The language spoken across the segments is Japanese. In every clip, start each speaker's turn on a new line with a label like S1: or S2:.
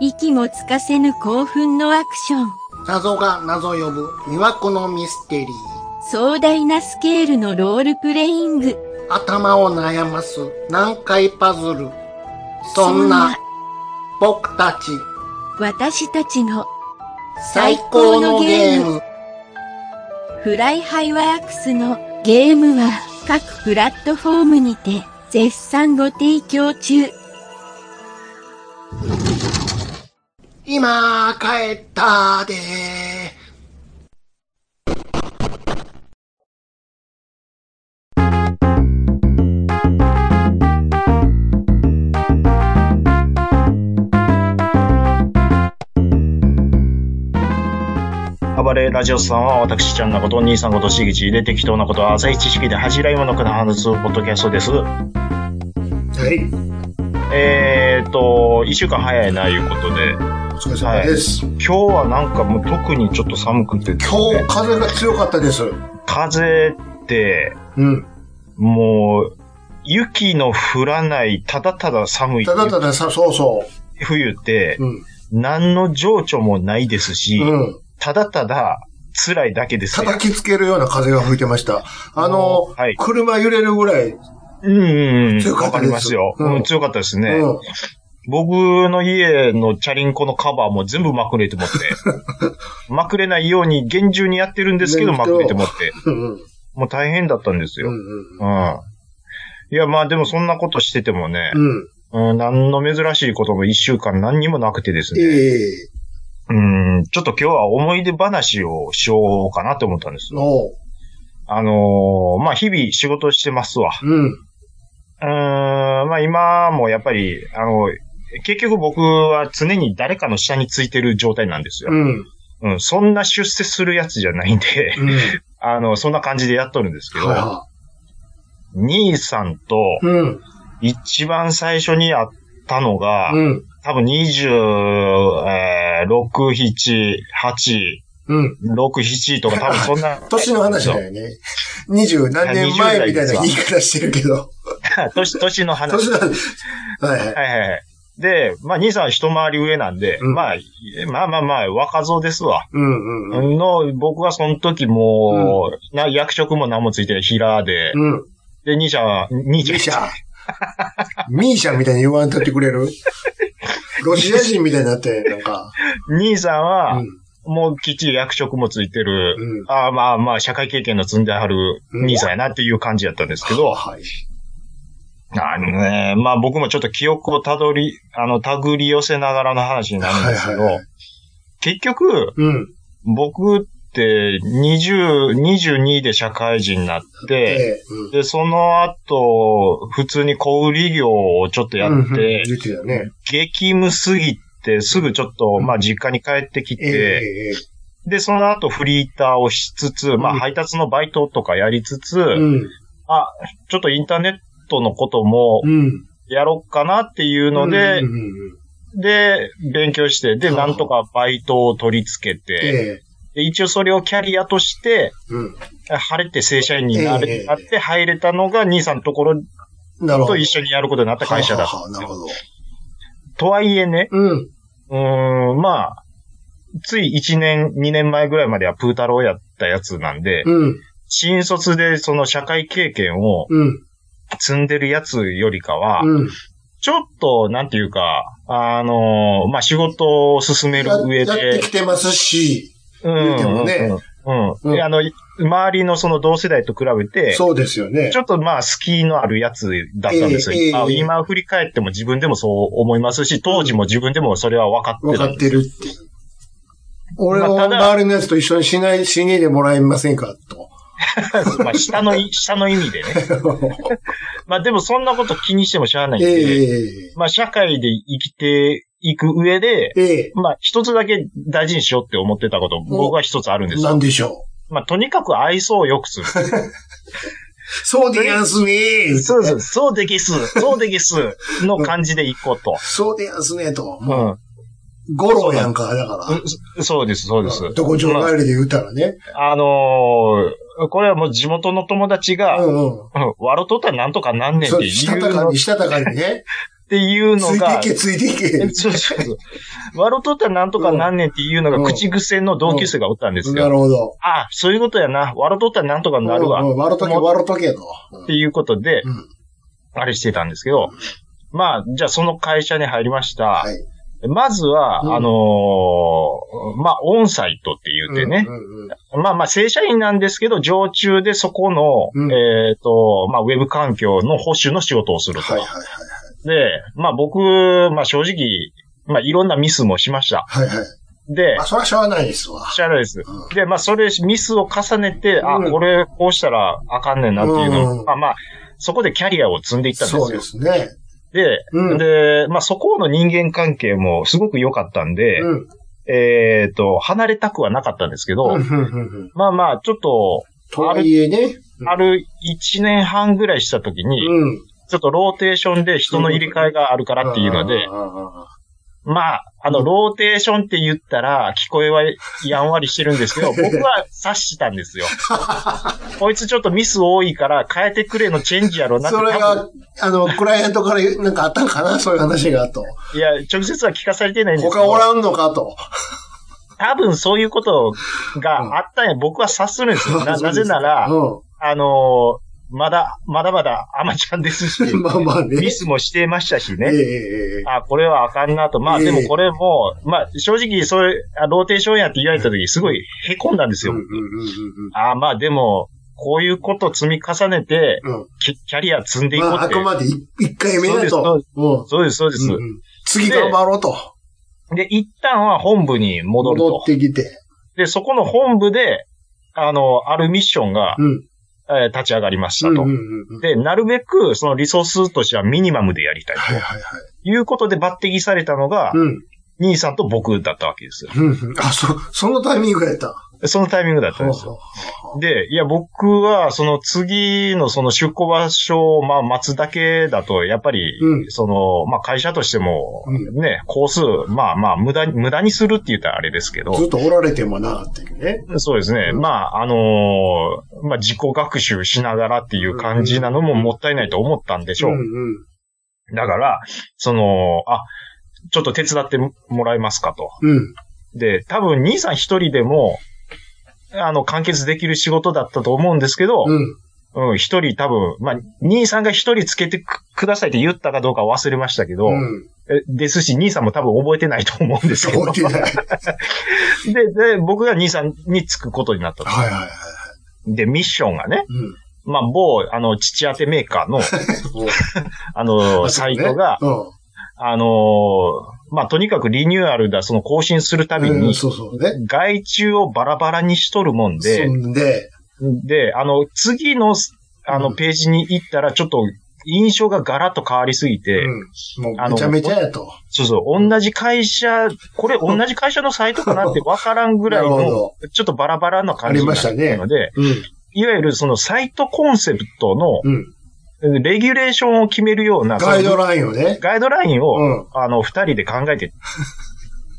S1: 息もつかせぬ興奮のアクション。
S2: 謎が謎呼ぶ魅惑のミステリー。
S1: 壮大なスケールのロールプレイング。
S2: 頭を悩ます難解パズル。そんな僕たち
S1: 私たちの
S2: 最高のゲーム。
S1: フライハイワークスのゲームは各プラットフォームにて絶賛ご提供中。
S2: 今帰ったで
S3: 暴れラジオスさんは私ちゃんなこと、兄さんこと、しぎちで適当なこと、浅い知識で恥じらいもなく話すポッドキャストです。
S4: はい、
S3: えーと、一週間早いな、いうことで、
S4: お疲れ様です。
S3: 今日はなんかもう特にちょっと寒くて、
S4: 今日風が強かったです。
S3: 風って、
S4: うん。
S3: もう、雪の降らない、ただただ寒い
S4: ただたださ、そうそ
S3: 冬って
S4: う。、うん。
S3: 何の情緒もないですし、
S4: うん。
S3: ただただ辛いだけですよ
S4: 叩。きつけるような風が吹いてました。あの、
S3: はい
S4: 車揺れるぐらい。
S3: うんうんうん。
S4: 強か
S3: わ
S4: っ
S3: か
S4: たです
S3: りますよ。
S4: うん
S3: うん、強かったですね。
S4: うん。
S3: 僕の家のチャリンコのカバーも全部まくれと 思って。まくれないように厳重にやってるんですけど、
S4: ね
S3: まくれと思って。
S4: うん。うん
S3: もう大変だったんです
S4: う。
S3: よ。うんん。いや、まあでもそんなことしててもね、
S4: うん。
S3: うん、何の珍しいことも一週間何にもなくてです
S4: え
S3: ね、
S4: え
S3: うん、ちょっと今日は思い出話をしようかなと思ったんです。
S4: の、
S3: あのーまあ日々仕事してますわ。
S4: うん。
S3: うーん、まあ今もやっぱり、あの、結局僕は常に誰かの下についてる状態なんですよ
S4: う。ん。
S3: うん、そんな出世するやつじゃないんで、
S4: うん。
S3: あの、そんな感じでやっとるんですけど、
S4: はいは
S3: 兄さんと
S4: い。うん。
S3: 一番最初に会ったのが、
S4: うん。
S3: 多分26、えー6、7、8、
S4: うん。。
S3: 6、7とか多分そんな
S4: 年の話だよね。二十何年前みたいな言い方してるけど。
S3: 年、年の話。
S4: 年の話。はいは
S3: はい
S4: い。
S3: はいはい。で、まあ兄さんは一回り上なんで、
S4: うん
S3: まあ、まあまあまあ、若造ですわ。
S4: うんうんうん。
S3: の、僕はその時もう、な役職も何もついてない平で、
S4: うん。
S3: で、兄さんは、兄
S4: ミーシ
S3: ちゃん
S4: ャ。ミーシャみたいに言わんとってくれ るロシア人みたいになって、なんか。
S3: 兄さんは、
S4: うん。
S3: もうきっちり役職もついてる、
S4: うん。
S3: ああまあまあ、社会経験の積んである
S4: うん
S3: 兄さんやなっていう感じやったんですけど、
S4: はい。
S3: あのね、まあ僕もちょっと記憶をたどり、あの、たぐり寄せながらの話になるんですけど、
S4: はいはいは
S3: 結局、
S4: うん。
S3: 僕って20、22で社会人になって、
S4: ええ、うん。
S3: で、その後、普通に小売業をちょっとやって、
S4: うんうん言ってたね。
S3: 激務すぎて、すぐちょっと、まあ実家に帰ってき
S4: ええ、
S3: て、
S4: え
S3: で、その後フリーターをしつつ、ま
S4: う
S3: あ
S4: ん
S3: 配達のバイトとかやりつつ、
S4: え。うん。
S3: ちょっとインターネットのことも
S4: うん。
S3: やろうかなっていうので、
S4: うんうんうん
S3: で、勉強して、で、
S4: はあ
S3: なんとかバイトを取り付け
S4: え
S3: て、
S4: え。
S3: で一応それをキャリアとして、
S4: うん。
S3: 晴れて正社員にな
S4: え
S3: れ
S4: え
S3: なって入れたのが兄さんのところ
S4: なるほど。
S3: と一緒にやることになった会社だ
S4: は。あはあなるほど。
S3: とはいえね、
S4: うん。
S3: うーん、まあ、つい1年、2年前ぐらいまではプータローやったやつなんで、
S4: うん。
S3: 新卒でその社会経験を
S4: うん。
S3: 積んでるやつよりかは、
S4: うん。
S3: ちょっと、なんていうか、あのまあ、仕事を進める上
S4: ややって
S3: で、
S4: きてますし、
S3: うん
S4: 言うてもね
S3: うん、うん
S4: う
S3: で
S4: ん
S3: あの、周りのその同世代と比べて、
S4: そうですよね
S3: ち。ょっとまあ、スキーのあるやつだったんですよ。
S4: ええええ
S3: あ今振り返っても自分でもそう思いますし、当時も自分でもそれは分かってた
S4: 分かってるっていう。俺
S3: ま
S4: は
S3: あただ
S4: 周りのやつと一緒にしない、しにでもらえませんか、と。
S3: まあ、下のい、 下の意味でね。まあ、でもそんなこと気にしてもしゃあないん
S4: え
S3: で、
S4: え、
S3: まあ、社会で生きていく上で、
S4: ええ、
S3: まあ、一つだけ大事にしようって思ってたこと、僕は一つあるんです
S4: な
S3: よ。
S4: んでしょ
S3: まあ、とにかく愛想を良く する。
S4: う。そうでやんすね
S3: そうそう、そうでげす、そうでげす、の感じでいこうと。
S4: そうでやんすねと。
S3: う
S4: も
S3: ん。
S4: う、ゴロやんか、だか
S3: うそうです、そうです
S4: ら。。どこ城
S3: ま
S4: 帰りで言うたらね。
S3: ああのーこれはもう地元の友達が、
S4: うんうん。
S3: うん、笑うとったらなんとかなんねんっ
S4: そ
S3: て
S4: う、
S3: い
S4: した
S3: う
S4: たか
S3: の
S4: に、したたかにね。
S3: っていう
S4: つ
S3: の
S4: い
S3: が
S4: て、いけ、ついていけ。
S3: そうそうそう。笑うとったらなんとかなんねんっていうの
S4: う
S3: が
S4: ん
S3: 口癖の同級生がおったんです
S4: な
S3: よ。
S4: るほど。
S3: あ、そういうことやな。笑うとったらなんとかなるわ。
S4: うんうん笑うとけ、
S3: っ
S4: 笑うとけと。
S3: ていうことで、
S4: うん。
S3: あれしてたんですけど、まあ、じゃあその会社に入りました。
S4: はい。
S3: まずは、
S4: うん
S3: あのーまあ、オンサイトって言ってね、
S4: うんうんうん
S3: まあまあ、正社員なんですけど、常駐でそこの、
S4: うん
S3: えっ、と、まあ、ウェブ環境の保守の仕事をすると。
S4: はいはいはい。
S3: で、まあ僕、まあ正直、まあいろんなミスもしました。
S4: はいはい。
S3: で
S4: まあ、、それはしょうがないですわ。
S3: 知らないです。
S4: う
S3: で、まあそれ、ミスを重ねて、
S4: う
S3: あ、
S4: ん
S3: これ、こうしたらあかんねんなっていうのを、
S4: うん
S3: まあまあ、そこでキャリアを積んでいったんですよ。
S4: そうですね。
S3: で、
S4: うん
S3: で、まあそこの人間関係もすごく良かったんで、
S4: うん。
S3: えっ、と、離れたくはなかったんですけど、
S4: うんうんうんうん
S3: まあまあ、ちょっと、
S4: とはいえね。
S3: ある1年半ぐらいした時に、
S4: うん。
S3: ちょっとローテーションで人の入れ替えがあるからっていうので
S4: あ、ああああ
S3: まあ、あの、ローテーションって言ったら、聞こえはやんわりしてるん ですけど、僕は察したんですよ。こいつちょっとミス多いから変えてくれのチェンジやろなって。
S4: それ
S3: 多
S4: が
S3: 分、
S4: あの、クライアントからなんかあったんかなそういう話 がと。
S3: いや、直接は聞かされてないんですけ
S4: 他お
S3: ど、
S4: らんのかと。
S3: 多分そういうことがあったんや、僕は察するん ですよ。ななぜなら、
S4: う
S3: あのーまだ、まだまだ甘ちゃんですし、
S4: ん。まあまあね。
S3: ミスもしてましたし
S4: ええ
S3: ね。
S4: えええ
S3: あ、これはあかんなと。まあ、
S4: ええ
S3: でもこれも、まあ、正直、そういう、あローテーションやって言われた時、すごい凹んだんです
S4: え。
S3: よ。
S4: うんうんうんうん
S3: ああ、まあでも、こういうこと積み重ねて、
S4: うん。
S3: キキャリア積んでい
S4: ま
S3: こう
S4: あ、
S3: っ
S4: あ
S3: て。
S4: くまで一一回目だ
S3: そうで
S4: と。うん
S3: そうです、そうです、
S4: うんうん次頑張ろうと。
S3: で、一旦は本部に戻る
S4: 戻
S3: と
S4: っ。てきて。
S3: で、そこの本部で、あの、あるミッションが、
S4: うん。
S3: えー立ち上がりました
S4: うん
S3: と。
S4: うんうんうん
S3: で、なるべく、そのリソースとしてはミニマムでやりたい。と
S4: はいはいはい。
S3: いうことで抜擢されたのが、
S4: うん。
S3: 兄さんと僕だったわけですよ。
S4: うんうん。あ、そ、そのタイミングやった。
S3: そのタイミングだったんですよ。で、いや、僕は、その次のその出向場所を、まあ、待つだけだと、やっぱり、
S4: うん
S3: その、まあ、会社としても
S4: う、
S3: ね、工数、まあまあ、無駄に、無駄にするって言ったらあれですけ
S4: ず
S3: ど、
S4: っとおられてもな、っていうね。
S3: そうですね。
S4: うん
S3: まあ、あのーまあ、自己学習しながらっていう感じなのももったいないと思ったんでしょ
S4: う
S3: う。
S4: ん
S3: だから、その、あ、ちょっと手伝ってもらえますかと。
S4: うん。うん。
S3: で、多分、兄さん一人でも、あの、完結できる仕事だったと思うんですけど、
S4: うん。
S3: うん、一人多分、まあ、兄さんが一人つけてくくださいって言ったかどうかは忘れましたけど、
S4: うん。
S3: えですし、兄さんも多分覚えてないと思うんですけど。
S4: そうって ない。はい
S3: で、で、僕が兄さんにつくことになったと。
S4: はいはい。
S3: で、ミッションがね、
S4: うん。
S3: まあ、某、あの、父当てメーカー の、
S4: もう
S3: あの、サイトが、
S4: う
S3: あのーまあ、とにかくリニューアルだ、その更新するたび
S4: ん。う
S3: に
S4: ん、そうそうね。
S3: 外注をバラバラにしとるもんで、
S4: そんで、
S3: で、あの、次の、あ
S4: う
S3: の、
S4: ん
S3: ページに行ったら、ちょっと、印象がガラッと変わりすぎて、
S4: うん。もうめちゃめちゃやと。
S3: そうそう、同じ会社、これ同じ会社のサイトかなって分からんぐらい
S4: なるほ
S3: の、ちょっとバラバラな感じになってた
S4: ありま
S3: ので、
S4: うん。
S3: いわゆるそのサイトコンセプトの
S4: うん。
S3: レギュレーションを決めるような、
S4: ガイド
S3: その
S4: ラインをね。
S3: ガイドライン
S4: う
S3: を、
S4: ん。
S3: あの、二人で考えて、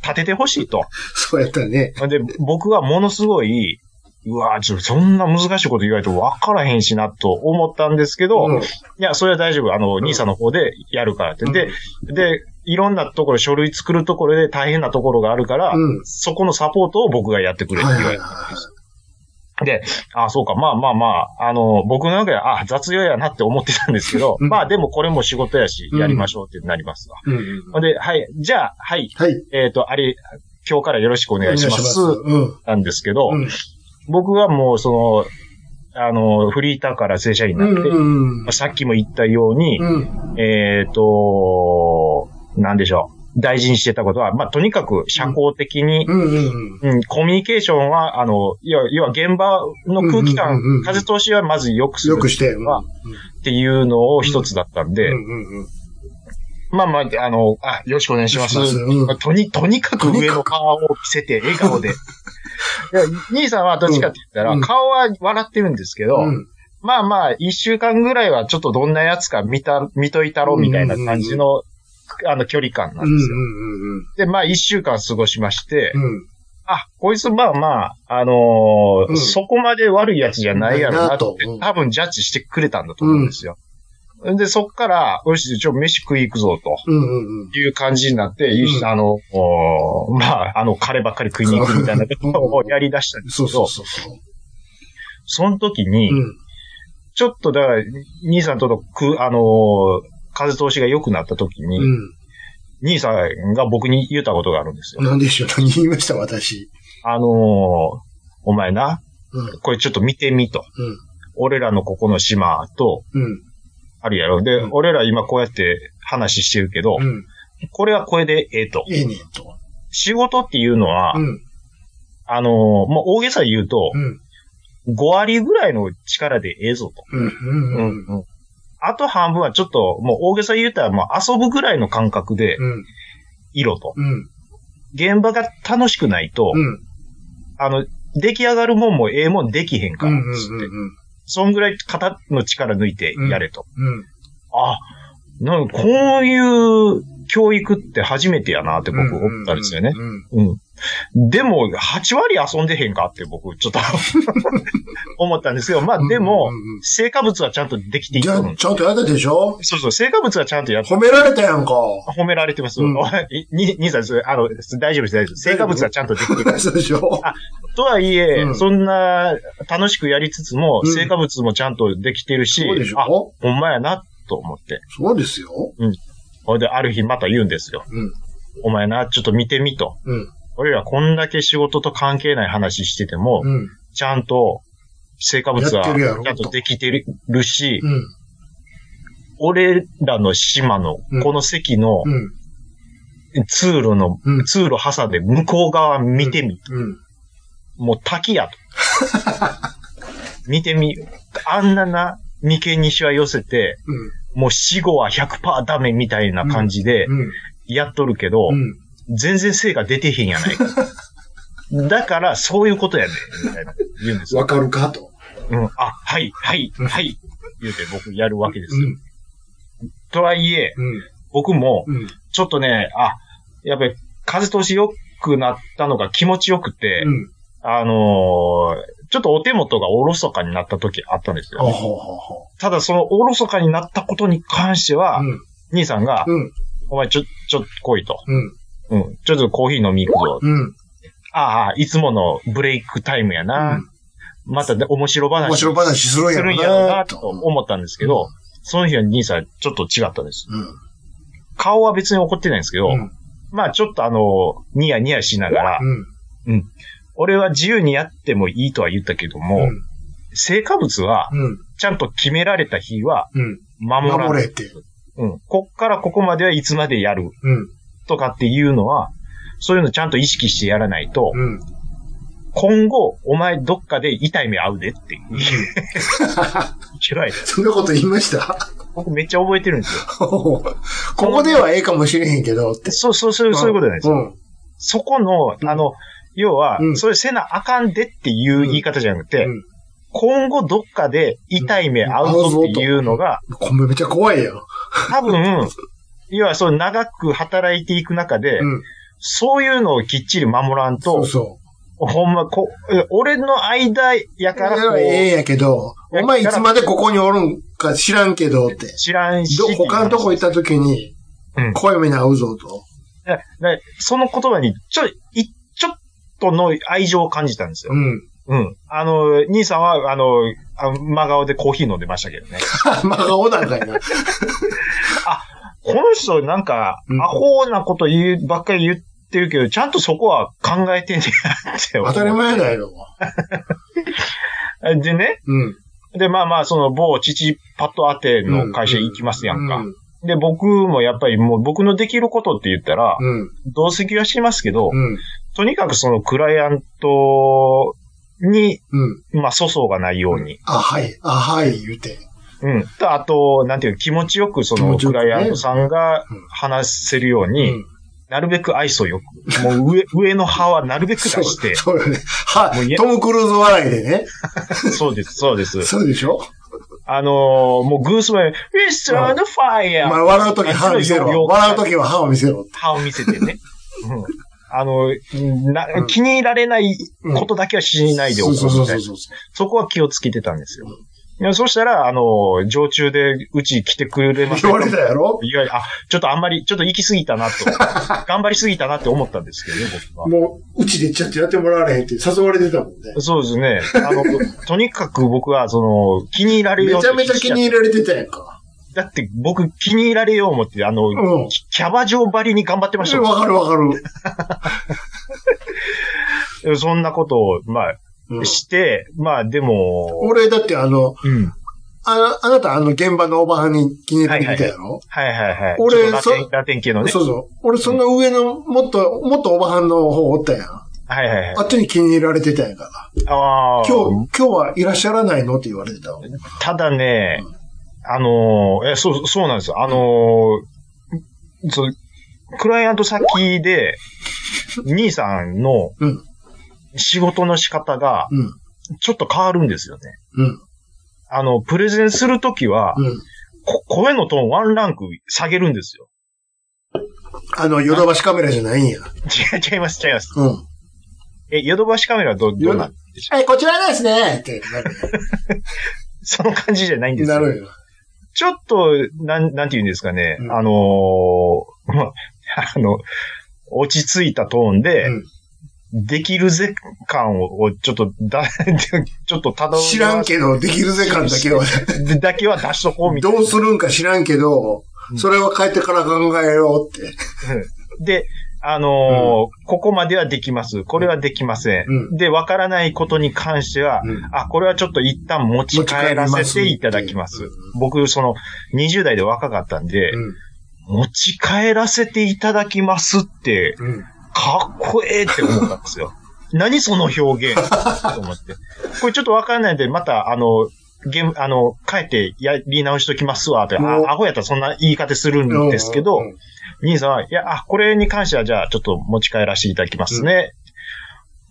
S3: 立ててほしいと。
S4: そうやったね。
S3: で、僕はものすごい、うわぁ、ちょそんな難しいこと言われて分からへんしなと思ったんですけど、
S4: うん。
S3: いや、それは大丈夫。あの、兄さんの方でやるからって。で、で、いろんなところ、書類作るところで大変なところがあるから、
S4: うん
S3: そこのサポートを僕がやってくれって
S4: は
S3: 言
S4: い
S3: われて。
S4: はいは
S3: で、あ、そうか、まあまあまあ、あの、僕の中では、あ、雑用やなって思ってたんですけど、
S4: うん
S3: まあでもこれも仕事やし、
S4: うん
S3: やりましょうってなりますわ。
S4: い。うん。
S3: ほんで、はい、じゃあ、はい、
S4: はい。
S3: えっ、と、あれ、今日からよろしくお
S4: お
S3: 願いします。
S4: うん。
S3: なんですけど、
S4: うん。
S3: 僕はもう、その、あの、フリーターから正社員に
S4: う
S3: なって、
S4: ん
S3: まあ。さっきも言ったように、
S4: うん。
S3: えっ、と、なんでしょう。大事にしてたことは、まあ、とにかく社交的に、
S4: うん。うん。
S3: うん、コミュニケーションは、あの、要は、要は現場の空気
S4: う
S3: 感
S4: んうんうんうん、
S3: 風通しはまず良くする
S4: よくして。うん。
S3: っていうのを一つだったんで、
S4: うん。
S3: まあまあ、あの、あ、よろしくお願いします。
S4: うん。
S3: とに、とにかく上の顔を見せて、笑 顔で。いや兄さんはどっちかって言ったら、
S4: うん
S3: 顔は笑ってるんですけど、
S4: うん。
S3: まあまあ、一週間ぐらいはちょっとどんなやつか見た、見といたろみたいな感じの、あの、距離感な
S4: うん
S3: ですよ。
S4: ん。
S3: で、まあ、一週間過ごしまして、
S4: うん。
S3: あ、こいつ、まあまあ、あのー
S4: うん
S3: そこまで悪いやつじゃないやろなって
S4: ないなとうん、
S3: 多分ジャッジしてくれたんだと思うんですよ。で、そっから、よし、ちょ、飯食い行くぞ、と。
S4: うんうんうん。
S3: いう感じになって、
S4: うん
S3: あの、おーまあ、あの、カレーばっかり食いに行くみたいなことをやり出したんですけ
S4: そ
S3: ど、
S4: う
S3: そ
S4: そうそうそう。
S3: の時に、
S4: うん。
S3: ちょっとだから、兄さんとのく、あのー風通しが良くなった時に、
S4: う
S3: 兄さんが僕に言ったことがあるんですよ。
S4: ん。なんでしょう何言いました私。
S3: あのーお前な、
S4: うん。
S3: これちょっと見てみと。俺らのここの島と、
S4: うん。うん。
S3: あるやろ。で、
S4: うん
S3: 俺ら今こうやって話してるけど、
S4: うん。
S3: これはこれでええと。
S4: ええねんと。
S3: 仕事っていうのは、
S4: うん。
S3: あのーもう大げさに言うと、
S4: うん。
S3: 5割ぐらいの力でええぞと。
S4: うん。うん。うん。うん。
S3: うんあと半分はちょっと、もう大げさに言ったら、もう遊ぶぐらいの感覚で
S4: うん。
S3: いろと。
S4: うん。
S3: 現場が楽しくないと、
S4: うん。
S3: あの、出来上がるもんもええもんできへんから、つって。
S4: うん。
S3: そんぐらい肩の力抜いてやれと。
S4: うん。
S3: あ、なんかこういう教育って初めてやなって僕思ったんですよね。
S4: うん。
S3: うん。でも、8割遊んでへんかって僕、ちょっと、 思ったんですけど、まあでも、成果物はちゃんとできてい
S4: じ
S3: く
S4: ゃ
S3: と思うん
S4: あ、
S3: です
S4: ちゃんとやったでしょ
S3: そうそう、成果物はちゃんとやっ
S4: 褒められたやんか。
S3: 褒められてます。
S4: うん
S3: おいに兄さん、それあの、大丈夫です、大丈夫です。成果物はちゃんとできてる。
S4: そうでしょ
S3: とはいえ、
S4: うん
S3: そんな、楽しくやりつつも、
S4: うん
S3: 成果物もちゃんとできてるし、
S4: そうでし
S3: あ、
S4: ょ
S3: ほんまやな、と思って。
S4: そうですよ。
S3: ほいで、ある日また言うんですよ。
S4: うん
S3: お前な、ちょっと見てみと。
S4: うん。
S3: 俺らこんだけ仕事と関係ない話してても、
S4: うん。
S3: ちゃんと、成果物は、
S4: やってるやろ
S3: ちゃんとできてるし、
S4: うん。
S3: 俺らの島の
S4: う、ん
S3: この席の
S4: うん。
S3: 通路の、
S4: うん
S3: 通路挟んで向こう側見てみ。
S4: うん。
S3: もう滝やと。見てみ。あんなな、眉間にしわ寄せて、もう死後は100%ダメみたいな感じで
S4: うん。
S3: やっとるけど、
S4: うん。
S3: 全然精が出てへんやないか。だから、そういうことやねん、みたいな。言うんですよ。
S4: わかるかと。
S3: うん、あ、はい、はい、
S4: うん
S3: はい、言うて僕やるわけです
S4: う
S3: よ。
S4: ん。
S3: とはいえ、
S4: うん。
S3: 僕も、
S4: うん。
S3: ちょっとね、あ、やっぱり風通し良くなったのが気持ちよくて、
S4: うん。
S3: あのーちょっとお手元がおろそかになった時あったんです
S4: ほう
S3: よ。
S4: ほうほうほ
S3: ただそのおろそかになったことに関しては、
S4: う。うん。
S3: 兄さんが、
S4: うん。
S3: お前ちょ、ちょ、来いと。
S4: うん。
S3: うん。ちょっとコーヒー飲み行くぞ。
S4: うん。
S3: ああ、いつものブレイクタイムやな。またね、面白話。
S4: 面白話するん
S3: す
S4: や
S3: るん
S4: ろ
S3: やろな、
S4: な
S3: と思ったんですけど、その日は兄さんちょっと違ったです。
S4: うん。
S3: 顔は別に怒ってないんですけど、
S4: うん。
S3: まあちょっとあの、ニヤニヤしながら、
S4: うん。
S3: 俺は自由にやってもいいとは言ったけども、
S4: うん。
S3: 成果物は
S4: うん。
S3: ちゃんと決められた日は
S4: うん。
S3: 守ら
S4: 守
S3: ない。
S4: れて。
S3: うん。こっからここまではいつまでやる
S4: うん。
S3: とかっていうのは、そういうのちゃんと意識してやらないと、
S4: うん。
S3: 今後、お前どっかで痛い目合うでっていう。嫌い。
S4: そんなこと言いました
S3: 僕めっちゃ覚えてるんですよ。
S4: ここではええかもしれへんけどって。
S3: そうそう、そういう、そういうことじゃないです
S4: う
S3: よ。
S4: ん。
S3: そこの、あの、要は、
S4: うん
S3: それせなあかんでっていう言い方じゃなくて、
S4: うん
S3: 今後どっかで痛い目合うぞっていうのが、
S4: こめめちゃ怖いやん。
S3: 多分、要はそう長く働いていく中で、
S4: うん。
S3: そういうのをきっちり守らん
S4: そう
S3: と、
S4: そ
S3: ほんまこ、俺の間や
S4: う。
S3: か
S4: だから
S3: こ
S4: らええん
S3: う、
S4: やけど、お前いつまでここにおるんか知らんけどって。
S3: 知らんし。
S4: ど、他のとこ行った時に
S3: うん、
S4: 怖い目に遭うぞと。
S3: だだその言葉に、ちょ、い、ちょっとの愛情を感じたんですよ
S4: う。ん。
S3: うん。あの、兄さんは、あの、あ真顔でコーヒー飲んでましたけどね。
S4: 真顔なんかいな。
S3: この人なんか
S4: う、ん
S3: アホなこと言う、ばっかり言ってるけど、ちゃんとそこは考えてんねやって思
S4: 当
S3: う。
S4: たり前だよ。
S3: でね、
S4: うん。
S3: で、まあまあ、その某父パッドアテの会社行きますやんか。
S4: うん。
S3: で、僕もやっぱりもう僕のできることって言ったら、
S4: うん。
S3: 同席はしますけど、
S4: うん。
S3: とにかくそのクライアントに、
S4: うん。
S3: まあ、粗相がないように。
S4: あ、はい。あ、はい、言うて。
S3: うん。と、あと、なんていう、気持ちよくそ
S4: 気
S3: の
S4: 持ちよ
S3: ク
S4: くね
S3: ライアントさんが
S4: うん
S3: 話せるよう
S4: う
S3: に、。なるべく愛想よく。もう上、 上の歯はなるべく出
S4: そう、
S3: して。
S4: そうよね。は
S3: もういや、
S4: トム・クルーズ笑いでね。
S3: そうです、そうです。
S4: そうでしょ
S3: あのーもうグースは、Mr. on the
S4: お
S3: fire!
S4: 前笑うとき歯を見せ
S3: よ
S4: ろ。
S3: よ
S4: 笑うときは歯を見せろ。
S3: 歯を見せてね。うん。あの、な、気に入られないことだけはしないでおこ
S4: そう
S3: う
S4: そう
S3: み
S4: そ
S3: たいうな。
S4: そう。
S3: そこは気をつけてたんですよ。いやそしたら、あの、常駐でうち来てくれません
S4: 言
S3: か
S4: われたやろ
S3: いやいや、あ、ちょっとあんまり、ちょっと行き過ぎたなと。 頑張りすぎたなって思ったんですけどね、僕は。
S4: もう、うちでちゃんとやってもらわれへんって誘われてたもんね。
S3: そうですね。あの、とにかく僕は、その、気に入られよう
S4: め
S3: っ
S4: ち
S3: て
S4: ゃめちゃ気に入られてたやんか。
S3: だって僕気に入られよう思って、あの、
S4: うん
S3: キキャバ嬢ばりに頑張ってましたよ
S4: わかるわかる。
S3: そんなことを、ま
S4: うん
S3: あ、して、まあでも、
S4: 俺だってあの、
S3: うん。
S4: あのあなたあの現場のおばはんに気に入ってみたやろ、
S3: はいはいはい。
S4: 俺
S3: ちょっとラテン
S4: そ
S3: ラテン系のね。
S4: そうそう。俺その上の、もっと、もっとおばはんの方おったやん。
S3: はいはいはい
S4: あ。っちに気に入られてたやんから。
S3: ああ。
S4: 今日、今日はいらっしゃらないのって言われてたわ。
S3: ただね、あのー、え、そう、そうなんですよ。あのー、そう、クライアント先で、兄さんの
S4: うん。
S3: 仕事の仕方が、
S4: うん。
S3: ちょっと変わるんですよね。
S4: うん。
S3: あの、プレゼンするときは、
S4: うん。
S3: こ声のトーンワンランク下げるんですよ。
S4: あの、ヨドバシカメラじゃないんや。
S3: 違う、違います、違います。
S4: うん。
S3: え、ヨドバシカメラはど、どうなん
S4: え、こちらですねってなる
S3: その感じじゃないんです
S4: な
S3: よ。
S4: るよ。
S3: ちょっと、なん、なんて言うんですかね。
S4: うん
S3: あのーま あの、落ち着いたトーンで、
S4: うん
S3: できるぜ感を、をちょっと、だ、 ちょっとたど
S4: 知らんけど、できるぜ感だけは。
S3: ど。 だけは出しとこうみたい
S4: どうするんか知らんけど、それは帰ってから考えようって。
S3: な。で、あのーここまではできます。これはできません。
S4: う
S3: で、わからないことに関しては、
S4: うん
S3: あ、これはちょっと一旦持ち帰らせていただきま
S4: 持
S3: す
S4: ち帰りますっていう。
S3: 僕、その、20代で若かったんで、
S4: うん。
S3: 持ち帰らせていただきますって、
S4: うん。
S3: かっこええって思ったんです よ。何その表現と思って。これちょっとわかんないんで、また、あの、ゲーム、あの、帰ってやり直しときますわ、と
S4: もう
S3: あ、アホやったらそんな言い方するんですけど、
S4: うん
S3: 兄さんは、いや、あ、これに関してはじゃあちょっと持ち帰らせていただきますね。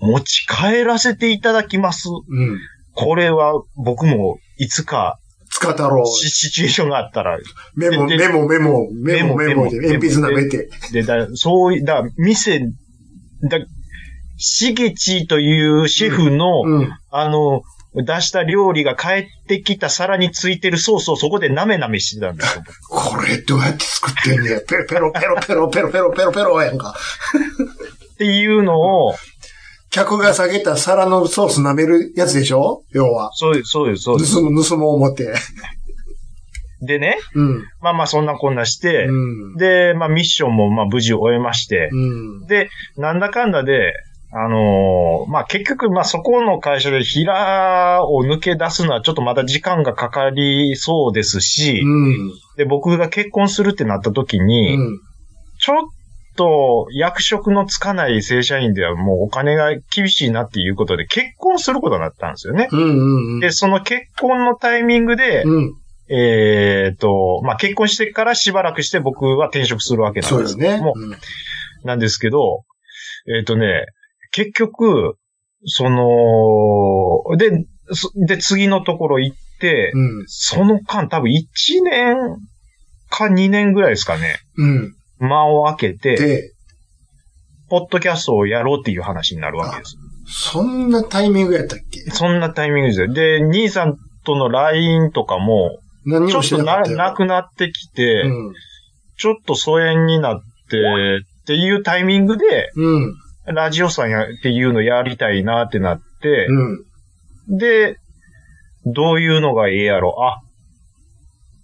S3: 持ち帰らせていただきます。
S4: うん。
S3: これは僕もいつか
S4: つかたろう。
S3: シシチュエーションがあったら、
S4: メモ、
S3: で
S4: メモ、メモ、メモ、メ
S3: メ
S4: モ
S3: モ
S4: で、
S3: メモ
S4: 鉛筆舐めて。
S3: で、だ、そうい、だ、店、だ、しげちというシェフの、
S4: うん。
S3: あの、出した料理が帰ってきた皿についてるソースをそこでなめなめしてたん ですよ。
S4: これどうやって作ってんねや。ペロペロペロペロペロペロペロペロやんか。
S3: っていうのを、
S4: 客が下げた皿のソース舐めるやつでしょ要は。
S3: そうです、そうです、そうです。
S4: 盗む、盗もう思って。
S3: でね、
S4: うん。
S3: まあまあそんなこんなして、
S4: うん。
S3: で、まあミッションもまあ無事終えまして、
S4: うん。
S3: で、なんだかんだで、あのーまあ結局、まあそこの会社で平を抜け出すのはちょっとまだ時間がかかりそうですし、
S4: うん。
S3: で、僕が結婚するってなった時に、
S4: うん。
S3: ちょっと役職のつかない正社員ではもうお金が厳しいなっていうことで結婚することになったんですよね。
S4: うん。うん。
S3: で、その結婚のタイミングで、
S4: うん。
S3: えっと、まあ、結婚してからしばらくして僕は転職するわけなん
S4: そう
S3: で
S4: ですす
S3: けど
S4: ね
S3: も、。
S4: うん
S3: なんですけど、えっ、とね、結局、その、で、そで、次のところ行って、
S4: うん。
S3: その間多分1年か2年ぐらいですかね、
S4: うん。
S3: 間を空けて、
S4: で、
S3: ポッドキャストをやろうっていう話になるわけです。
S4: そんなタイミングやったっけ
S3: そんなタイミングですよ。で、兄さんとの LINE とかも、
S4: 何に
S3: ちょ
S4: も
S3: っ
S4: して
S3: とな
S4: なかったよ。
S3: なくなってきて、
S4: うん。
S3: ちょっと疎遠になって、っていうタイミングで、
S4: うん。
S3: ラジオさんやっていうのやりたいなってなって、
S4: うん。
S3: で、どういうのがええやろ、あ、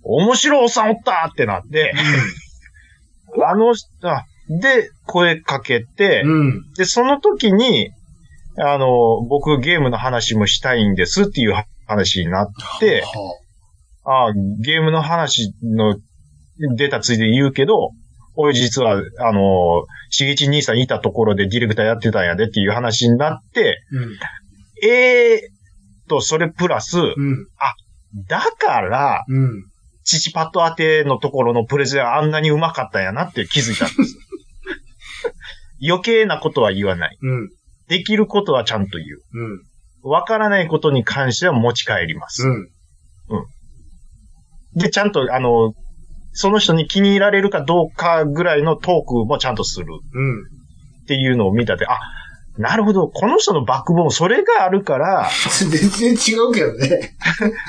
S3: 面白いおっさんおったってなって、あの人、あで、声かけて、
S4: うん。
S3: で、その時に、あの、僕ゲームの話もしたいんですっていう話になって、
S4: は
S3: あゲームの話の出たついで言うけど、俺実は、あの、しげち兄さんいたところでディレクターやってたんやでっていう話になって、
S4: あうん。
S3: ええと、それプラス、
S4: うん。
S3: だから、
S4: うん。
S3: チチパッド当てのところのプレゼンあんなにうまかったんやなって気づいたんです。余計なことは言わない。
S4: うん。
S3: できることはちゃんと言う。
S4: うん。
S3: わからないことに関しては持ち帰ります。
S4: うん。
S3: で、ちゃんと、あの、その人に気に入られるかどうかぐらいのトークもちゃんとする
S4: うん。
S3: っていうのを見たで、あ、なるほど。この人のバックボーン、それがあるから、
S4: 全然違うけどね。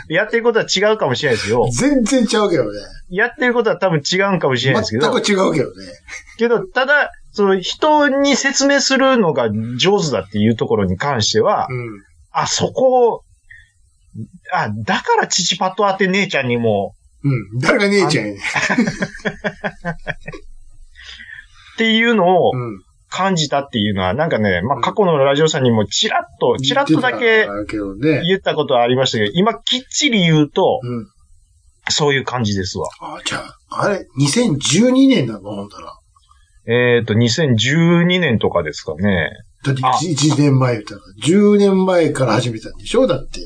S3: やってることは違うかもしれないですよ。
S4: 全然違うけどね。
S3: やってることは多分違うんかもしれないですけ
S4: 全
S3: ど
S4: く。違うけどね。
S3: けど、ただ、その人に説明するのが上手だっていうところに関しては、
S4: うん。
S3: あ、そこを、あ、だからチチパと当て姉ちゃんにも、
S4: うん。誰が姉ちゃんや
S3: っ
S4: ねん。
S3: ていうのを
S4: うん。
S3: 感じたっていうのは、なんかね、ま
S4: う
S3: あ、
S4: ん
S3: 過去のラジオさんにもチラッと、チラッとだ
S4: 言っ
S3: け
S4: てたけどね。
S3: 言ったことはありましたけど、今きっちり言うと、
S4: うん。
S3: そういう感じですわ。
S4: あ、じゃあ、あれ、2012年なのほんだら。
S3: えっ、と、2012年とかですかね。
S4: だって
S3: あ
S4: 1, 年前言ったら、10年前から始めたんでしょだって。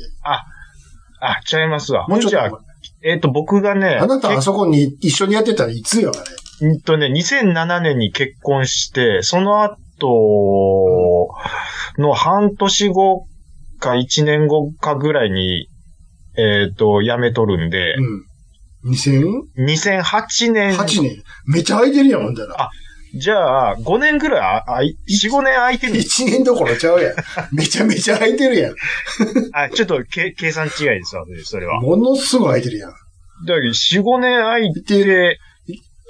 S3: あ、ちゃいますわ。
S4: もうちょっ
S3: じゃあ
S4: と、。
S3: えっ、と、僕がね、
S4: あなたあ
S3: 結
S4: そこに一緒にやってたらいつよ、あれ。
S3: うんとね、2007年に結婚して、その後の半年後か1年後かぐらいに、えっ、と、辞めとるんで、
S4: うん。2008
S3: 2008年、
S4: 年。めっちゃ空いてるやん、ほんだら。
S3: あじゃあ、5年ぐらいあ、あい4、5年空いてる。
S4: 1年どころちゃうやん。めちゃめちゃ空いてるやん。
S3: あ、ちょっとけ計算違いですわ、それは。
S4: ものすごい空いてるやん。
S3: だけど、4、5年空いて、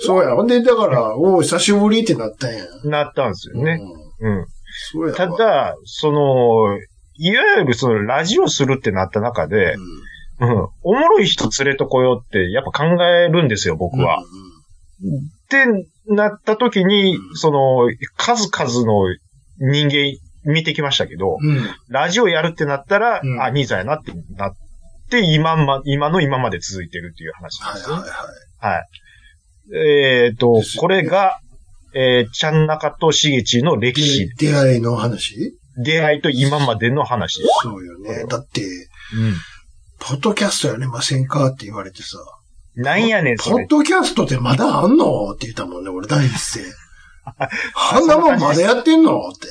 S4: そうや。ほんで、だから、おう久しぶりってなったんや。
S3: なったんですよね。
S4: うん。
S3: うん。
S4: そうやわ。
S3: ただ、その、いわゆるそのラジオするってなった中で、うん、おもろい人連れとこようってやっぱ考えるんですよ、僕
S4: うん、
S3: は。ってなった時に
S4: う、ん
S3: その、数々の人間見てきましたけど、
S4: うん。うん。
S3: ラジオやるってなったら、
S4: うん
S3: あ、兄さんやなってなって、今ま、今の今まで続いてるっていう話なん
S4: は
S3: で
S4: い
S3: す
S4: はい
S3: ね。
S4: は
S3: はい。えっ、と
S4: で、すよ
S3: これが、えー、ちゃんなかとしげちの歴
S4: い
S3: 史、。
S4: で出会いの話
S3: 出会いと今までの話です。
S4: そうよね。だって、
S3: うん。
S4: ポッドキャストやれませんかって言われてさ。
S3: なんやねん、そ
S4: ポ
S3: れ
S4: ッ。ドキャストってまだあんのって言ったもんね、俺第一 声。あんなもんまだやってんのって。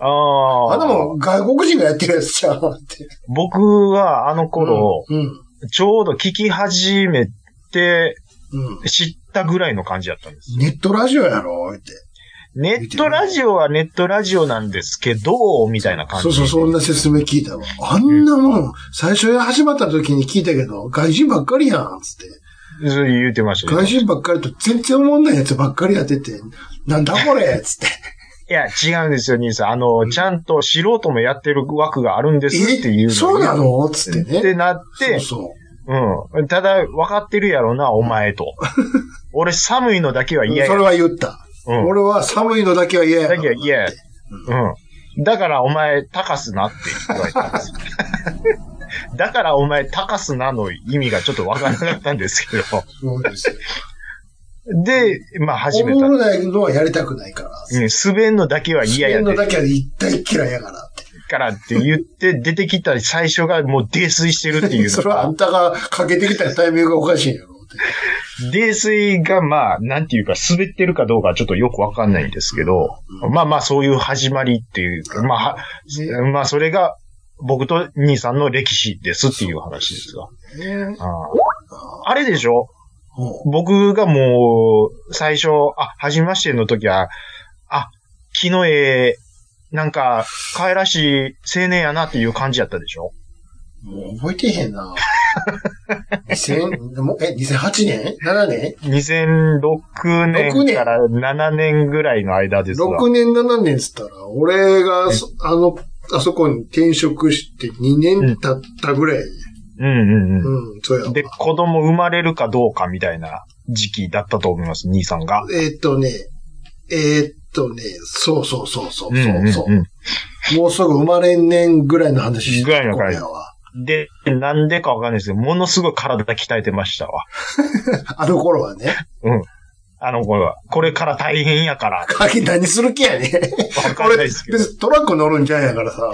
S3: ああ。
S4: あんなもん外国人がやってるやつちゃうって。
S3: 僕はあの頃、
S4: うん。
S3: ちょうど聞き始めて
S4: うん。
S3: 知ったぐらいの感じだったんです。
S4: ネットラジオやろって。
S3: ネットラジオはネットラジオなんですけど、みたいな感じ。
S4: そうそう、そんな説明聞いたわ。あんなもん、最初始まった時に聞いたけど、外人ばっかりやん、つって。
S3: そう言ってましたけど
S4: 外人ばっかりと全然思んないやつばっかりやってて、なんだこれつって。
S3: いや、違うんですよ、兄さん。あの、ちゃんと素人もやってる枠があるん ですっていう
S4: え
S3: の
S4: そうなのつって
S3: っ
S4: ね。
S3: てなって、
S4: そうそう。
S3: うん。ただ、分かってるやろな、お前 と。俺、寒いのだけは嫌や。
S4: それは言った。
S3: うん
S4: 俺は寒いのだけは嫌や。
S3: だけは嫌や。うん。だからお前、高すなって言われたんです。 だからお前、高すなの意味がちょっとわからなかったんですけど。
S4: そうですよ。
S3: で、まあ始め
S4: お
S3: た。
S4: もろないのはやりたくないから。
S3: うん、滑んのだけは嫌や
S4: そういうの
S3: で
S4: だけは一体嫌いやからって。
S3: からって言って出てきた最初がもう泥酔してるっていう
S4: そ
S3: の
S4: れはあ
S3: が
S4: ん、たがかけてきたタイミングがおかしいんやろって。
S3: 泥酔がまあ、なんていうか滑ってるかどうかはちょっとよくわかんないんですけど、まあまあそういう始まりっていうか、まあは、まあそれが僕と兄さんの歴史ですっていう話ですが。
S4: ね
S3: あああれでしょ
S4: ほ
S3: 僕がもう、最初、あ、初めましての時は、あ、木の絵、なんか、可愛らしい青年やなっていう感じやったでしょ
S4: うもう覚えてへん な。2000もえ、2008年 ?7 年
S3: ?2006
S4: 6
S3: 年
S4: 年
S3: から7年ぐらいの間ですわ。
S4: ?6 年、7年っつったら、俺がそ、あの、あそこに転職して2年経ったぐらい。
S3: うんうん
S4: うん、そうや
S3: う
S4: わ
S3: ん。で、子供生まれるかどうかみたいな時期だったと思います、兄さんが。
S4: えーっとね、えーっとね、そうそうそうそうう、
S3: んうん
S4: そう
S3: う
S4: そう。もうすぐ生まれんねんぐらいの話して
S3: ぐらいの感じ
S4: 今夜は
S3: ん。で、なんでかわかんないですけど、ものすごい体鍛えてましたわ。
S4: あの頃 はね。
S3: うん。あの頃は。これから大変やから。
S4: 鍵何する気やねん。
S3: わかん
S4: 俺、
S3: ないで
S4: 別
S3: すけど。
S4: にトラック乗るんじゃんやからさ。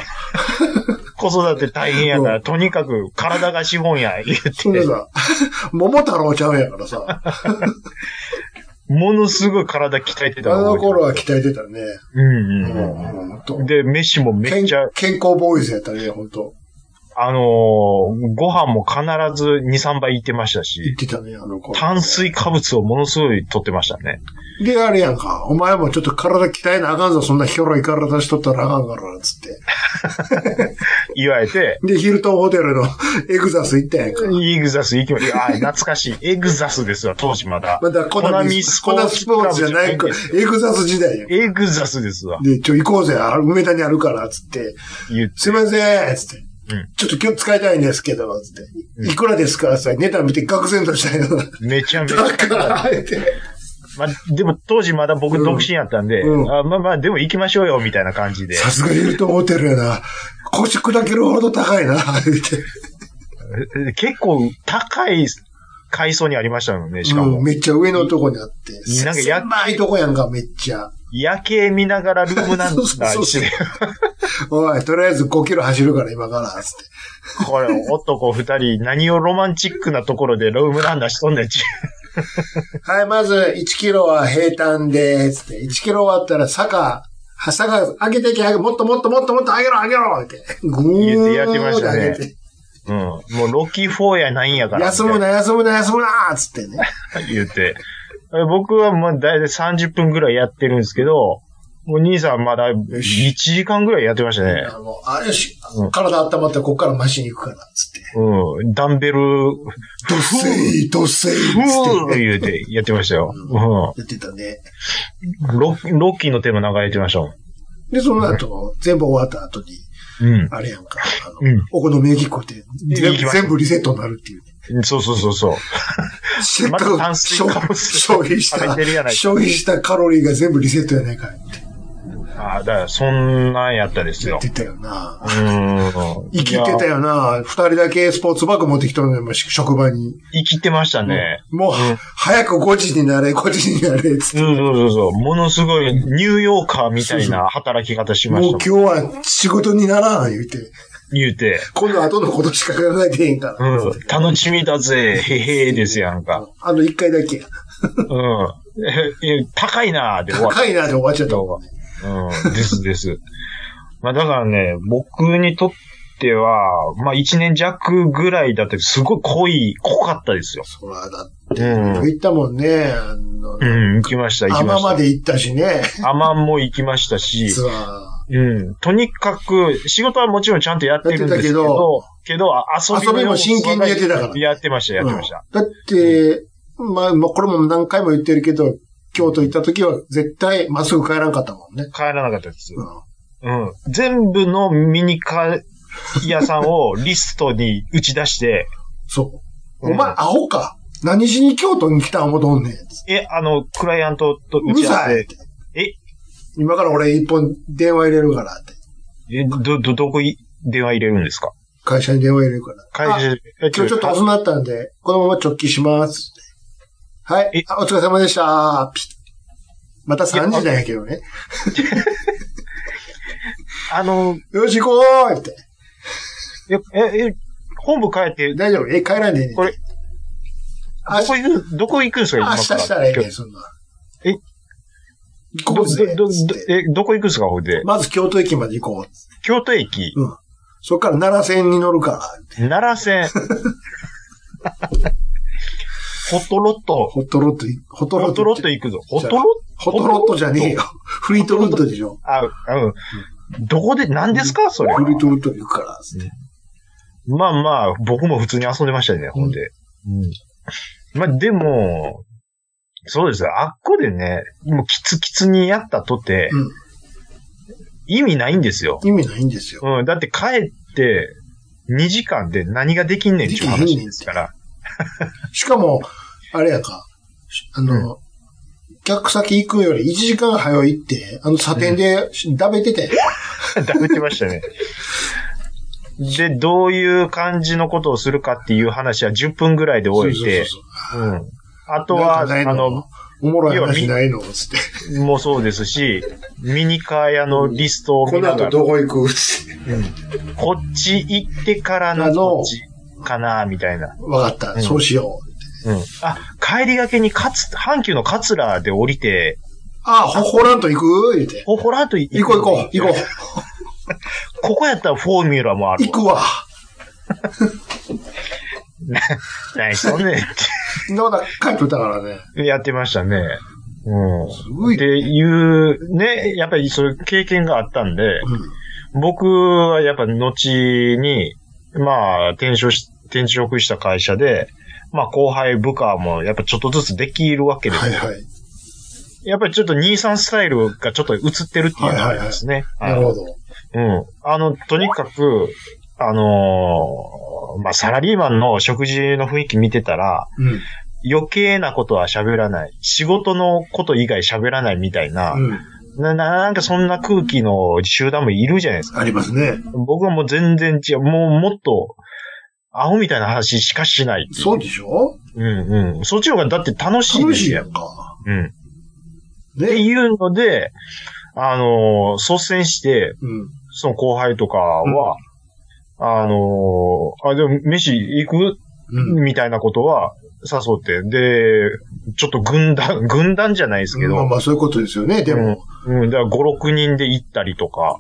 S3: 子育て大変やか
S4: う
S3: ら、とにかく体が資本や、 言って
S4: それさ、 桃太郎ちゃうん やからさ。あ
S3: ものすごい体鍛えてた
S4: の頃は
S3: 覚えて
S4: 鍛えてたね。
S3: るうん
S4: う
S3: うん
S4: ん、ほんと
S3: うん。で、飯もめ
S4: 健
S3: っちゃ、
S4: 健康ボーイズやったね、ほんと。
S3: あのーご飯も必ず2、3杯いってました
S4: 言っ
S3: し、
S4: てたね、あの子。
S3: 炭水化物をものすごい取ってましたね。
S4: で、あれやんか。お前もちょっと体鍛えなあかんぞ。そんなひょろい体しとったらあかんから、つって。
S3: 言われて、
S4: で、ヒルトンホテルの エグザス行ったやんか。
S3: エグザス行きましょう。あ、懐かしい。 エグザスですわ、当時まだ。
S4: まだコナミスポーツ、コナミスポーツじゃないか
S3: クラブじゃ。
S4: エグザス時代やん。
S3: エグザスですわ。
S4: で、ちょ、行こうぜ。あ梅田にあるから、つって。
S3: 言って
S4: すいません、つって。
S3: うん
S4: ちょっと今日使いたいんですけど、つっ
S3: うん
S4: て。いくらですかつって。ネタ見て愕然としたよ。
S3: めちゃめちゃ。
S4: だから、あえて。
S3: まあ、でも当時まだ僕
S4: うん
S3: 独身やったんで、
S4: うん
S3: あまあまあ、でも行きましょうよ、みたいな感じで。
S4: さすがヒルトンホテルやな。腰砕けるほど高いな、言うて。
S3: え結構高い階層にありましたのね、しか
S4: う
S3: も
S4: ん、。めっちゃ上のとこにあって。
S3: なんかや
S4: 狭いとこやんか、めっちゃ。
S3: 夜景見ながらルームなん
S4: そうそう
S3: だ
S4: そう
S3: して、
S4: おい、とりあえず5キロ走るから今から、つって。
S3: これ男二人何をロマンチックなところでルームなんだしとんねんち。
S4: はい、まず1キロは平坦で、つって。1キロ終わったら坂、は坂上げていけ、上げもっともっともっともっと上げろ、上げろって。ぐー
S3: 言ってやってましたね
S4: 上げて
S3: うん。もうロッキー4やないんやから。
S4: 休むな、休むな、休むな、つってね。
S3: 言って。僕はもう大体30分ぐらいやってるんですけど、もう兄さんまだ1時間ぐらいやってましたね。
S4: あのあれし
S3: うん、
S4: 体温まったらこっからマシに行くから、つって。
S3: うん。ダンベル、ふ
S4: どっせい、どっせい、つ
S3: ー
S4: ってね。
S3: 言うてやってましたよ。うん
S4: やってたね。。
S3: ロッロッキーのテーマ流れてましたもん。
S4: で、その後、全部終わった後に、
S3: うん。
S4: あれやんか、あの、
S3: うん
S4: お好み焼き食うて、
S3: 行きました
S4: 全部リセットになるっていうね。
S3: そうそうそうそう。
S4: せっ
S3: ま
S4: か
S3: た
S4: く
S3: 炭水化物
S4: 消費した、
S3: 食べてるやないか
S4: 消費したカロリーが全部リセットやないかいって
S3: ああ、だから、そんなんやったです
S4: 言
S3: よ
S4: っ。てたよな
S3: う。ーん。
S4: 生きてた
S3: いや。
S4: よな。二人だけスポーツバッグ持ってきたのよ、し職場に。
S3: 生きてましたね。
S4: もう、
S3: うん
S4: 早く5時になれ、5時になれ、つって。
S3: そうそうそうそう。ものすごい、ニューヨーカーみたいな働き方しま
S4: もう
S3: したも
S4: 今
S3: ん。
S4: 日は仕事にならん、言うて。
S3: 言うて。
S4: 今度後のことしか考えてへんから。
S3: うん。楽しみだぜ。へへーですやんか。
S4: あの一回だけや。
S3: うん。え、え高いなーで終わった
S4: 高いなで終わっちゃったもんね。
S3: うんですです。まあだからね、僕にとっては、まあ一年弱ぐらいだってすごい濃い、濃かったですよ。
S4: そら、だって
S3: うん。
S4: 行ったもんね。あ
S3: う
S4: の、
S3: ん、行きました、行きま
S4: 浜
S3: し
S4: まで行ったしね。
S3: た。アマンも行きましたし、
S4: ツア
S3: うん。とにかく、仕事はもちろんちゃんとやってるんですけ
S4: やってたけ
S3: ど、けど、あ遊び
S4: 遊びも真剣にやってたから
S3: やってました、
S4: ー。
S3: やってました。
S4: うんだって、まあ、まあ、これも何回も言ってるけど、京都行った時は絶対まっすぐ帰らんかったもんね。
S3: 帰らなかったです。
S4: う
S3: うん。全部のミニカー屋さんをリストに打ち出して、
S4: ん。そう。
S3: うん
S4: お前、アホか。何しに京都に来た思うとんねん。
S3: え、あの、クライアントと
S4: う
S3: 打
S4: る
S3: ち合わ
S4: さい
S3: せ
S4: っ。て。
S3: え
S4: 今から俺一本電話入れるからって。
S3: え、ど、ど、どこい、電話入れるんですか
S4: 会社に電話入れるから。
S3: 会社
S4: あ
S3: で。今
S4: 今日ちょっと遅くなったんで、このまま直帰します。は
S3: え
S4: い。あお疲れ様でした。ピッまた3時なんやけどね。
S3: あの、
S4: よし、行こうって。
S3: え、え、え本部帰って、
S4: 大丈夫え、帰らんでいいねん
S3: これ
S4: あ
S3: どこ行く、どこ行くんですか
S4: 明
S3: 今
S4: 日
S3: から
S4: したらええ
S3: 今
S4: ねん、
S3: 日
S4: そんな。
S3: え
S4: 行こうぜ。
S3: ど、ど、ど
S4: つって
S3: え、どこ行くんですかほいで。
S4: まず京都駅まで行こう。
S3: 京都駅、
S4: うん。そっから奈良線に乗るから。
S3: 奈良線。 ホトロット。
S4: ホットロット、ホットロッ
S3: ホ
S4: ト。
S3: トロット行くぞ。ホトロット
S4: ホットロットじゃねえよ。フリートロットでしょ。
S3: あ、うん。どこで、何ですかそれ。
S4: フリートロット行くから。つって
S3: まあまあ、僕も普通に遊んでましたね、ほんで。まあでも、そうですよ。あっこでね、もうキツキツにやったとて、
S4: うん
S3: 意味ないんですよ。
S4: 意味ないんですよ。
S3: うん、だって帰って、2時間で何ができんねんっていう
S4: できへ
S3: 話
S4: んねん
S3: ですから。
S4: しかも、あれやか、あの、客先行くより1時間早いって、あの査定で食べてて、
S3: だぶってましたね。で、どういう感じのことをするかっていう話は10分ぐらいで終えて、
S4: そうそうそう
S3: うん。あと
S4: そう
S3: は、
S4: な
S3: あ
S4: んかないの
S3: の、
S4: おもろい話ないのつって。
S3: もそうですし、ミニカー屋のリストを
S4: こ
S3: 見
S4: の
S3: なが
S4: 後
S3: ら、
S4: どこ行くつって。
S3: こっち行ってから
S4: あ
S3: の
S4: の
S3: こっちかな、みたいな。
S4: わかった、
S3: ん
S4: そうしよう。
S3: うん。あ、帰りがけにかつ、阪急のカツラで降りて、
S4: あ、ほ、ほらんと行く言うて。
S3: ほ、ほらっと行
S4: 行こう行こう、行こう。
S3: ここやったらフォーミュラもある
S4: 行
S3: わ。
S4: くわ。
S3: な、何しとんねんっ
S4: そんなこと書いといたからね。
S3: てやってましたね。うん。
S4: すごい
S3: っ。ていう、ね、やっぱりそういう経験があったんで、
S4: う
S3: 僕はやっぱ後に、まあ、転職し、転職した会社で、まあ後輩部下もやっぱちょっとずつできるわけ
S4: ん。
S3: です
S4: はい
S3: よ。
S4: はい。
S3: やっぱりちょっと兄さんスタイルがちょっと映ってるっていうのがありますね。
S4: なるほど。
S3: うん。あの、とにかく、あのーまあ、サラリーマンの食事の雰囲気見てたら、
S4: うん。
S3: 余計なことは喋らない。仕事のこと以外喋らないみたいな、
S4: うん。
S3: な、ななんかそんな空気の集団もいるじゃないですか。
S4: ありますね。
S3: 僕はもう全然違う。もうもっと、アホみたいな話しかしないってい
S4: そうでしょ
S3: うんうん。そっちの方がだって楽しい
S4: 楽
S3: で
S4: し
S3: す
S4: いや
S3: よ。
S4: んか。
S3: うん。っ
S4: ね
S3: て。いうので、あのー率先して、
S4: うん。
S3: その後輩とかは、あのーあ、でも飯行く
S4: うん。
S3: みたいなことは誘って、で、ちょっと軍団、 軍団じゃないですけ
S4: まあ
S3: ど、
S4: まあそういうことですよね。でも、
S3: うん、だから5、6人で行ったりとか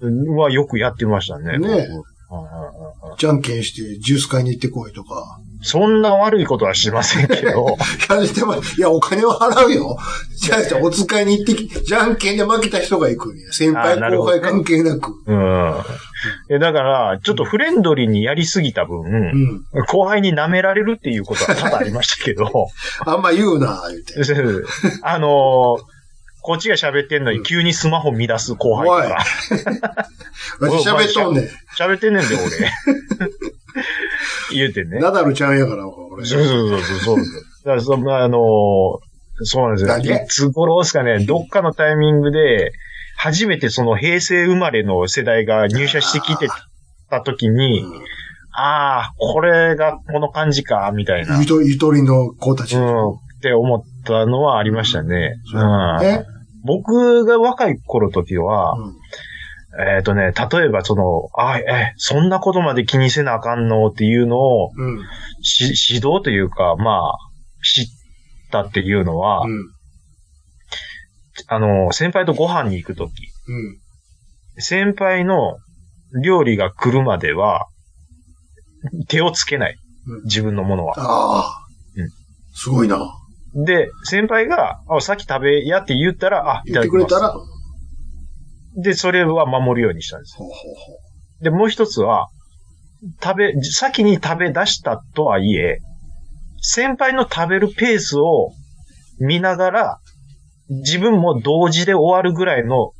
S4: うん。
S3: はよくやってましたね。
S4: ねえ
S3: 僕うんうんうん
S4: じゃんけんしてジュース買いに行ってこいとか。
S3: そんな悪いことはしませんけど、
S4: いや、でも、いや、お金を払うよ。じゃあ、じゃあお使いに行ってき、じゃんけんで負けた人が行くんや。先輩
S3: あなる
S4: 後
S3: ほど
S4: 輩関係なく。
S3: うん。えだから、ちょっとフレンドリーにやりすぎた
S4: う
S3: 分、
S4: ん。
S3: 後輩に舐められるっていうことは多々ありましたけど、
S4: あんま言うな、言うて。
S3: あのーこっちが喋ってんのに急にスマホ乱す後輩とか、
S4: 私喋っとんねん。
S3: 喋ってんねんで俺。 言うてね。
S4: ナダルちゃんやから、俺。
S3: そうそうそうそう。 だからその、あのーそうなん
S4: 何
S3: ですよ。いつ頃ですかね、どっかのタイミングで、初めてその平成生まれの世代が入社してきてた時に、
S4: うん
S3: ああ、これがこの感じか、みたいな。
S4: ゆとゆとりの子たち。
S3: うん。って思ったのはありましたね。うん
S4: ね。
S3: 僕が若い頃の時は、
S4: うん
S3: えっ、とね、例えばその、あ、え、そんなことまで気にせなあかんのっていうのを、
S4: うん。うん。
S3: し指導というか、まあ、知ったっていうのは、あの、先輩とご飯に行くとき、
S4: うん。
S3: 先輩の料理が来るまでは、手をつけない
S4: うん。
S3: 自分のものは。
S4: ああ
S3: うん。
S4: すごいな。
S3: で、先輩が、あ、さっき食べやって言ったら、あ、い
S4: 言
S3: た
S4: っ
S3: だ
S4: て
S3: き
S4: く
S3: ま
S4: れ
S3: す。
S4: たら、ほう
S3: で、それは守るようにしたんです。
S4: ほうほ
S3: で、もう一つは、食べ、先に食べ出したとはいえ、先輩の食べるペースを見ながら、自分も同時で終わるぐらいの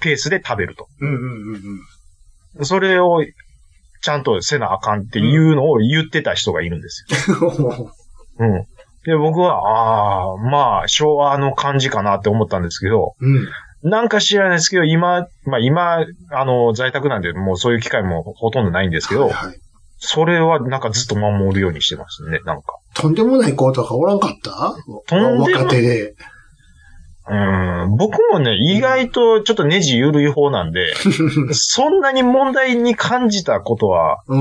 S3: ペースで食べると。
S4: う。うんうんうんうん。
S3: それを、ちゃんとせなあかんっていうのを言ってた人がいるんですよ。
S4: ほうほうほう
S3: うん。で、僕は、ああ、まあ、昭和の感じかなって思ったんですけど、
S4: うん。
S3: なんか知らないですけど、今、まあ今、あの、在宅なんで、もうそういう機会もほとんどないんですけど、
S4: はい。
S3: それはなんかずっと守るようにしてますね、なんか。
S4: とんでもない子とかおらんかった
S3: とんでも
S4: 若手で。
S3: うん、僕もね、意外とちょっとネジ緩い方なん で、そんなに問題に感じたことは、
S4: うん。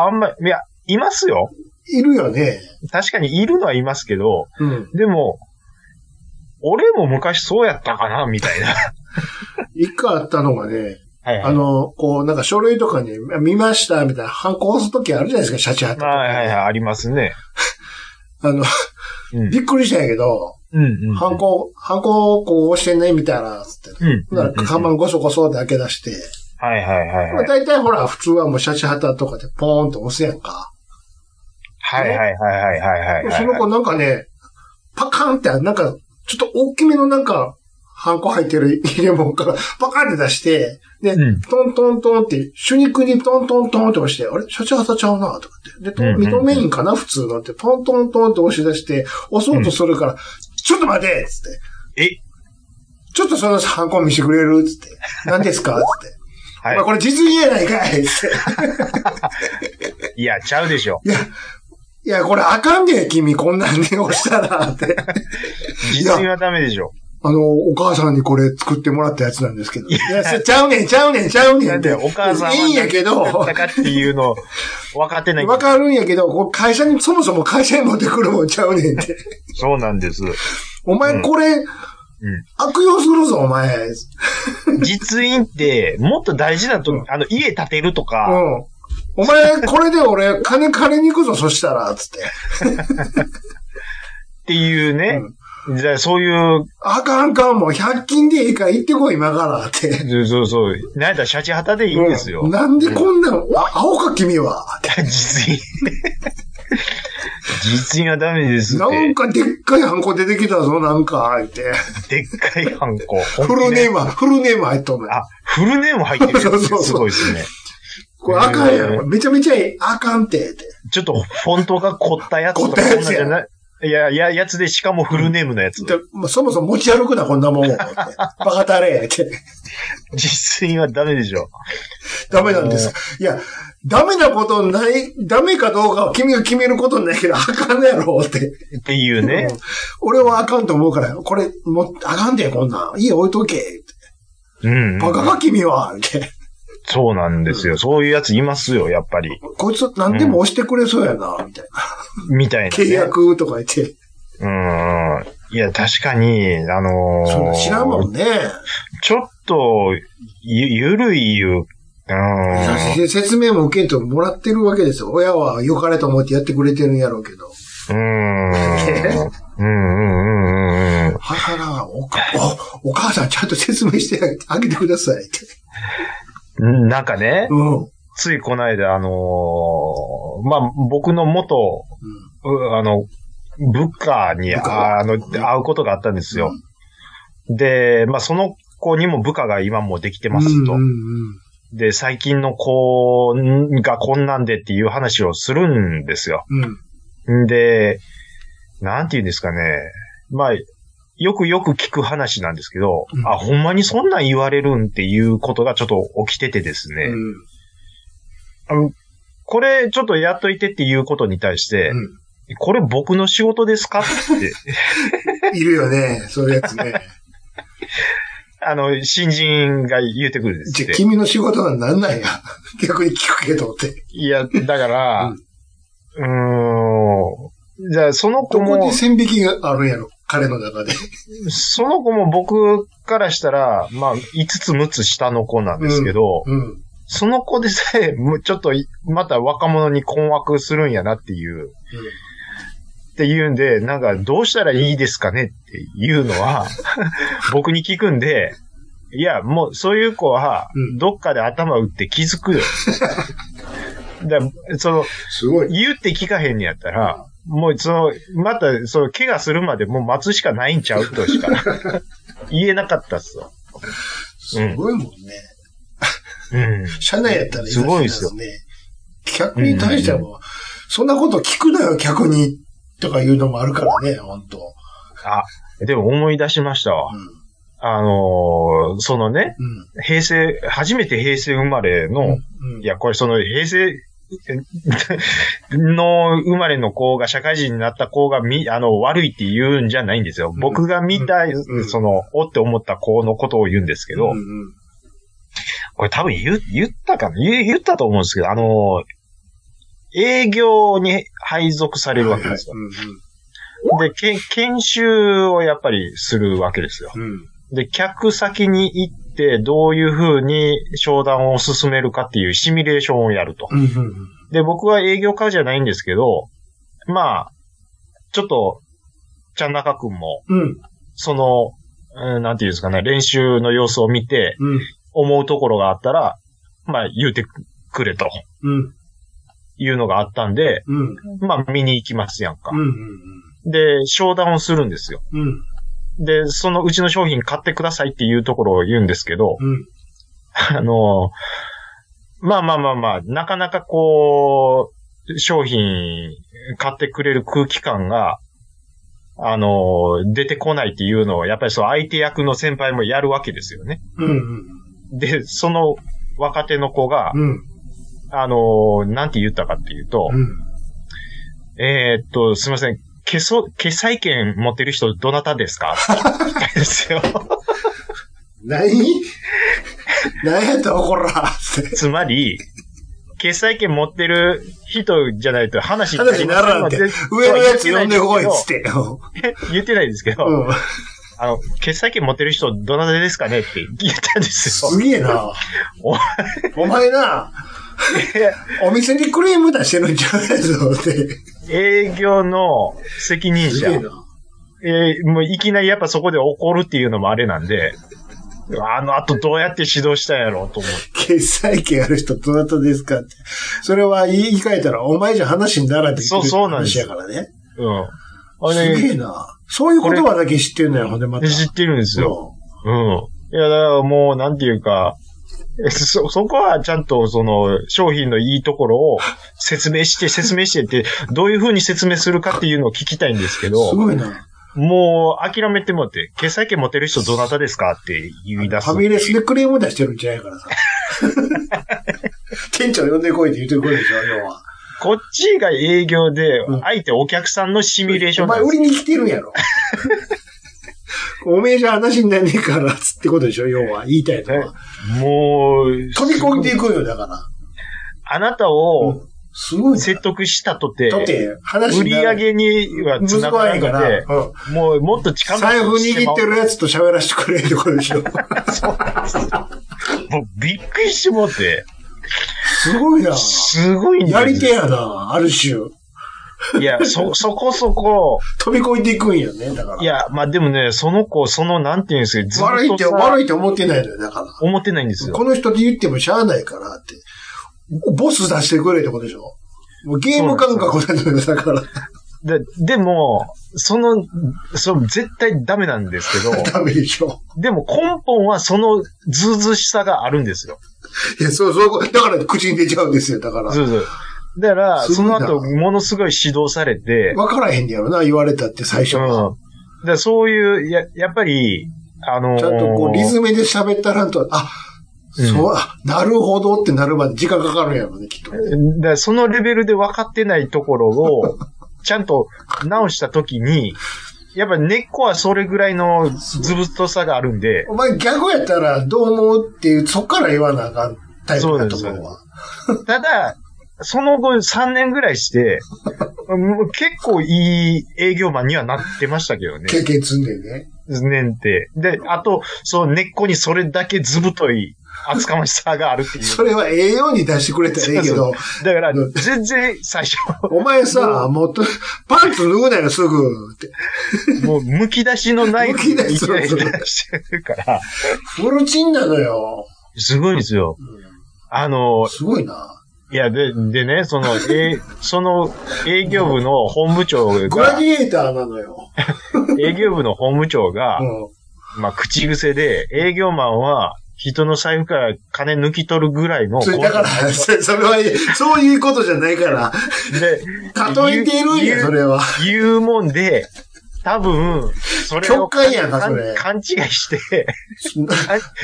S3: あんま、いや、いますよ。
S4: いるよね。
S3: 確かにいるのはいますけど、
S4: うん。
S3: でも、俺も昔そうやったかな、みたいな。
S4: 一回あったのがね、
S3: はいはい。
S4: あの、こう、なんか書類とかに見ましたみたいな、反抗するときあるじゃないですか、シャチハタとか。
S3: はいはいはい、ありますね。
S4: あの、
S3: うん。
S4: びっくりしたんやけど、
S3: うん、うん。
S4: 反抗、反抗をこう押してね、みたいな、つって。
S3: うんうん。うん。
S4: だから、看板ごそごそって開け出して、
S3: はいはいはい
S4: ま
S3: は
S4: あ
S3: い。
S4: 大体ほら、普通はもうシャチハタとかでポーンと押すやんか。
S3: はいはいはいはいはいはいはい。
S4: その子なんかね、パカンって、なんか、ちょっと大きめのなんか、ハンコ入ってる入れ物からパカンって出して、で、
S3: うん
S4: トントントンって、主肉にトントントンって押して、あれシャチハタちゃうなとかって。で、ト
S3: うんうんうん
S4: 認めんかな普通のって、トントントンって押し出して、押そうとするから、ちょっと待てっつって。
S3: え
S4: ちょっとそのハンコ見してくれるっつって。何で すかっつって。
S3: は
S4: お前これ実技やないか いっつって。
S3: い。いや、ちゃうでしょ。
S4: いや、いや、これあかんで、君、こんなんで押した ら、って。
S3: 実技はダメでしょ。
S4: あの、お母さんにこれ作ってもらったやつなんですけど。いや、それちゃうねん、ちゃうねん、ちゃうねん
S3: だ
S4: っ。
S3: ってて、お母さんはい
S4: いんやけど、
S3: 何だっ
S4: わ
S3: たかっていうの、分かってない。
S4: かるんやけど、こう会社に、そもそも会社に持ってくるもんちゃうねんって。
S3: そうなんです。
S4: お前これ、悪用するぞ、お前。うん。
S3: 実印って、もっと大事なと、あの、家建てるとか、
S4: お前、これで俺、金借りに行くぞ、そしたら、つって。
S3: っていうね。じゃあそういう、
S4: あかんあかん、もう100均でいいから行ってこい、今から、って。
S3: そうそうそう、なんやったらシャチハタでいいんですよ。
S4: なんでこんなん、お青か、君は。
S3: 実印。実印はダメですっ
S4: なん
S3: て。
S4: かでっかいハンコ出てきたぞ、なんか、って。
S3: でっかいハンコ。
S4: フルネームは、フルネーム入っとんのよ
S3: あ、フルネーム入ってる
S4: そうそ
S3: や
S4: うそう
S3: つすごいですね。
S4: これあかんや
S3: えー
S4: ろ。めちゃめちゃええあかんて、って。
S3: ちょっとフォントが凝ったやつとか
S4: 凝った
S3: そん
S4: や
S3: なん
S4: つ
S3: じ
S4: や
S3: ゃない。いや、いや、やつで、しかもフルネームのやつ。
S4: でまあそもそも持ち歩くな、こんなもん。ってバカたれ、って。
S3: 実印はダメでしょ。
S4: ダメなんです。いや、ダメなことない、ダメかどうかは君が決めることないけど、あかんやろ、って。
S3: っていうね。
S4: 俺はあかんと思うから、これ、もう、あかんで、こんなん。いいよ置いとけ。
S3: うん。
S4: バカか、君は。って。
S3: そうなんですよ。そういうやついますよ、やっぱり。
S4: こいつ何でも押してくれそうやな、みたいな。
S3: みたいな、ね。
S4: 契約とか言って。
S3: うん。いや、確かに、あのー
S4: そんなん知らんもんね。
S3: ちょっと、ゆ、ゆるい言う。う
S4: 説明も受けんともらってるわけですよ。親は良かれと思ってやってくれてるんやろうけど。
S3: ん。うん。うんうんうんうん。
S4: ははら、おか、お、お母さんちゃんと説明してあげてください。って
S3: うんなんかね、
S4: うん。うん。
S3: ついこの間、あのーまあ、僕の元、うあの、部下に、
S4: 部下
S3: ああの、会うことがあったんですよ。で、まあ、その子にも部下が今もうできてますと。
S4: うんうんうん
S3: で、最近の子がこんなんでっていう話をするんですよ。
S4: うん。
S3: んで、なんて言うんですかね。まあ、よくよく聞く話なんですけど、
S4: うん
S3: あ、ほんまにそんなん言われるんっていうことがちょっと起きててですね。
S4: うん。
S3: あのこれちょっとやっといてっていうことに対して、
S4: う
S3: これ僕の仕事ですか って、
S4: ん。いるよね。そういうやつね。
S3: あの、新人が言うてくるんです
S4: じ
S3: っ
S4: ゃ
S3: て
S4: あ、。君の仕事は何なんや。 逆に聞くけどって。
S3: いや、だから、うーん、じゃあその子
S4: ど
S3: も
S4: こに、線引きがあるんやろ。彼の中で。
S3: その子も僕からしたら、まあ、5つ6つ下の子なんですけど、
S4: うん。
S3: その子でさえ、もうちょっとい、また若者に困惑するんやなっていう、っていうんで、なんか、どうしたらいいですかねっていうのは、 僕に聞くんで、いや、もう、そういう子は
S4: う、ん
S3: どっかで頭打って気づ くよ。だからその、
S4: すごい。
S3: 言うって聞かへんにやったら、もう、その、また、その、怪我するまでもう待つしかないんちゃうとし か、言えなかったっすよ。
S4: すごいもんね。
S3: うん。
S4: 社内やったら
S3: すごいですよ
S4: よね。客に対してはもう、そんなこと聞くなよ、客に。とかいうのもあるからね、本当
S3: あ、でも思い出しましたわ
S4: う。ん。
S3: あのーそのね、
S4: うん。
S3: 平成、初めて平成生まれの、
S4: うん。
S3: いや、これその平成 の生まれの子が、社会人になった子がみ、あの、悪いって言うんじゃないんですよ。
S4: ん
S3: 僕が見たい、
S4: うん
S3: その、おって思った子のことを言うんですけど、
S4: うんうん
S3: これ多分言う、言ったかな言う言ったと思うんですけど、あのー営業に配属されるわけですよ。で、け研修をやっぱりするわけですよ。
S4: うんうん。うん。
S3: で、客先に行って、どういう風に商談を進めるかっていうシミュレーションをやると。
S4: うんうんうん。
S3: で、僕は営業家じゃないんですけど、まあ、ちょっと、ちゃん中くんも、
S4: うん。
S3: その、うんなんていうんですかね、練習の様子を見て、
S4: うん。
S3: 思うところがあったら、まあ、言うてくれと
S4: うん。
S3: いうのがあったんで、
S4: うん。
S3: まあ、見に行きますやんか
S4: うん。う。ん。
S3: で、商談をするんですよ。
S4: うん。
S3: で、そのうちの商品買ってくださいっていうところを言うんですけど、
S4: うん。
S3: あの、まあまあまあまあ、なかなかこう、商品買ってくれる空気感が、あの、出てこないっていうのを、やっぱりそう相手役の先輩もやるわけですよね。
S4: うん。
S3: で、その若手の子が、
S4: うん。
S3: あの、なんて言ったかっていうと、
S4: うん。
S3: えーっと、すいません、決そ、決裁権持ってる人どなたですかって言ったんですよ。
S4: 何何やったこらって。
S3: つまり、決済権持ってる人じゃないと話
S4: 話にならんって。上のやつ呼んでこいっつっ。
S3: って
S4: う
S3: て。言ってないんですけど、
S4: ん。
S3: あの、決済権持ってる人どなたですかねって言ったんです
S4: す
S3: よ。
S4: げえな
S3: お。
S4: お前な、お店にクレーム出してるんちゃうやつをって。
S3: 営業の責任者。えーもういきなりやっぱそこで怒るっていうのもあれなんで、あの後どうやって指導したんやろうと思って。
S4: 決裁権ある人どなたですかって。それは言い換えたら、お前じゃ話にならんって言って
S3: そうそ
S4: る
S3: うなんです
S4: 話やからね。
S3: うん。あ
S4: す
S3: れ、
S4: げえな。そういう言葉だけ知ってんのよ、ほんでまた。
S3: 知ってるんですよ。
S4: そ
S3: うん。いや、だからもう、なんていうか、えそ、そこはちゃんとその商品のいいところ を説明して説明してって、どういう風に説明するかっていうのを聞きたいんですけ
S4: う。す
S3: ど、
S4: ごいな。
S3: もう諦めてもって、決済権持てる人どなたですかって言い出す。
S4: ファミレスでクレーム出してるんじゃな いからさ。店長呼んでこいって言ってこいでしょ、要は。
S3: こっちが営業で
S4: うん、
S3: 相手お客さんのシミュレーショ
S4: お
S3: ンな
S4: 前
S3: んで
S4: 売
S3: す。
S4: りに来てるんやろ。 おめえじゃ話になんねえから、つってことでしょ、要は。言いたいのは。
S3: もう、
S4: 飛び込んでいくよ、だから。
S3: あなた
S4: うん
S3: を
S4: すごいな。
S3: 説得したとて、
S4: とて、話
S3: 売
S4: に
S3: り
S4: なら
S3: 上
S4: ん
S3: げには繋
S4: 難
S3: が
S4: し
S3: ら
S4: いか
S3: な
S4: ら
S3: く。て、もうもっと近
S4: 財布握ってるや
S3: つ。
S4: つと喋らせてくれってことで しょ。
S3: もうびっくりしてもって、
S4: すごいな。
S3: すごいんですよ
S4: やり手やな、ある種。
S3: いや、そ、 そこそこ、
S4: 飛び越えていくんよね、だから。
S3: いや、まあでもね、その子、その、なんていうんですか、ず
S4: 悪い
S3: っ
S4: って、
S3: とさ
S4: 悪いって思ってないのよ、だから。
S3: 思ってないんですよ。
S4: この人で言ってもしゃあないからって。ボス出してくれってことでしょ。もうゲーム感覚なのよ、だから。
S3: ででも、その、その絶対ダメなんですけ ど、
S4: ダメでしょ。
S3: でも根本はそのズうずうしさがあるんですよ。
S4: いや、そう、そう、だから口に出ちゃうんですよ、だから。
S3: ズうずうだから、
S4: す
S3: そ
S4: ごい
S3: の
S4: な
S3: 後、ものすごい指導されて、
S4: わからへんねやろな、言われたって最初は。
S3: うん。で、そういう、や、やっぱり、あのー
S4: ちゃんとこう、リズムで喋ったらんと、あ、
S3: うん
S4: そう、あなるほどってなるまで時間かかるんやろね、きっと。
S3: でそのレベルで分かってないところ を、ちゃんと直したときに、やっぱり根っこはそれぐらいのずぶっとさがあるんで、
S4: お前逆やったらどう思うっていう、そっから言わなあかんタイプだと
S3: そう
S4: 思
S3: で
S4: う
S3: す
S4: わ。
S3: ただ、その後3年ぐらいして、もう結構いい営業マンにはなってましたけどね。
S4: 経験積んでね。
S3: 年って。で、あと、その根っこにそれだけずぶとい厚かましさがあるってい。
S4: そうれは栄養に出してくれたらいいけど、
S3: だから
S4: うん、
S3: 全然最初、
S4: お前さ、もっと、パンツ脱ぐなよ、すぐって。
S3: もう剥き出しの ナイフ
S4: 剥き出し
S3: いきなり
S4: そうそう
S3: 出してるから、
S4: フルチンなのよ。
S3: すごいんですよ。あの、
S4: すごいな。
S3: いや、で、でね、その、え、その、営業部の本部長
S4: グラ
S3: が
S4: デ、ィエーターなのよ。
S3: 営業部の本部長が
S4: う、ん
S3: まあ、口癖で、営業マンは、人の財布から金抜き取るぐらいの、
S4: それだから、 それは、そういうことじゃないから、
S3: で、
S4: 例えているん
S3: 言
S4: や、
S3: う
S4: それは。
S3: 言うもんで、多分、それを
S4: 曲解やんか
S3: かん
S4: それ
S3: 勘違いして、勘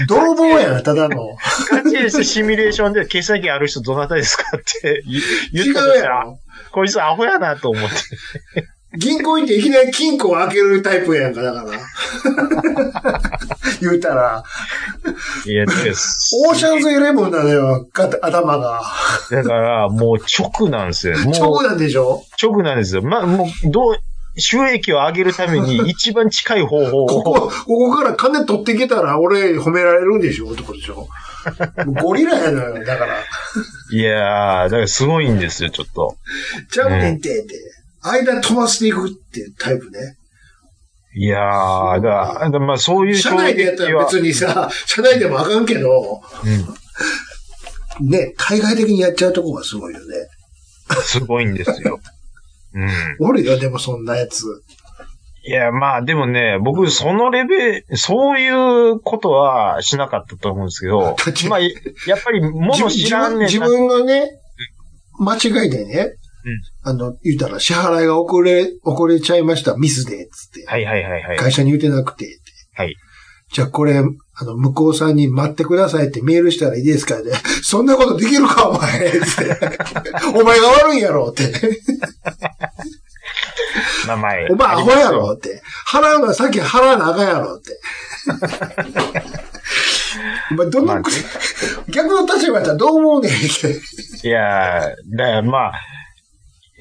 S4: 泥棒やな、ただの。
S3: 勘違いしてシミュレーションで、決済権ある人どなたですかって言
S4: 違
S3: 言った
S4: うや
S3: ら、
S4: ろ。
S3: こいつアホやなと思って。
S4: 銀行行っていきなり金庫を開けるタイプやんか、だから。 言うたら、
S3: いや、です。
S4: オーシャンズイレブンなのよ、が頭が。
S3: だから、もう直なんですよ。もう
S4: 直なんでしょ
S3: 直なんですよ。まあ、もう、どう、収益を上げるた めに一番近い方法
S4: ここ、
S3: を、
S4: ここから金取ってきたら俺褒められるんでしょってことでしょゴリラやのよ、だから。
S3: いやー、だからすごいんですよ、ちょっと。
S4: ちゃうねんて、って。間飛ばしていくっていうタイプね。
S3: いやー、だから、だからまあそういう
S4: 社内でやったら別にさ、社内でもあかんけど、
S3: うん
S4: ね、対外的にやっちゃうとこがすごいよね。
S3: すごいんですよ。うん。
S4: おるよ、でもそんなやつ。
S3: いや、まあでもね、僕、そのレベル、そういうことはしなかったと思うんですけど
S4: だって、
S3: まあ、やっぱり、もの知らんねん
S4: 自
S3: な。
S4: 分自分のね、間違いでね、
S3: うん
S4: あの、言うたら支払いが遅れ、遅れちゃいました、ミスで、つって。
S3: はいはいはいはい。
S4: 会社に言ってなくて、って
S3: はい。
S4: じゃあこれ、あの、向こうさんに待ってくださいってメールしたらいいですかね。 そんなことできるか、お前。 つってお前が悪いんや ろ、って。
S3: 名前。
S4: お前アホやろ、って。払うのはさっき払わなあかんやろ、 って。お前ど
S3: ま あ
S4: の口、逆の立場やったらどう思うねんって。
S3: いやー、だからまあ、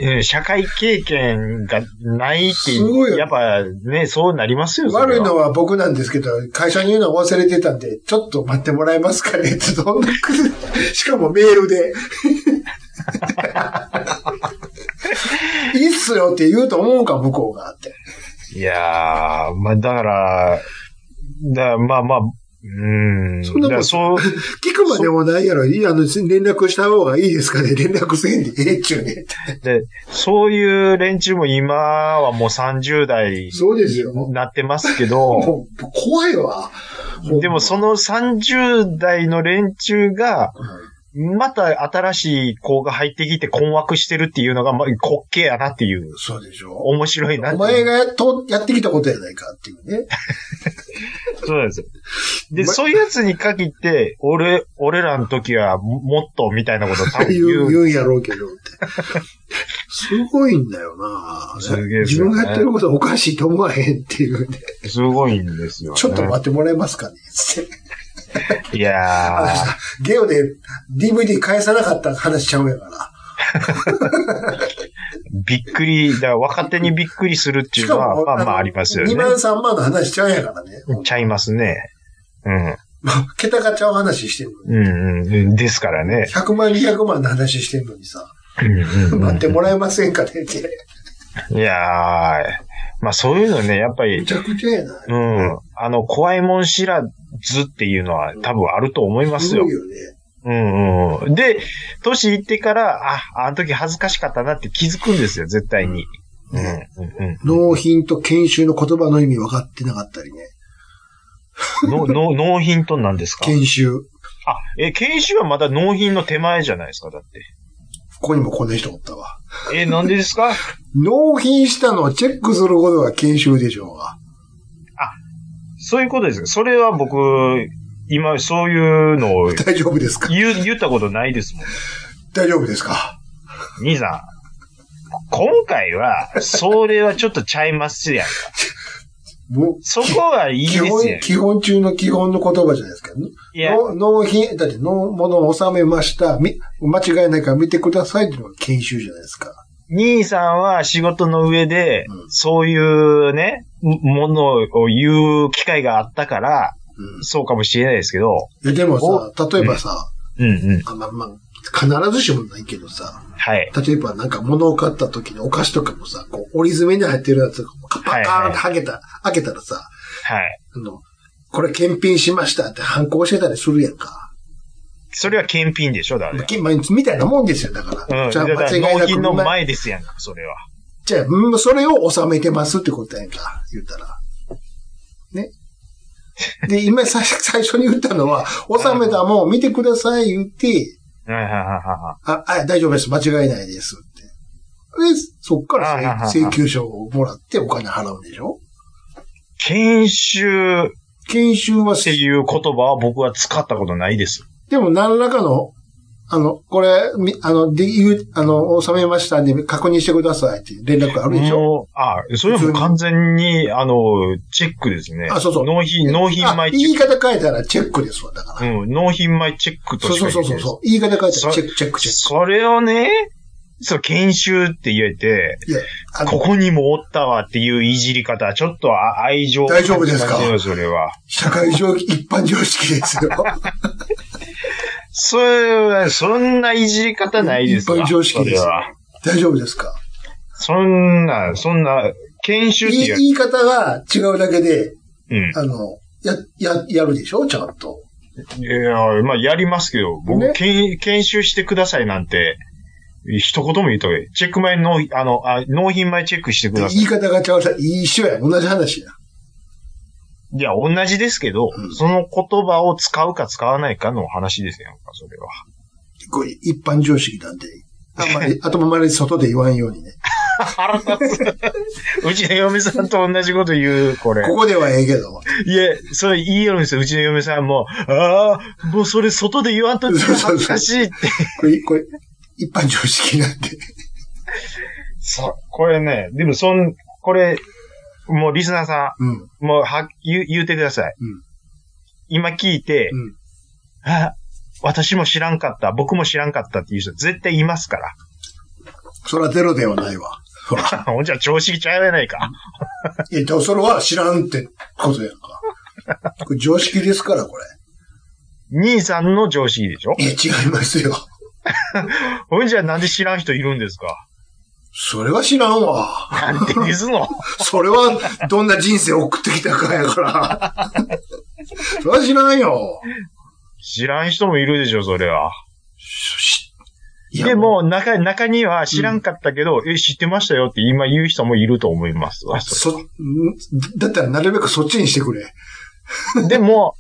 S3: うん社会経験がないってい、
S4: すごいうよ
S3: やっぱね、そうなりますよ。それは
S4: 悪いのは僕なんですけど、会社に言うの忘れてたんで、ちょっと待ってもらえますかね って、どんな来る。しかもメールで。 いいっすよって言うと思うか、向こうがって。
S3: いやー、まあだから、だからまあまあ、うん。
S4: そんなも
S3: だ
S4: ん
S3: からそう、
S4: 聞くまでもないやろ。いいあの、連絡した方がいいですかね。連絡せんでええっちゅうね。
S3: で、そういう連中も今はもう30代
S4: そうですよ。
S3: になってますけど、
S4: もう怖いわ。
S3: でもその30代の連中が、また新しい子が入ってきて困惑してるっていうのが、まあ、滑稽やなっていう。
S4: そうでしょ。
S3: 面白いなって
S4: お
S3: いう
S4: 前がやっとやってきたことやないかっていうね。
S3: そうなんですよ。で、
S4: ま
S3: そういうやつに限って、俺、俺らの時はももっとみたいなこと多分
S4: 言う
S3: 言う。
S4: 言うんやろうけどって。すごいんだよな
S3: すげえです
S4: 自
S3: よね
S4: 分がやってることおかしいと思わへんっていうね、
S3: すごいんですよ、ね。
S4: ちょっと待ってもらえますかねつって。
S3: いやー。
S4: ゲオで DVD 返さなかった話しちゃうんやから。
S3: びっくり、だから若手にびっくりするっていうのは、まあまあありますよね
S4: 2。万3万の話しちゃうんやからね。
S3: ちゃいますね。うん。
S4: 桁がちゃう話してるのに。
S3: うん、うん。ですからね。
S4: 100万200万の話してるのにさ、
S3: うんうん
S4: 待ってもらえませんかねって。
S3: いやー。まあそういうのね、やっぱ
S4: め
S3: り、
S4: ちゃくちゃやな。
S3: うん。あの、怖いもん知らずっていうのは多分あると思いますよ
S4: ごい。よね。
S3: うんうんうん。で、年いってから、あ、あの時恥ずかしかったなって気づくんですよ、絶対に。うん、うん、うん。
S4: 納品と研修の言葉の意味分かってなかったりね。
S3: の、の、納品と何ですか
S4: 研修。
S3: あ、え、研修はまだ納品の手前じゃないですか、だって。
S4: ここにもこんな人おったわ。
S3: え、なんでですか
S4: 納品したのをチェックすることが研修でしょうが。
S3: そういうことですよそれは僕、今、そういうのを
S4: 大丈夫ですか
S3: 言 う、言ったことないですもん。
S4: 大丈夫ですか
S3: 兄さん、今回は、それはちょっとちゃいますやん。
S4: もう
S3: そこはいいで
S4: 基
S3: すやん。
S4: 本、基本中の基本の言葉じゃないですか。
S3: いや
S4: の納品、だって、の、ものを納めました。み、間違いないから見てくださいっていうのが研修じゃないですか。
S3: 兄さんは仕事の上で
S4: う、ん
S3: そういうね、ものを言う機会があったから、
S4: うん
S3: そうかもしれないですけど、
S4: いや。でもさ、例えばさ、
S3: うんうん。
S4: あまあまあ、必ずしもないけどさ、
S3: はい。
S4: 例えばなんか物を買った時にお菓子とかもさ、こう折り詰めに入ってるやつがパカーンってはげた、開けたらさ、
S3: はい。
S4: あの、これ検品しましたって反抗してたりするやんか。
S3: それは検品でしょ、だから。
S4: 金毎日みたいなもんですよ、だから。
S3: うん。
S4: じゃあ、
S3: だから
S4: 間違い
S3: 納
S4: な
S3: 品の
S4: くま。
S3: 前ですやんか、それは。
S4: じゃあ、うんそれを収めてますってことやんか、言ったら。ね。で、今最初最初に言ったのは、収めたもん見てください言って、
S3: はいはいはいは
S4: あ、あ大丈夫です、間違いないですって。で、そっか
S3: あはは
S4: ら請請求書をもらってお金払うんでしょ
S3: い。研修っ
S4: 研修は
S3: ていう言葉は僕は使ったことないです。
S4: でも何らかの、あの、これ、みあの、で、言う、あの、納めましたんで確認してくださいっていう連絡あるでしょ
S3: もう、あ、それはもう完全に、あの、チェックですね。
S4: あそうそう
S3: 納品、納品
S4: あ
S3: 前
S4: 言
S3: チ
S4: い方変えたらチェックですわ、だか
S3: ェ
S4: ら。
S3: ック。うん、納品前チェックと
S4: そう
S3: しか
S4: そう
S3: 言ってないで
S4: そう
S3: す
S4: そう。言い方変えたらチ
S3: そ
S4: ェック、チェック、チェッ
S3: それをね、そう、研修って言えて、
S4: ク。いや、あ
S3: こ
S4: の、
S3: こにもおったわっていういじり方、ちょっとあ愛情を
S4: 大丈夫ですか
S3: 感じますよそれは。
S4: 社会上、一般常識ですよ。
S3: それは、そんないじり方ないですか
S4: 一般常識です
S3: そ
S4: よ
S3: れは。
S4: 大丈夫ですか
S3: そんな、そんな、研修っ
S4: 言
S3: て
S4: い
S3: 言
S4: 言い方が違うだけで、
S3: えうん。
S4: あの、や、や、やるでしょちゃんと。
S3: いや、まあ、やりますけど、僕、
S4: ね
S3: 研研修してくださいなんて、一言も言うと、チェック前納品、あの、あ納品前チェックしてください
S4: 言い。方がちゃうさ、一緒や。同じ話や。
S3: いや、同じですけど、
S4: うん
S3: その言葉を使うか使わないかの話ですよ、そ れは。
S4: これ、一般常識なんで。あんま り、あとまり外で言わんようにね。
S3: 腹立つ。うちの嫁さんと同じこと言う、これ。
S4: ここではええけど。
S3: いや、それいいようにする。うちの嫁さんも、ああ、もうそれ外で言わんと恥ずかしいって。
S4: これ、これ、一般常識なんで。
S3: そう、これね、でもそん、これ、もうリスナーさん、
S4: うん。うん。
S3: もう、は、言う、言うてください。
S4: うん
S3: 今聞いて、あ、私も知らんかった、僕も知らんかったっていう人絶対いますから。
S4: そらゼロではないわ。ほら。
S3: ほんじゃ調子ちゃうやないか。
S4: えっと、それは知らんってことやんか。これ常識ですから、これ。
S3: 兄さんの常識でしょ
S4: いや、違いますよ。
S3: ほんじゃなんで知らん人いるんですか
S4: それは知らんわ。
S3: なんてです の
S4: それは、どんな人生を送ってきたかやから。それは知らんよ。
S3: 知らん人もいるでしょ、それは。
S4: しいや
S3: で、も、中、中には知らんかったけど、え、知ってましたよって今言う人もいると思いますわ。
S4: そ、んだったらなるべくそっちにしてくれ。
S3: でも、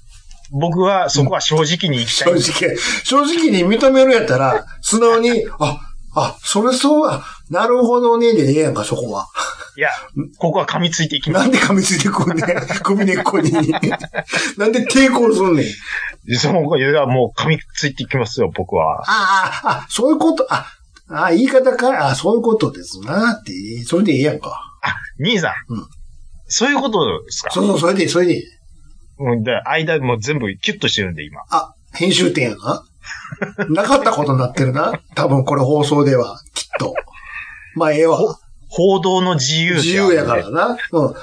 S3: 僕はそこは正直に行きた
S4: 正
S3: い。
S4: 直、正直に認めるやったら、素直に、あ、あ、それそうや、なるほどね、でええやんか、そこは。
S3: いや、ここは噛みついていきま
S4: なんで噛みついてくんねん、 首根っこに。なんで抵抗すんねん。
S3: す。そのいや、もう噛みついていきますよ、僕は。
S4: ああ、あ、そういうこと、あ、あ、言い方か、あ、そういうことですな、って、それでええやんか。
S3: あ、兄さん。
S4: うん
S3: そういうことですか
S4: そうそう、それで、それで、
S3: うんで間もう全部キュッとしてるんで、今。
S4: あ、編集点やな。なかったことになってるな。多分これ放送では、きっと。まあ、ええわ。
S3: 報道の自由って
S4: 自由やからな。うん。あ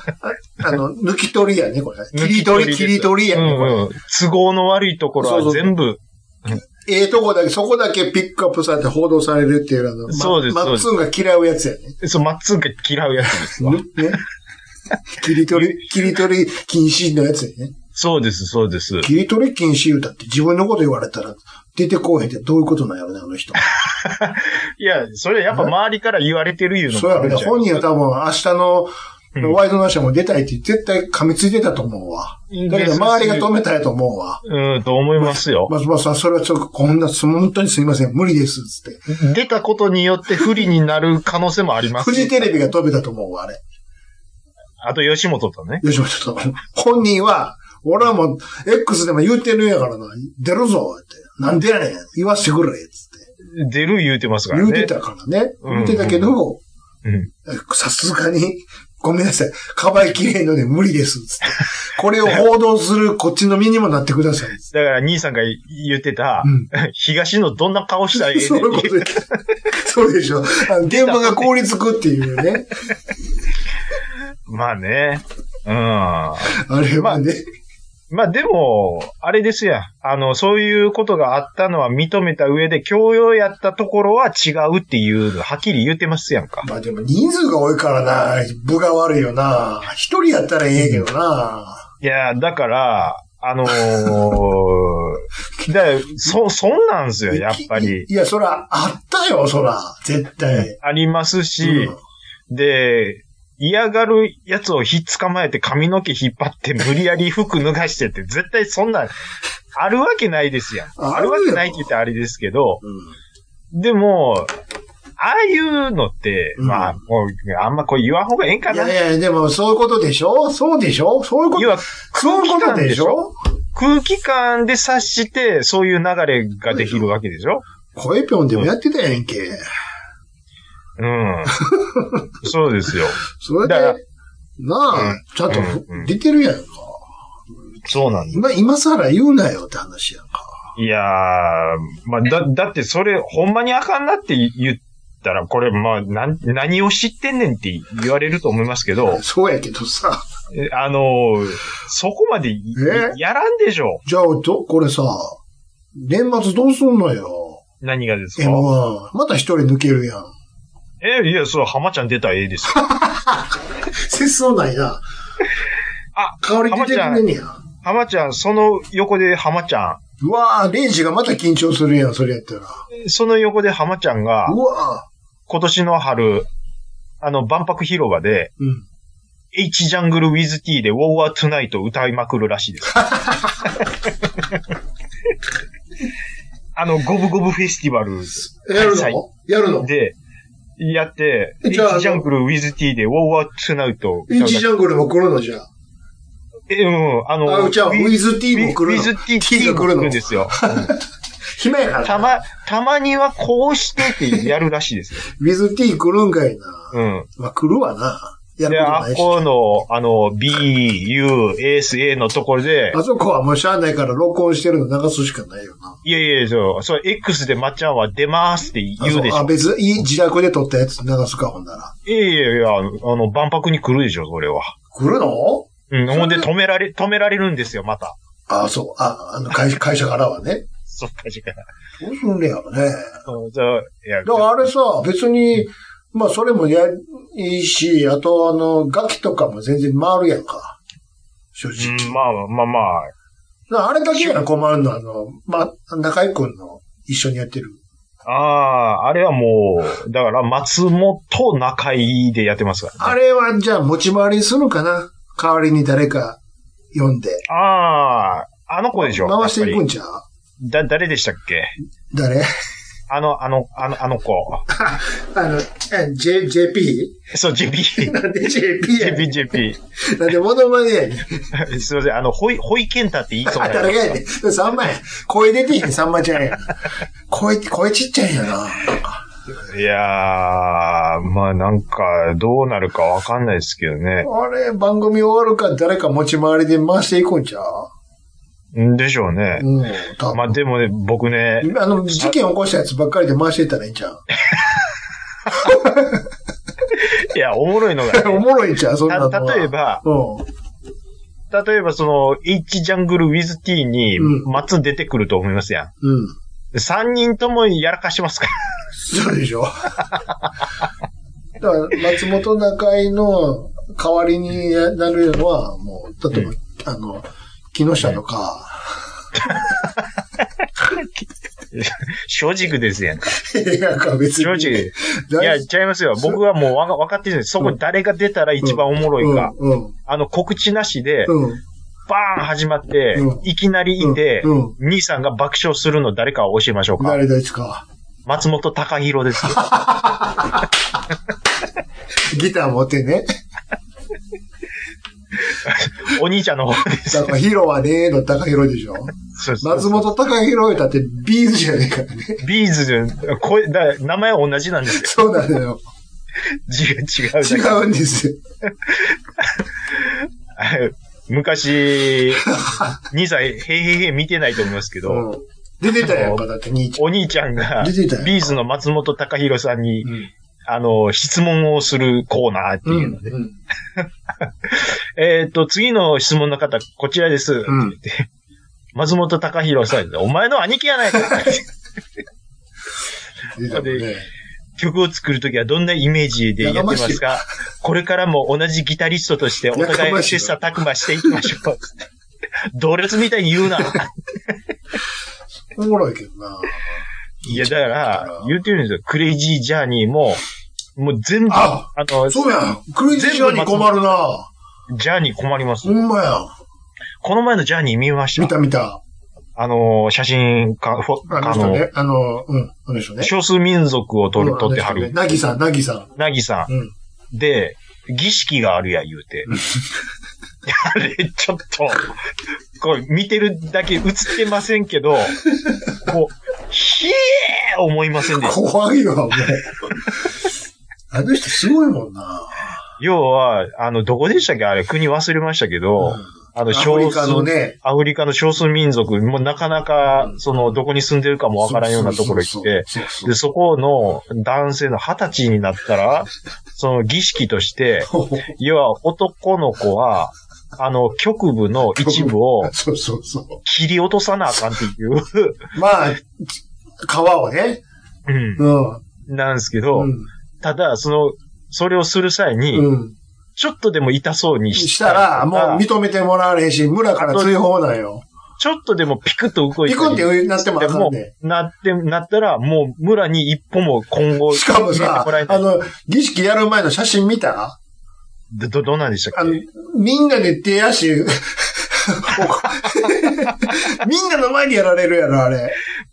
S4: あの、抜き取りやね、これ。切り取り、切り取りや
S3: う
S4: ね、これ。
S3: んうん。都合の悪いところ
S4: そうそ
S3: は
S4: う
S3: 全部、
S4: ええとこだけ、そこだけピックアップされて報道されるっていうあの、ま
S3: そうです
S4: マッツンが嫌うやつやね。
S3: そう、まっつんが嫌うやつですわ。
S4: ね。切り取 り、切り取り禁止のやつやね。
S3: そうです、そうです。
S4: 切り取り禁止歌って自分のこと言われたら出てこうへんってどういうことなんやろね、あの人。
S3: いや、それやっぱ周りから言われてるいうの
S4: そうやろね。
S3: あるじゃん
S4: 本人は多分明日の、
S3: うん
S4: ワイドナショーも出たいって絶対噛みついてたと思うわ。だけど周りが止めたやと思うわ。
S3: うん、と思いますよ。
S4: 松本さん、それはちょっとこんな、本当にすいません、無理です、つって。
S3: 出たことによって不利になる可能性もあります。
S4: フジテレビが飛べたと思うわ、あれ。
S3: あと、吉本とね。
S4: 吉本さん。本人は、俺はもう、X でも言うてるんやからな、出るぞ、って。なんでやねん、言わしてくれ、つって。
S3: 出る言うてますから
S4: 言
S3: ね。
S4: うてたからね。
S3: うん
S4: 言うてたけど、
S3: うん。
S4: さすがに、ごめんなさい、かばいきれんので無理です、つって。これを報道するこっちの身にもなってください、つって
S3: だから、兄さんが言ってた、
S4: うん。
S3: 東野どんな顔したらええねん
S4: そういうことでそうでしょ。あの現場が凍りつくっていうね。
S3: まあね。うん。
S4: あれはね。
S3: まあでも、あれですや。あの、そういうことがあったのは認めた上で、教養やったところは違うっていうの、はっきり言ってますやんか。
S4: まあでも人数が多いからな、部が悪いよな。一人やったらええけどな。
S3: いや、だから、あの ー、だからそ、そんなんすよ、やっぱり
S4: い。いや、そら、あったよ、そら。絶対。
S3: ありますし、
S4: うん
S3: で、嫌がるやつをひっ捕まえて髪の毛引っ張って無理やり服脱が してって、絶対そんなん、あるわけないですやん。
S4: あ
S3: あるわけないって
S4: あるよ
S3: 言ったらあれですけど、
S4: うん
S3: でも、ああいうのって、
S4: うん
S3: まあ、もう、あんまこう言わん方がええんか
S4: い
S3: な。
S4: やいや、でもそういうことでしょそうでしょそういうこ
S3: 要は
S4: と。そういうことでしょ
S3: 空気感で察して、そういう流れができるわけでしょ
S4: 声ぴょんでもやってたやんけ。
S3: うん。そうですよ。
S4: それで
S3: だから、
S4: な
S3: う
S4: あ
S3: ん、
S4: ちゃんと
S3: うん
S4: 出てるやんか。
S3: そうなんだ。
S4: 今、今更言うなよって話やんか。
S3: いやー、まあ、だ、だってそれ、ほんまにあかんなって言ったら、これ、まあ、なん、何を知ってんねんって言われると思いますけど、
S4: そうやけどさ。
S3: えあのーそこまでい
S4: え
S3: やらんでしょ
S4: じゃあ、ど、これさ、年末どうすんのよ。
S3: 何がですか
S4: M1。また一人抜けるやん。
S3: え、いや、そう、浜ちゃん出たらええですよ
S4: 切相ないな。
S3: あ、
S4: 代わり出てくれんねや。
S3: 浜ちゃん、その横で浜ちゃ
S4: うわあ、レイジがまた緊張するやん、それやったら。
S3: ん。その横で浜ちゃんが
S4: う、わあ。
S3: 今年の春、あの、万博広場で、
S4: うん。
S3: H ジャングル with T で Wow a t o n i g h t 歌いまくるらしい です。あの、ゴブゴブフェスティバル
S4: やる
S3: はい
S4: のやるの
S3: で、やって、
S4: じゃあ
S3: H ジャングル with T で Wow a t o n i g h t
S4: インチジャングルも来るのじゃあ。
S3: え、うん、あ
S4: あ、
S3: の、
S4: じゃあ、ウィズ T も来るの。
S3: with T,
S4: T が
S3: が来
S4: 来るの
S3: るんですよ。
S4: 暇やから
S3: た
S4: な。
S3: ま、たまには こうしてってやるらしいですよ。
S4: ウィズ T 来るんかいな。
S3: うん。
S4: まあ、来るわな。や
S3: で、
S4: ること
S3: あ
S4: な
S3: っ
S4: いし。
S3: この、あの、B, U, S, A のところで、
S4: あそこはもうしゃあないから録音してるの流すしかないよな。
S3: いやいや、そう、そう、X でまっちゃんは出ますって
S4: あ
S3: 言うでし
S4: そうあ、
S3: ょ。
S4: 別にいい自宅で撮ったやつ流すか、ほんなら。
S3: いやいやいや、あの、あの万博に来るでしょ、それは。
S4: 来るの
S3: うん、
S4: それ
S3: ほんで止められ、止められるんですよ、また。
S4: あ、そう。あ、あの会社、会社からはね。
S3: そっか、時間。
S4: どうすんねやろね。
S3: そう、そういや、
S4: だからあれさ、別に、まあそれもや、いいし、あとあの、楽器とかも全然回るやんか。正直。
S3: うん、まあまあまあ、
S4: だからあれだけやな、困るのは、あの、まあ、中井くんの一緒にやってる。
S3: ああ、あれはもう、だから松本中井でやってますから、
S4: あれは、じゃあ持ち回りにするかな代わりに誰か読んで。
S3: ああ、あの子でしょ。
S4: 回してい
S3: や
S4: く
S3: っ
S4: んちゃう
S3: ぱりだ、誰でしたっけ
S4: 誰
S3: あの、あの、あの、あの子。
S4: あの、え J、JP?
S3: そう、JP。
S4: なんで JP やね
S3: JP、JP。
S4: んなんでモノマネやねん。
S3: すいません、あの、ほい、ほいけんたって言いそう
S4: あ、
S3: な
S4: 誰がやねん。さんまや。声出てへん、さんまちゃんや。声、声ちっちゃいんやな。
S3: いやー、まあなんか、どうなるかわかんないですけどね。
S4: あれ、番組終わるか誰か持ち回りで回していくんちゃ
S3: んでしょうね
S4: う。うん、多分
S3: まあでもね、僕ね、
S4: あの、事件起こしたやつばっかりで回していったらいいんちゃ う
S3: いや、おもろいのが、
S4: おもろいんちゃうそんなのは
S3: た例えば、
S4: うん。
S3: 例えばその、H ジャングル with T に
S4: う、
S3: 松出てくると思いますやん。
S4: うん。
S3: 三人ともやらかしますから。
S4: そうでしょだから、松本中井の代わりになるのは、もう、例えば、あの、木下と か、
S3: 正直ですやんか。
S4: 映画か別に。
S3: 正直。いや、
S4: 大
S3: 違
S4: 事、
S3: いますよ。僕はもうわか分かってるんです。そこ誰が出たら一番おもろいか。
S4: うん。うん。
S3: あの、告知なしで、
S4: うん。
S3: バーン始まって
S4: う、
S3: いきなりいて
S4: うんうん、
S3: 兄さんが爆笑するの誰か教えましょうか。
S4: 誰ですか
S3: 松本隆弘 ですよ。
S4: ギター持ってね。
S3: お兄ちゃんの方です。
S4: だから、ヒロはねーの高弘 でしょ。
S3: そうそう
S4: 松本高弘だってビーズじゃねえからね。
S3: ビーズで、声、だ名前同じなんですよ。
S4: そうなのよ。
S3: 違う、違う。
S4: 違うんですよ。
S3: はい 昔、兄さん、へいへいへい見てないと思いますけど、
S4: うん出てたやんか、だって兄ちゃん。
S3: お兄ちゃんが、
S4: 出てたよ
S3: ビーズの松本隆弘さんに、
S4: うん
S3: あの、質問をするコーナーっていうので、
S4: うん。
S3: えっ、と、次の質問の方、こちらです。
S4: ん
S3: って言って松本隆弘さん、お前の兄貴やない か
S4: 出てたもんね。
S3: 曲を作るときはどんなイメージでやってますかこれからも同じギタリストとしてお互いの切磋琢磨していきましょ う。同列みたいに言うな。
S4: おもろいけどな。
S3: いや、だから、言ってるんですよ。クレイジージャーニーも、もう全部、あ
S4: あ
S3: の、
S4: そうやん。クレイジージャーに困るな。
S3: ジャーニー困ります
S4: ほ。んまやん。
S3: この前のジャーニー見まし
S4: 見
S3: た。
S4: た見た。
S3: あの、写真家、フォ
S4: あの
S3: あ
S4: 人
S3: の、
S4: ね。あの、うん。あの人ね。
S3: 少数民族を撮
S4: う
S3: る
S4: ん
S3: 撮っては
S4: あの人ね
S3: る、
S4: なぎさん、なぎさ
S3: なぎさ
S4: ん。うん。
S3: ん。で、儀式があるや言うて。 あれ、ちょっと、これ見てるだけ映ってませんけ ど、こう、ひえー思いませんでした。
S4: 怖いわ、お 前。あの人すごいもんな。
S3: 要は、あの、どこでしたっけあれ、国忘れましたけど、
S4: うん
S3: あの、
S4: アフリカのね
S3: アフリカの少数民族、もうなかなか、その、どこに住んでるかもわからんようなところ行って、
S4: そうそう
S3: で、そこの男性の二十歳になった ら、その儀式として、
S4: そうそう。
S3: 要は男の子は、あの、局部の一部を
S4: そうそうそ
S3: 切り落とさなあかんって いう、
S4: う。まあ、ち皮をね。
S3: うん
S4: うん。う
S3: なんですけど、
S4: ん。
S3: ただ、その、それをする際に、
S4: うん。
S3: ちょっとでも痛そうにし
S4: したら、
S3: りと
S4: もう
S3: か
S4: 認めてもらわれへんし、村から追放なんよ。
S3: ちょっとでもピクッと動い
S4: ピ
S3: て。
S4: クンってなってもあ
S3: で
S4: かん
S3: も
S4: で。
S3: う、なって、なったら、もう村に一歩も今後、
S4: しかも
S3: 入れ
S4: さ
S3: てもらえ、ない
S4: あの、儀式やる前の写真見た
S3: ど、ど、どうなんでした
S4: あ
S3: っ
S4: の
S3: け、
S4: みんなで手足、 おみんなの前にやられるやろ、あれ。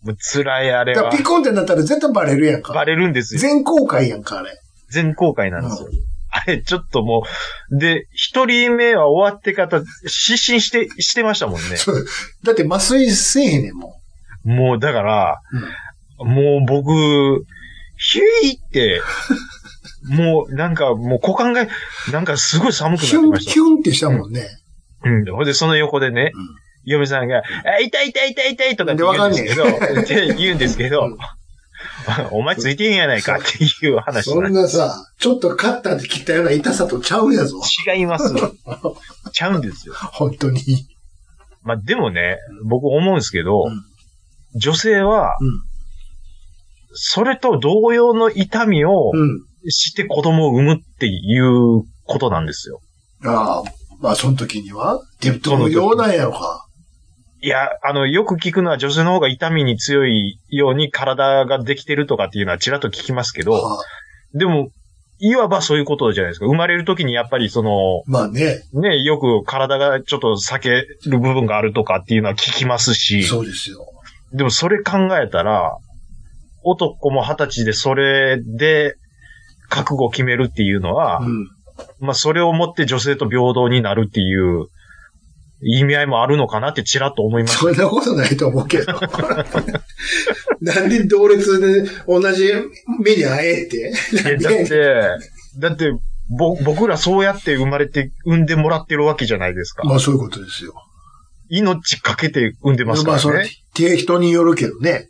S3: もう辛いあれ
S4: だから
S3: は
S4: ピ、コンってなったら絶対バレるやん
S3: バ
S4: か。
S3: レるんですよ。
S4: 全公開やんか、あれ。
S3: 全公開なんですよ。あれ、ちょっともう、で、一人目は終わって方、失神して、してましたもんね。
S4: そうだって麻酔せえへんねん、も
S3: もう、だから、
S4: う。うん
S3: もう僕、ひゅいって、もう、なんか、もう股間が、なんかすごい寒くな
S4: キ
S3: り
S4: ュン、
S3: まし
S4: キュンってしたもんね。
S3: た。うん。ほんで、その横でね、
S4: うん
S3: 嫁さんが、あ、痛い痛い痛い痛いとかって言うんですけど、 って言うんですけど、 お前ついてんやないかっていう話に
S4: そ
S3: なっ
S4: んなさ、ちょっとカッターで切ったような痛さとちゃうやぞ。
S3: て違います。ちゃうんですよ。
S4: 本当に。
S3: まあ、でもね、僕思うんですけど、
S4: うん
S3: 女性は、
S4: うん
S3: それと同様の痛みを
S4: うん。
S3: 知って子供を産むっていうことなんですよ。
S4: ああ、まあその時には、で、どのようなんやろか。
S3: いや、あの、よく聞くのは女性の方が痛みに強いように体ができてるとかっていうのはちらっと聞きますけど、
S4: ああ
S3: でも、いわばそういうことじゃないですか。生まれる時にやっぱりその、
S4: まあね、
S3: ね、よく体がちょっと避ける部分があるとかっていうのは聞きますし、
S4: そうですよ。
S3: でもそれ考えたら、男も二十歳でそれで覚悟を決めるっていうのは、
S4: うん。
S3: まあそれをもって女性と平等になるっていう意味合いもあるのかなってちらっと思いました。
S4: そんなことないと思うけど。 なんで同列で同じ目に会えって。
S3: えだって、だって、ぼ、僕らそうやって生まれて、産んでもらってるわけじゃないですか。
S4: まあそういうことですよ。
S3: 命かけて産んでますか
S4: まあそ
S3: ら
S4: れ
S3: ね。、
S4: て人によるけどね。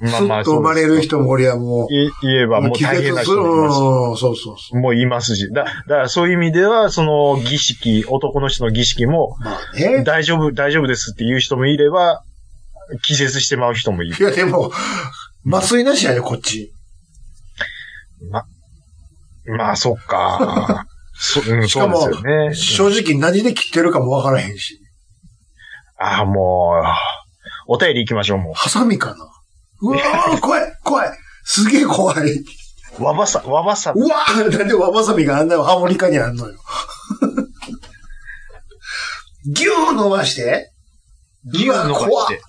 S3: まあ
S4: すっと生まれる。人も俺はもう
S3: そう、ですい言えばもう大変な人
S4: う
S3: もいますし
S4: ん、そうそうそ
S3: もういますし。だ、だからそういう意味では、その儀式、男の人の儀式も、
S4: う。まあね。
S3: 大丈夫、大丈夫ですっていう人もいれば、気絶してまう人もい
S4: い
S3: る。
S4: やでも、麻酔なしやよ、こっち。
S3: ま、まあ、そっ か。そうん、
S4: し
S3: そ
S4: か
S3: うです
S4: も
S3: よね。
S4: 正直何で切ってるかもわからへんし。
S3: ああ、もう、お便り行きましょう、も
S4: ハサミかなうわー、怖い、怖い。すげえ怖い。
S3: う。わばさ、わばさ、
S4: うわー、なんでワバサミがあんなハモリカにあんのよ。ギュー伸ばして。
S3: ギュー伸ば
S4: うわ
S3: し
S4: 怖い
S3: て。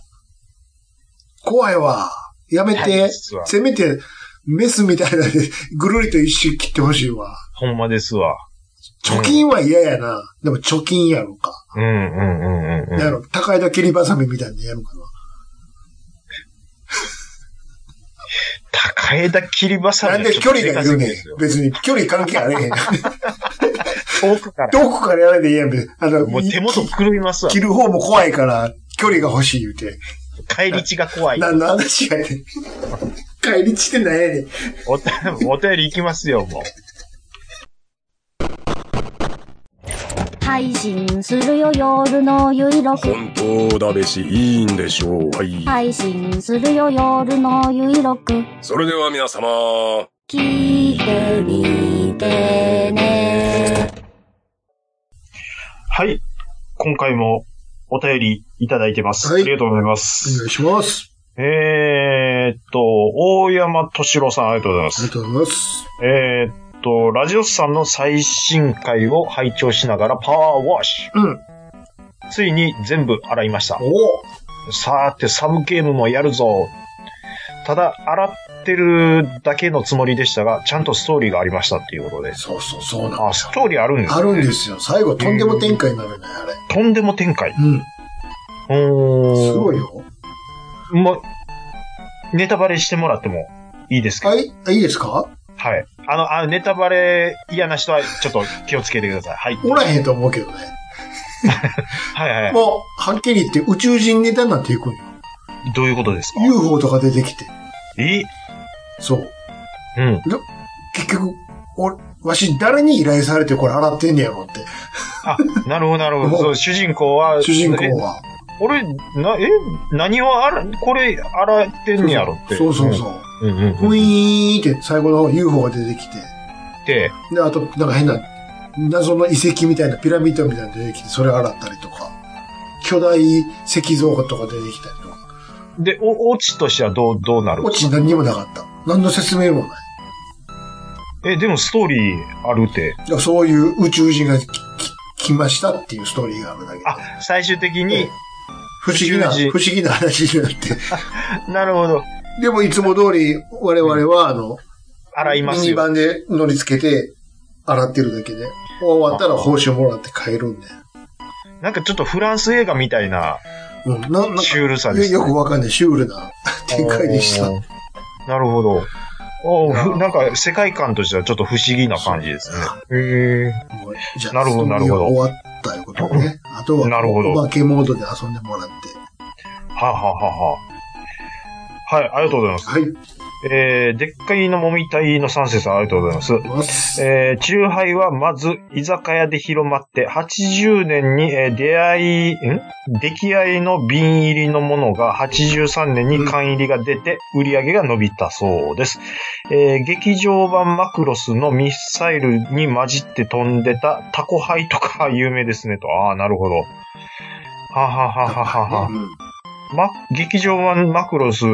S4: 怖いわ。やめ
S3: は
S4: て
S3: い実。は
S4: せめて、メスみたいなので、ぐるりと一周切ってほしいわ。
S3: ほんまですわ。
S4: 貯金は嫌やな。でも貯金やろうか。
S3: うん、うん、うん、うん。
S4: やろ、高枝切りバサミみたいなのやろうかな。
S3: 高枝切りばさ
S4: なんで距離がいるねん
S3: ですよ。
S4: 別に距離関係あれへん。
S3: 遠くから。
S4: どこからやられていいやん。別にあの、
S3: もう手元狂いますわ。
S4: 切る方も怖いから、距離が欲しい言うて。
S3: 帰り地が怖い。
S4: 何の話やねん。 帰り地ってなんやねん。
S3: おた、お便り行きますよ、もう。
S5: 配信するよ夜のゆいろく
S6: 本当だべし、いいんでしょう。はい。
S5: 配信するよ夜のゆいろく
S6: それでは皆様。
S5: 聞いてみてね
S3: はい。今回もお便りいただいてます。
S4: はい
S3: ありがとうございま
S4: お
S3: す
S4: 願。いします。
S3: えーっと、大山敏郎さん、ありがとうございま
S4: あり
S3: す
S4: が。とうございます。
S3: えーっと、ラジオスさんの最新回を拝聴しながらパワーワッシ
S4: うん。
S3: ュ。ついに全部洗いました。
S4: お
S3: さーて、サブゲームもやるぞ。ただ、洗ってるだけのつもりでしたが、ちゃんとストーリーがありましたっていうことです。
S4: そうそう、そうなんだよ
S3: あ、ストーリーあるんです
S4: あるんですよ。最後、とんでも展開になるね、あれ。
S3: とんでも展開。
S4: うん。
S3: うーん。
S4: すごいよ。
S3: もう、ネタバレしてもらってもいいですか
S4: はい、あいいですか
S3: はい。あの、あのネタバレ嫌な人はちょっと気をつけてください。はい。
S4: おらへんと思うけどね。
S3: はいはい。
S4: もう、はっきり言って宇宙人ネタになっていくんよ。
S3: どういうことですか
S4: UFO とか出てきて。
S3: え
S4: そう。
S3: うん。
S4: 結局、お、わし誰に依頼されてこれ洗ってんねやろって。
S3: あ、なるほどなるほど。そう、主人公は、
S4: 主人
S3: え
S4: 公は。
S3: 俺、な、え何をあら、これ、洗ってんねやろって。
S4: そうそうそう。
S3: うん。うんうん
S4: ウ
S3: うん。
S4: ィーンって最後の方 UFO が出てきて。
S3: で、
S4: で、あと、なんか変な、謎の遺跡みたいな、ピラミッドみたいなの出てきて、それ洗ったりとか。巨大石像とか出てきたりとか。
S3: で、お、オチとしてはどう、どうなる
S4: オチ何にもなかった。何の説明もない。
S3: え、でもストーリーあるって。
S4: だからそういう宇宙人がきき来ましたっていうストーリーがあるだけで。
S3: あ、最終的に、
S4: 不思議な、
S3: 宇
S4: 不
S3: 宙人
S4: 思議な話になって。
S3: なるほど、
S4: でもいつも通り我々は、あの、
S3: 洗いま
S4: ミ
S3: す
S4: ニ
S3: よ。
S4: バンで乗り付けて、洗ってるだけで。終わったら報酬もらって帰るんで。
S3: なんかちょっとフランス映画みたいな
S4: うん、な、なんか、
S3: シュールさですね。
S4: よよくわかんない、シュールな展開でした。
S3: なるほど。おうなんか世界観としてはちょっと不思議な感じですね。へえ。
S4: もうじゃあ
S3: なるほどなるほど
S4: 終わったいうことでね。あとは、
S3: なるほど
S4: お化けモードで遊んでもらって。
S3: はあ、はあはあはあ、はい、ありがとうございます。
S4: はい。
S3: えー、でっかいのもみたいの三世さん、ありがとうございます。
S4: ます。
S3: えー、チューハイはまず居酒屋で広まって、80年に、えー出会い、ん出来合いの瓶入りのものが83年に缶入りが出て、売り上げが伸びたそうです。えー劇場版マクロスのミサイルに混じって飛んでたタコハイとか有名ですねと。ああ、なるほど。はあはあはあはあはあ
S4: うん
S3: ま、劇場版マクロス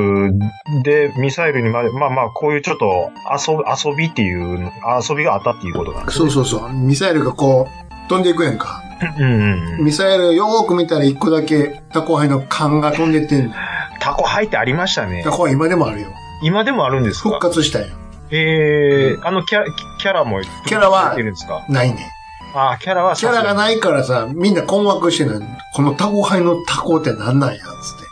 S3: でミサイルにまで、まあまあ、こういうちょっと遊び、遊びっていう、遊びがあったっていうことなんです
S4: そうそうそう。ミサイルがこう、飛んでいくやんか。
S3: う んうんうん。
S4: ミサイルよーく見たら一個だけタコハイの缶が飛んでってんの。
S3: タコハイってありましたね
S4: タ。コハイ今でもあるよ。
S3: 今でもあるんです
S4: 復
S3: か
S4: 活したやん。
S3: ええー、あのキャラ、キャラも、
S4: キャラは
S3: 出てるんですか
S4: ないね。
S3: あーキャラは
S4: キャラが
S3: い。
S4: ないからさ、みんな困惑してんの。このタコハイのタコってなんなんや、つって。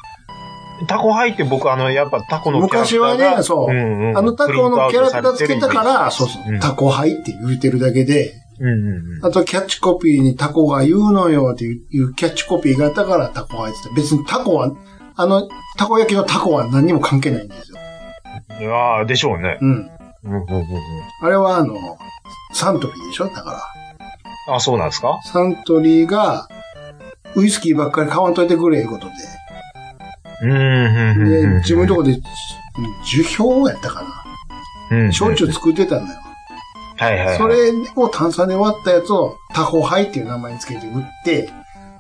S3: タコハイって僕、あの、やっぱタコのキャラクタ
S4: 昔
S3: ーが
S4: はね、そう。
S3: んうん
S4: あのタコのキャラクターつけたか
S3: プリントアウ
S4: ら、
S3: ト
S4: そう
S3: さ
S4: そ
S3: れてる
S4: う
S3: イメージ、
S4: タコハイって言うてるだけで、
S3: うんうんうん。
S4: あとキャッチコピーにタコが言うのよっていうキャッチコピーがあったからタコハイって言った別にタコは、あの、たこ焼きのタコは何にも関係ないんですよ。
S3: ああ、でしょうね。
S4: うん。
S3: うんうんうんうん。
S4: あれはあの、サントリーでしょだから。
S3: あ、そうなんですか
S4: サントリーが、ウイスキーばっかり買わんといてくれ、いうこと
S3: うん、うん
S4: で。
S3: うん
S4: で
S3: うん。、
S4: 自分のとこで、樹氷やったかな。
S3: うん
S4: 焼酎作ってたんだよ。
S3: はいはいはい。
S4: それを炭酸で割ったやつをタコハイっていう名前につけて売って、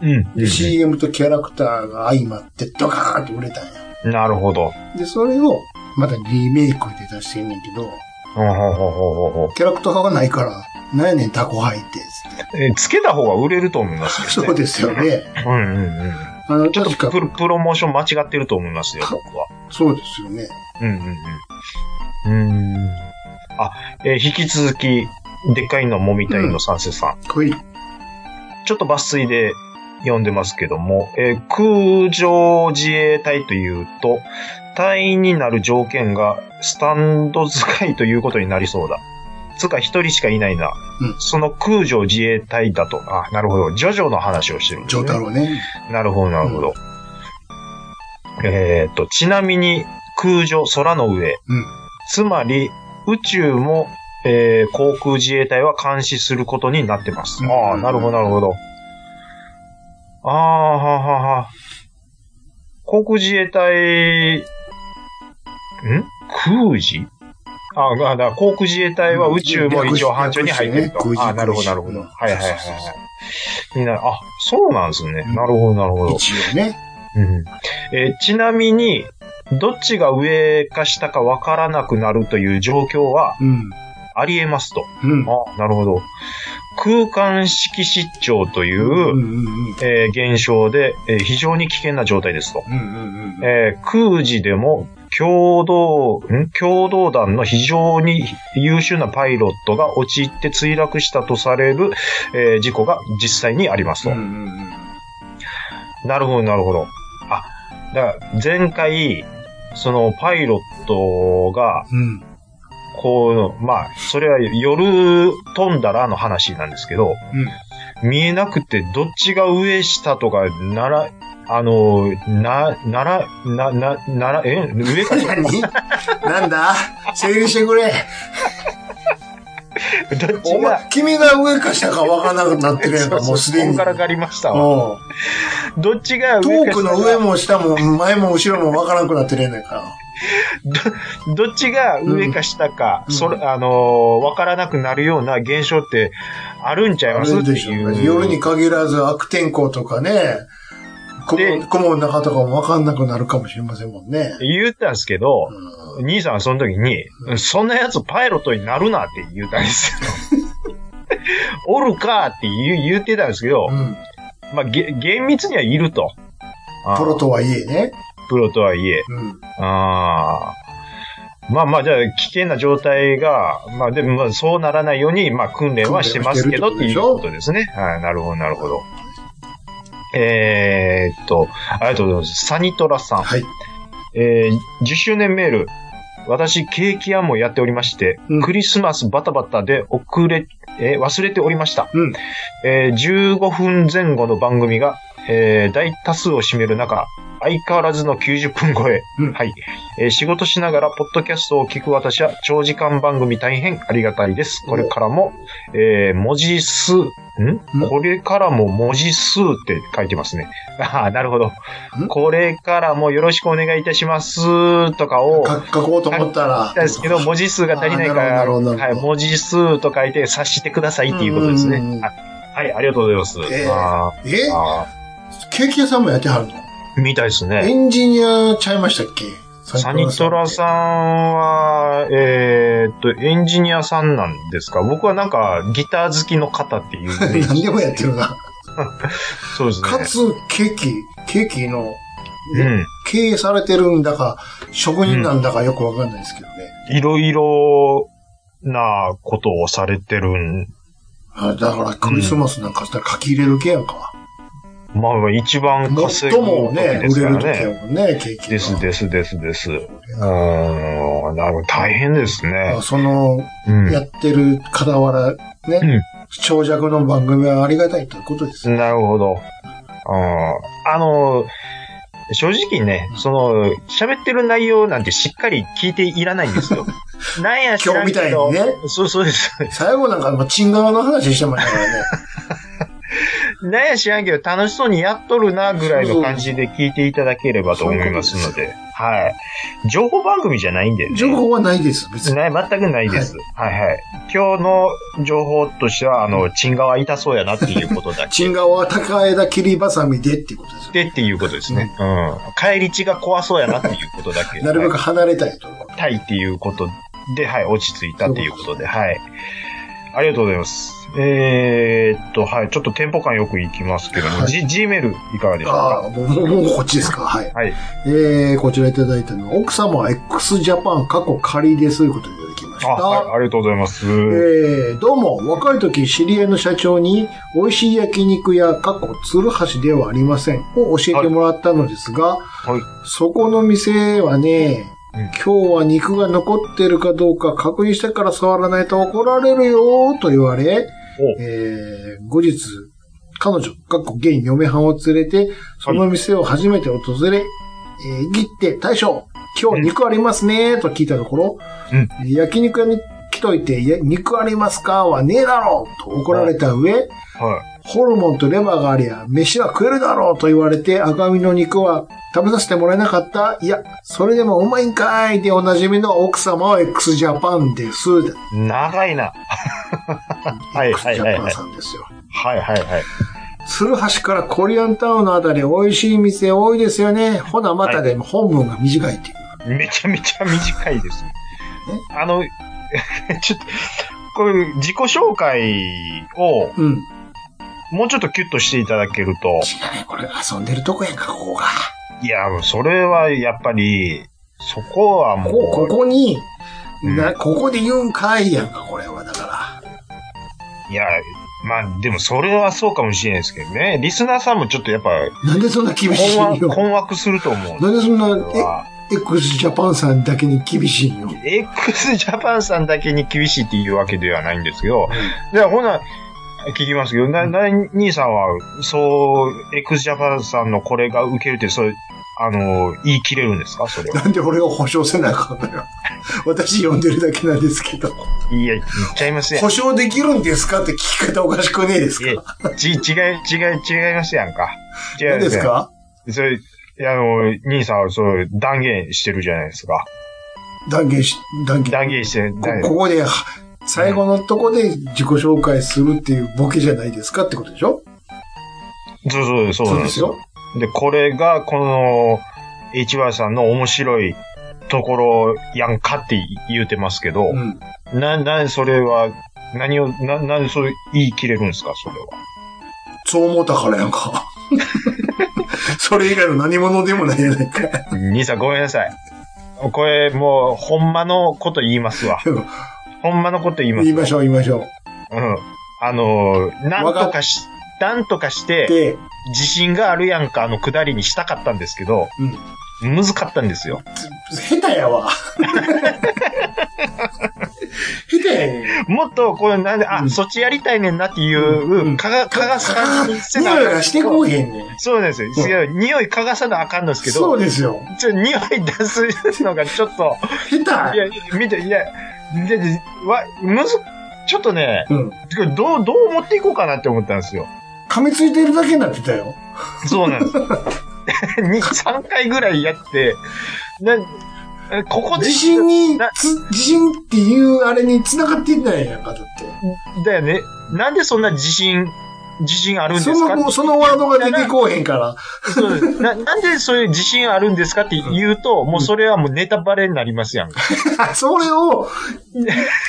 S3: うん。
S4: で CM とキャラクターが相まってドカーンって売れたんや。
S3: なるほど。
S4: で、それをまだリメイクで出してんねんけど、
S3: ほうほうほうほうほう
S4: キャラクターがないから、なんやねんタコハイってつって。
S3: えーつけた方が売れると思いますよ、ね。
S4: そうですよね。
S3: うんうんうん。
S4: あ の、
S3: ちょっ
S4: 確
S3: と
S4: か
S3: プ、ロプロモーション間違ってると思いますよ、僕は。
S4: そうですよね。
S3: うんうんうん。うーん。あ、えー引き続き、でっかいのもみたいの三世さん。
S4: こい。
S3: ちょっと抜粋で読んでますけども、えー空上自衛隊というと、隊員になる条件がスタンド使いということになりそうだ。つか一人しかいないな。
S4: うん
S3: その空上自衛隊だと。あ、なるほど。ジョジョの話をしてるんです
S4: ジョ
S3: ね。
S4: ータロね。
S3: なるほど、なるほど。えーっと、ちなみに、空上、空の上。
S4: うん
S3: つまり、宇宙も、えー航空自衛隊は監視することになってます。
S4: うん
S3: ああ、なるほど、なるほど。ああ、はあはあはあ。航空自衛隊、ん空自ああ、だから航空自衛隊は宇宙も一応範疇に入ってると。
S4: うん
S3: ああ、なるほど、なるほど。
S4: うん
S3: はいはいはいはい
S4: そうそうそう。
S3: みんな、あ、そうなんですね。
S4: うん
S3: なるほど、なるほど。
S4: 一応ね。
S3: うんえーちなみに、どっちが上か下かわからなくなるという状況は
S4: うん。
S3: あり得ますと。
S4: うん。
S3: あ、なるほど。空間式失調という、
S4: うんうんうん。
S3: えー現象で、えー非常に危険な状態ですと。
S4: うんうんうん。
S3: えー空時でも共同、ん共同団の非常に優秀なパイロットが陥って墜落したとされる、えー事故が実際にありますと。
S4: うんうんうん。
S3: なるほど、なるほど。あ、だから前回、そのパイロットが、
S4: うん。
S3: こう、まあ、それは夜飛んだらの話なんですけど、見えなくてどっちが上下とかなら、あの、な、なら、な、な、なら、え上 か
S4: 何なんだ整理してくれ。
S3: どっち
S4: お
S3: が
S4: 前、君が上か下か分からなくなってるやんか、もうすで
S3: こ
S4: に。
S3: んからかりましたわ
S4: おう
S3: どっちが
S4: ト
S3: 上
S4: ー
S3: か
S4: ク
S3: 下
S4: の
S3: か
S4: 上も下も前も後ろも分からなくなってるやんか。
S3: どっちが上か下か、
S4: うん
S3: それ、あのーわからなくなるような現象ってあるんちゃい
S4: あ
S3: ます
S4: る
S3: って
S4: でしょ
S3: いう
S4: う。夜に限らず悪天候とかね、
S3: で
S4: 雲雲の中とかも分かんなくなるかもしれませんもんね。
S3: 言ったんですけど、
S4: う
S3: 兄さんはその時に、そんな奴パイロットになるなって言ったんですよ。 おるかって言う言ってたんですけど、
S4: ん。
S3: まあ、げ厳密にはいると。あー
S4: プロとはいえね。
S3: プロとはいえ。
S4: うん。
S3: あーまあまあ、じゃあ、危険な状態が、まあ、でも、まあそうならないように、まあ、訓練はしてますけど、っ
S4: 訓
S3: てい
S4: 練
S3: う
S4: を
S3: こ
S4: して
S3: とですね。はい、なるほど、なるほど。えーっと、ありがとうございます。サニトラさん。
S4: はい。
S3: えー10周年メール。私、ケーキ屋もやっておりまして、
S4: うん
S3: クリスマスバタバタで遅れ、えー忘れておりました。
S4: うん
S3: えー15分前後の番組が、えー大多数を占める中、相変わらずの90分超え。
S4: うん
S3: はい、えー仕事しながら、ポッドキャストを聞く私は、長時間番組大変ありがたいです。これからも、えー文字数、ん
S4: うん
S3: これからも文字数って書いてますね。ああ、なるほど
S4: ん。
S3: これからもよろしくお願いいたしますとかを、
S4: か書こうと思ったら。
S3: たんですけど、文字数が足りないか
S4: あな
S3: ら、
S4: るほどなるほどな
S3: は
S4: る
S3: い、
S4: ほど
S3: 文字数と書いて察してくださいっていうことです
S4: うんうんう
S3: ね
S4: ん。
S3: あはい、ありがとうございます。
S4: ええ
S3: あ
S4: え
S3: ーあ
S4: ケーキ屋さんもやってはるの
S3: ー、みたいです
S4: エ
S3: ね。
S4: ンジニアちゃいましたっけ
S3: サニトラさん
S4: ん。
S3: は、えーっと、エンジニアさんなんですか僕はなんか、ギター好きの方っていうイメージ。
S4: 何でもやってるな。
S3: そうですね。
S4: かつ、ケーキ、ケーキの、
S3: うん。
S4: 経営されてるんだか、職人なんだかよくわかんないですけどね。
S3: いろいろなことをされてるん。
S4: あだから、クリスマスなんかしたら書き入れる系やんか。
S3: まあ、一番稼
S4: 最
S3: ぐ
S4: も
S3: 時
S4: ね、
S3: で
S4: 売
S3: す
S4: れ
S3: か
S4: る
S3: ら
S4: 時
S3: ね
S4: や。もんね、ケーキが。
S3: ですですですです。うーん、なるほど大変ですね
S4: あ。その、
S3: うん。
S4: やってる傍ら、
S3: うん
S4: ね、長尺の番組はありがたいということですよ。
S3: なるほど。うんあの、正直ね、その、喋ってる内容なんてしっかり聞いていらないんです よ。なんや知
S4: 今
S3: ら
S4: 日
S3: ん
S4: み
S3: け
S4: たい
S3: ど
S4: にね。
S3: そうそうです。
S4: 最後なんか、まあ、チン側の話してましたから ね。
S3: なんや知らんけど楽しそうにやっとるなぐらいの感じで聞いていただければと思います
S4: そう
S3: の
S4: そういう
S3: で。はい。情報番組じゃないんでね。
S4: 情報はないです、別に。
S3: ない、全くないです。はい、はい、今日の情報としては、あの、チンガは痛そうやなっていうこと だけ。
S4: チン側は高枝切りばさみでっていうことですよ。
S3: でっていうことですね。うん。帰り血が怖そうや なっていうことだけ。
S4: なるべく離れたいということ。
S3: たいっていうことで、はい、落ち着いたっていうことで、はい。ありがとうございます。えー、っと、はい、ちょっとテンポ感よくいきますけども、
S4: はい
S3: G、G メールいかがでしょう
S4: ああ、
S3: か
S4: もう、もうもうこっちですか。はい。
S3: はい。
S4: えー、こちらいただいたのは、奥様は x ジャパン過去仮ですということでいただきまし
S3: あ、
S4: た。
S3: はい、ありがとうございます。
S4: えー、どうも、若い時知り合いの社長に、美味しい焼肉屋、過去、鶴橋ではありません、を教えてもらったのですが、
S3: はい
S4: そこの店はね、
S3: うん
S4: 今日は肉が残ってるかどうか確認してから触らないと怒られるよ、と言われ、
S3: お
S4: えー後日、彼女、かっこゲイ嫁はんを連れて、その店を初めて訪れ、えー、切って、大将、今日肉ありますね、と聞いたところ、
S3: うん
S4: えー焼肉屋に来といて、いや肉ありますかはねえだろうと怒られた上、
S3: はい。
S4: ホルモンとレバーがありゃ、飯は食えるだろうと言われて、赤身の肉は食べさせてもらえなかった。いや、それでもうまいんかいでおなじみの奥様は x ジャパンです。
S3: 長いな。 はい
S4: x
S3: はい
S4: ジ
S3: はい
S4: ャパ
S3: は
S4: ン
S3: い。
S4: さんですよ。
S3: はいはいはい。
S4: 鶴橋からコリアンタウンのあたり、美味しい店多いですよね。ほな、またでも本文が短いっていう。
S3: めちゃめちゃ短いです。あの、 ちょっと、これ自己紹介を
S4: うん。
S3: もうちょっとキュッとしていただけると、
S4: 違うね、これ遊んでるとこやんか、ここが。
S3: いや、それはやっぱり、そこはもう、
S4: こここに、
S3: うん
S4: な、ここで言うんかいやんか、これは。だから。
S3: いや、まあ、でもそれはそうかもしれないですけどね。リスナーさんもちょっとやっ ぱ、
S4: なんでそんな厳しい
S3: 困
S4: ん
S3: 惑
S4: よ。
S3: 困惑すると思うんで
S4: なんでそん
S3: すよ。
S4: な、え、x ジャパンさんだけに厳しいんよ。
S3: x ジャパンさんだけに厳しいっていうわけではないんですけど、じゃあほな、聞きますけど、な、な、兄さんは、そう、x ジャパンさんのこれが受けるって、そう、あの、言い切れるんですかそれは。
S4: なんで俺が保証せなあかんのよ。 私呼んでるだけなんですけど。
S3: いや、言っちゃいますやん
S4: 保証できるんですかって聞き方おかしくねえです
S3: いや
S4: か、
S3: ち、違い、違い、違いますやんか。違い
S4: 何
S3: ま
S4: です
S3: やん
S4: か
S3: それ、あの、兄さんはそう、断言してるじゃないですか。
S4: 断言し、断言。
S3: 断言してる。
S4: こ
S3: 断言
S4: ここで、は最後のとこで自己紹介するっていうボケじゃないですかってことでしょ
S3: そうそう、そう
S4: そ
S3: な
S4: うんで
S3: ですす
S4: よ
S3: よ。。で、これが、この、HY さんの面白いところやんかって言うてますけど、
S4: うん。
S3: な、な、それは、何を、な、なんでそう言い切れるんですか、それは。
S4: そう思ったからやんか。 それ以外の何者でもないやないか。
S3: 兄さんごめんなさい。これ、もう、ほんまのこと言いますわ。ほんまのこと言います
S4: 言。いましょう言いましょ
S3: うん。あのー、な
S4: わ
S3: ん
S4: かっ
S3: とかし、なんとかし
S4: う。
S3: て、
S4: で、
S3: 自信があるやんか、あの、下りにしたかったんですけど、
S4: うん
S3: 難かったんですよ。
S4: 下手やわ。下手やねん。
S3: もっと、これなんで、あ、そっちやりたいねんなっていう、かが、かがさ
S4: あ
S3: んに
S4: ー、ニラニラしてこうへんねん。
S3: そうなんですよ。
S4: うん
S3: 違う匂い嗅がさなあかんのですけ
S4: そ
S3: ど
S4: う、ですよ。
S3: ちょ匂い出すのがちょっと、
S4: 下
S3: い
S4: 手。
S3: や、見て、いや、で、でわ、むず、ちょっとね、
S4: うん。
S3: どう、どう持っていこうかなって思ったんですよ。
S4: 噛みついてるだけになってたよ。
S3: そうなんですよ。2、3回 ぐらいやって、な、えここで
S4: 自信に
S3: な、
S4: つ、自信っていうあれに繋がっていないやんか、だって。
S3: だよね。なんでそんな自信、自信あるんです
S4: そ
S3: か
S4: の、そのワードが出てこうへんから。
S3: そうですななんでそういう自信あるんですかって言うと、もうそれはもうネタバレになりますやんか。
S4: それを、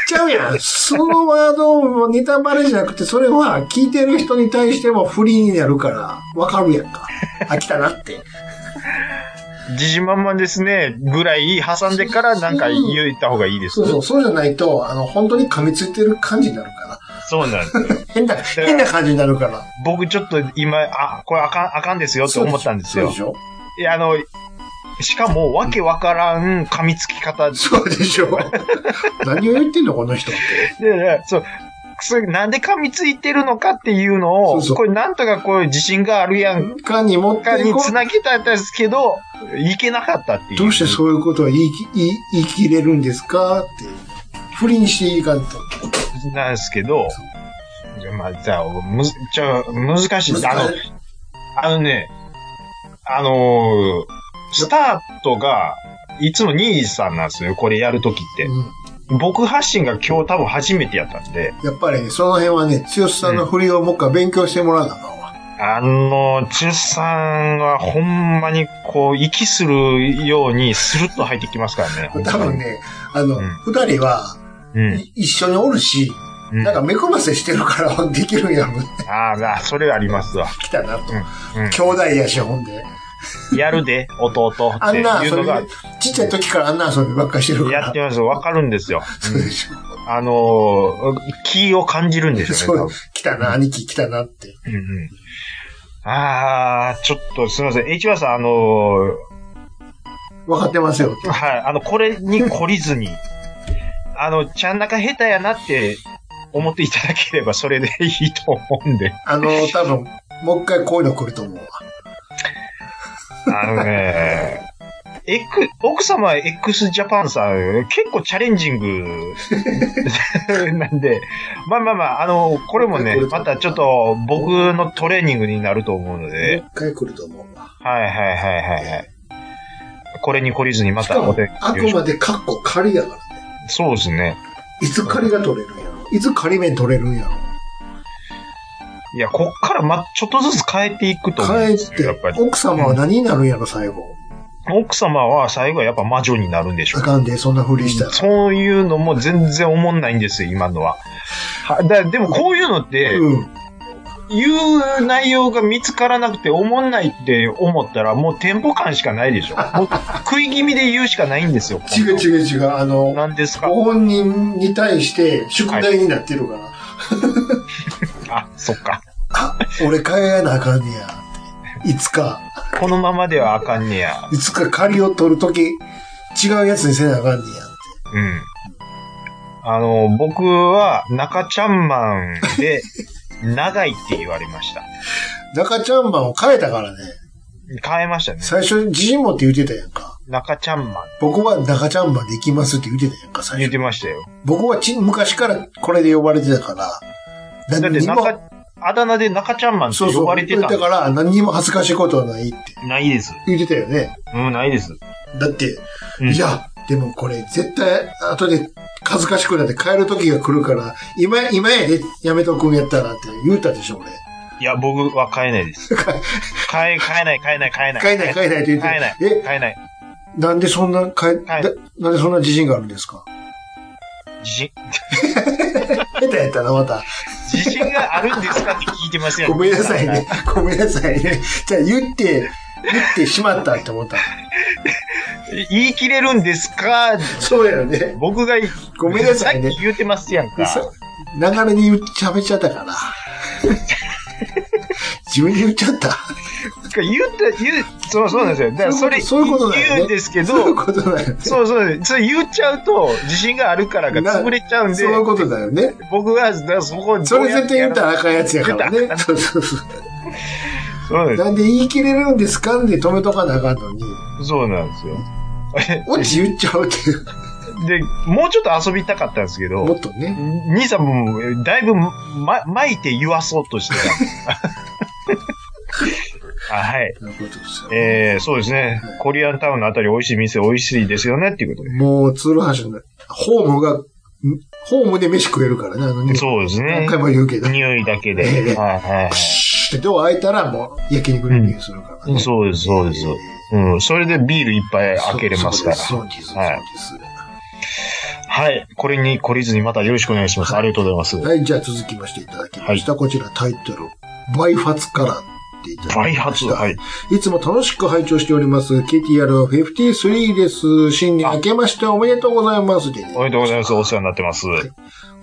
S4: ちゃうやん。そのワードもネタバレじゃなくて、それは聞いてる人に対しても不利になるから、わかるやんか。飽きたなって。
S3: 自信満々ですね、ぐらい挟んでからなんか言った方がいいです
S4: そう。そう、そうじゃないと、あの、本当に噛みついてる感じになるから。
S3: そうなんですよ。
S4: 変な、
S3: ら
S4: 変な感じになるから。
S3: 僕ちょっと今、あ、これあかん、あかんですよって思ったんですよ
S4: そう。でしょ
S3: いや、あの、しかも、わけわからん噛みつき方で、
S4: そうでしょ 何を言ってんの、この人って。
S3: でそう、それなんで噛みついてるのかっていうのを、
S4: そうそう
S3: これなんとかこういう自信があるやん
S4: かにもって
S3: かに
S4: こう
S3: 繋げたんですけど、いけなかったっていう。
S4: どうしてそういうことを言いき言い言い切れるんですかって。不利にしていかんと。
S3: なんですけど、じゃあまあ、じゃあ、むず、ちょ、難しい。あの、あのね、あのースタートが、いつも2位さんなんですよ、これやるときって。
S4: うん
S3: 僕発信が今日多分初めてやったんで、
S4: やっぱりね、その辺はね、強さんの振りをもう一回勉強してもらわなあかんわ。
S3: あの、チュさんはほんまにこう、息するようにスルッと入ってきますからね。
S4: 多分ね、あの、
S3: うん
S4: 二、人は、
S3: うん。
S4: い一緒におるし、
S3: うん。
S4: なんか目こばせしてるから できるんやもん。
S3: ああ、それはありますわ。
S4: 来たなと。
S3: うん
S4: 兄弟やし、ほんで。
S3: やるで、弟っ
S4: あ
S3: て
S4: んな
S3: いう
S4: 遊
S3: の
S4: び
S3: が、、
S4: ちっちゃい時からあんな遊びばっかりしてるから。
S3: やってます。わかるんですよ。
S4: そうでしょ。
S3: あのー、気を感じるんです
S4: そ
S3: よね、多
S4: う
S3: 分。、
S4: 来たな、兄貴来たなって。
S3: うんうんああ、ちょっとすみません。h ワさん、あの
S4: 分かってますよって
S3: ー、。はい、あの、これに懲りずに、 あの、ちゃん中下手やなって思っていただければそれでいいと思うん で。
S4: あの、多分、もう一回こういうの来ると思うわ。
S3: あのね、X、奥様は x ジャパンさん、結構チャレンジン グなんで、まあまあまあ、あの、これもね、またちょっと僕のトレーニングになると思うので、
S4: もう一回来ると思うわ。
S3: はいはいはいはいはい。これに懲りずにま
S4: しか
S3: たお
S4: も
S3: 手、
S4: あくまでカッコ仮やからね。
S3: そうですね。
S4: いつ仮が取れるんやろいつ仮面取れるんやろ
S3: いや、こっからま、ちょっとずつ変えていくと思うん
S4: 帰
S3: で
S4: っ
S3: すよ、やってぱり、。
S4: 奥様は何になるんやろ最後。
S3: 奥様は最後はやっぱ魔女になるんでしょ
S4: あ
S3: う。
S4: かんで、そんなふりしたら。
S3: そういうのも全然思んないんですよ、今のは。はだでもこういうのって、
S4: うん。
S3: 言う内容が見つからなくて思んないって思ったら、もうテンポ感しかないでしょ。もう食い気味で言うしかないんですよ。
S4: 違う違う違う。あの、
S3: 何ですか
S4: ご本人に対して宿題になってるから。
S3: あ、そっか。
S4: あ、俺変えなあかんねや。いつか、
S3: このままではあかんねや。
S4: いつか仮を取るとき、違うやつにせなあかんねや。
S3: うん。あの、僕は中ちゃんマン で、長いって言われました。
S4: 中ちゃんマンを変えたからね。
S3: 変えましたね。
S4: 最初、自信持って言ってたやんか。
S3: 中ちゃんマン。
S4: 僕は中ちゃんマンで行きますって言ってたやんか、最
S3: 言っ
S4: 初
S3: て。ましたよ。
S4: 僕はち昔からこれで呼ばれてたから、
S3: だって中、あだ名で中ちゃんマンって呼ばれてたん
S4: そうそう言ったから何にも恥ずかしいことはないって
S3: ないです。
S4: 言ってたよね。
S3: うん、ないです。
S4: だって、
S3: うん
S4: いや、でもこれ絶対後で恥ずかしくなって帰る時が来るから、今、今やでやめとくんやったらって言うたでしょ、俺。
S3: いや、僕は変えない です。変え、変えない、変えない、変えない。
S4: 変えない変えないって言って
S3: 変えない。
S4: え
S3: 変えない。
S4: なんでそんな、かえ
S3: はい
S4: だなんでそんな自信があるんですか
S3: 自信、
S4: 下手やったな、また。
S3: 自信があるんですかって聞いてますよ。
S4: ごめんなさいね。ごめんなさいね。じゃあ言って、言ってしまったって思った。
S3: 言い切れるんですか
S4: そうやよね。
S3: 僕が、
S4: ごめんなさいね
S3: っき言うてますやんか。
S4: さ流れに言っちゃべっちゃったから。 自分で言っちゃった。
S3: 言った、言う、そう、そうなんですよ。だからそれ、
S4: そういうことだよね
S3: 言うんですけど、
S4: そういうことだよね。
S3: そうそうです。それ言っちゃうと、自信があるからが潰れちゃうんで
S4: そう、いうことだよね。
S3: 僕は、だからそこに
S4: そ
S3: どう
S4: れ
S3: やって
S4: 絶対
S3: や
S4: 言っ
S3: る
S4: たらあかんやつやから
S3: 言った
S4: ね
S3: らあ。か
S4: そうそうそう。
S3: そうなんで
S4: なんで言い切れるんですかで止めとかなあかんのに、
S3: す。そうなんですよ。
S4: オチ言っちゃうっていう。
S3: で、もうちょっと遊びたかったんですけど、
S4: もっとね。
S3: 兄さんも、えだいぶ、ま、巻いて言わそうとして た。あはい。
S4: そういうことですよ
S3: えー、そうですね。コリアンタウンのあたり美味しい店美味しいですよねっていうこと
S4: もう、ツールハシの、ホームが、んホームで飯食えるからね、あの
S3: で。
S4: ね。
S3: そうですね
S4: 何。回も言うけど。
S3: 匂いだけ
S4: え
S3: で。
S4: え
S3: はいはい
S4: プシュってドア開いたらもう焼肉の匂いするから
S3: はい。
S4: ね。
S3: そうです、そうです。うん。それでビール一杯開けれますから。
S4: そうそうです、そう
S3: はい
S4: ですそうです。
S3: はい。これに懲りずにまたよろしくお願いします。ありがとうございます。
S4: はい、じゃあ続きましていただきました。こちらタイトル、バイファツからっていただきま
S3: 開
S4: した。
S3: 発はい。
S4: いつも楽しく拝聴しております。KTR53 です。新年明けましておめでとうございます。おめで
S3: おめでとうございます。お世話になってます。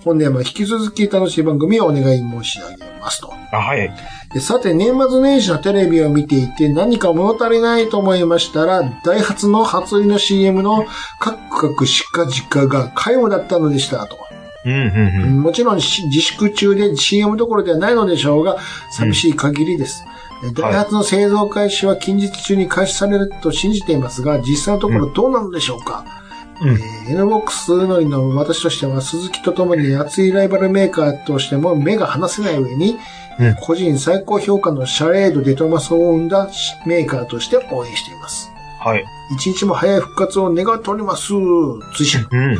S4: 本年も引き続き楽しい番組をお願い申し上げますと。
S3: あはい。
S4: でさて、年末年始のテレビを見ていて何か物足りないと思いましたら、ダイハツの初売りの CM のカクカクシカジカが皆無だったのでしたと。
S3: うん、うん、
S4: もちろんし自粛中で CM どころではないのでしょうが、寂しい限りです。ダイハツの製造開始は近日中に開始されると信じていますが、実際のところどうなのでしょうか、
S3: うんうん。
S4: えー NBOX うのりの私としては、鈴木とともに熱いライバルメーカーとしても目が離せない上に、
S3: うん
S4: 個人最高評価のシャレードデトマスを生んだメーカーとして応援しています。
S3: はい。
S4: 一日も早い復活を願ってお ります。追伸
S3: うん、うん。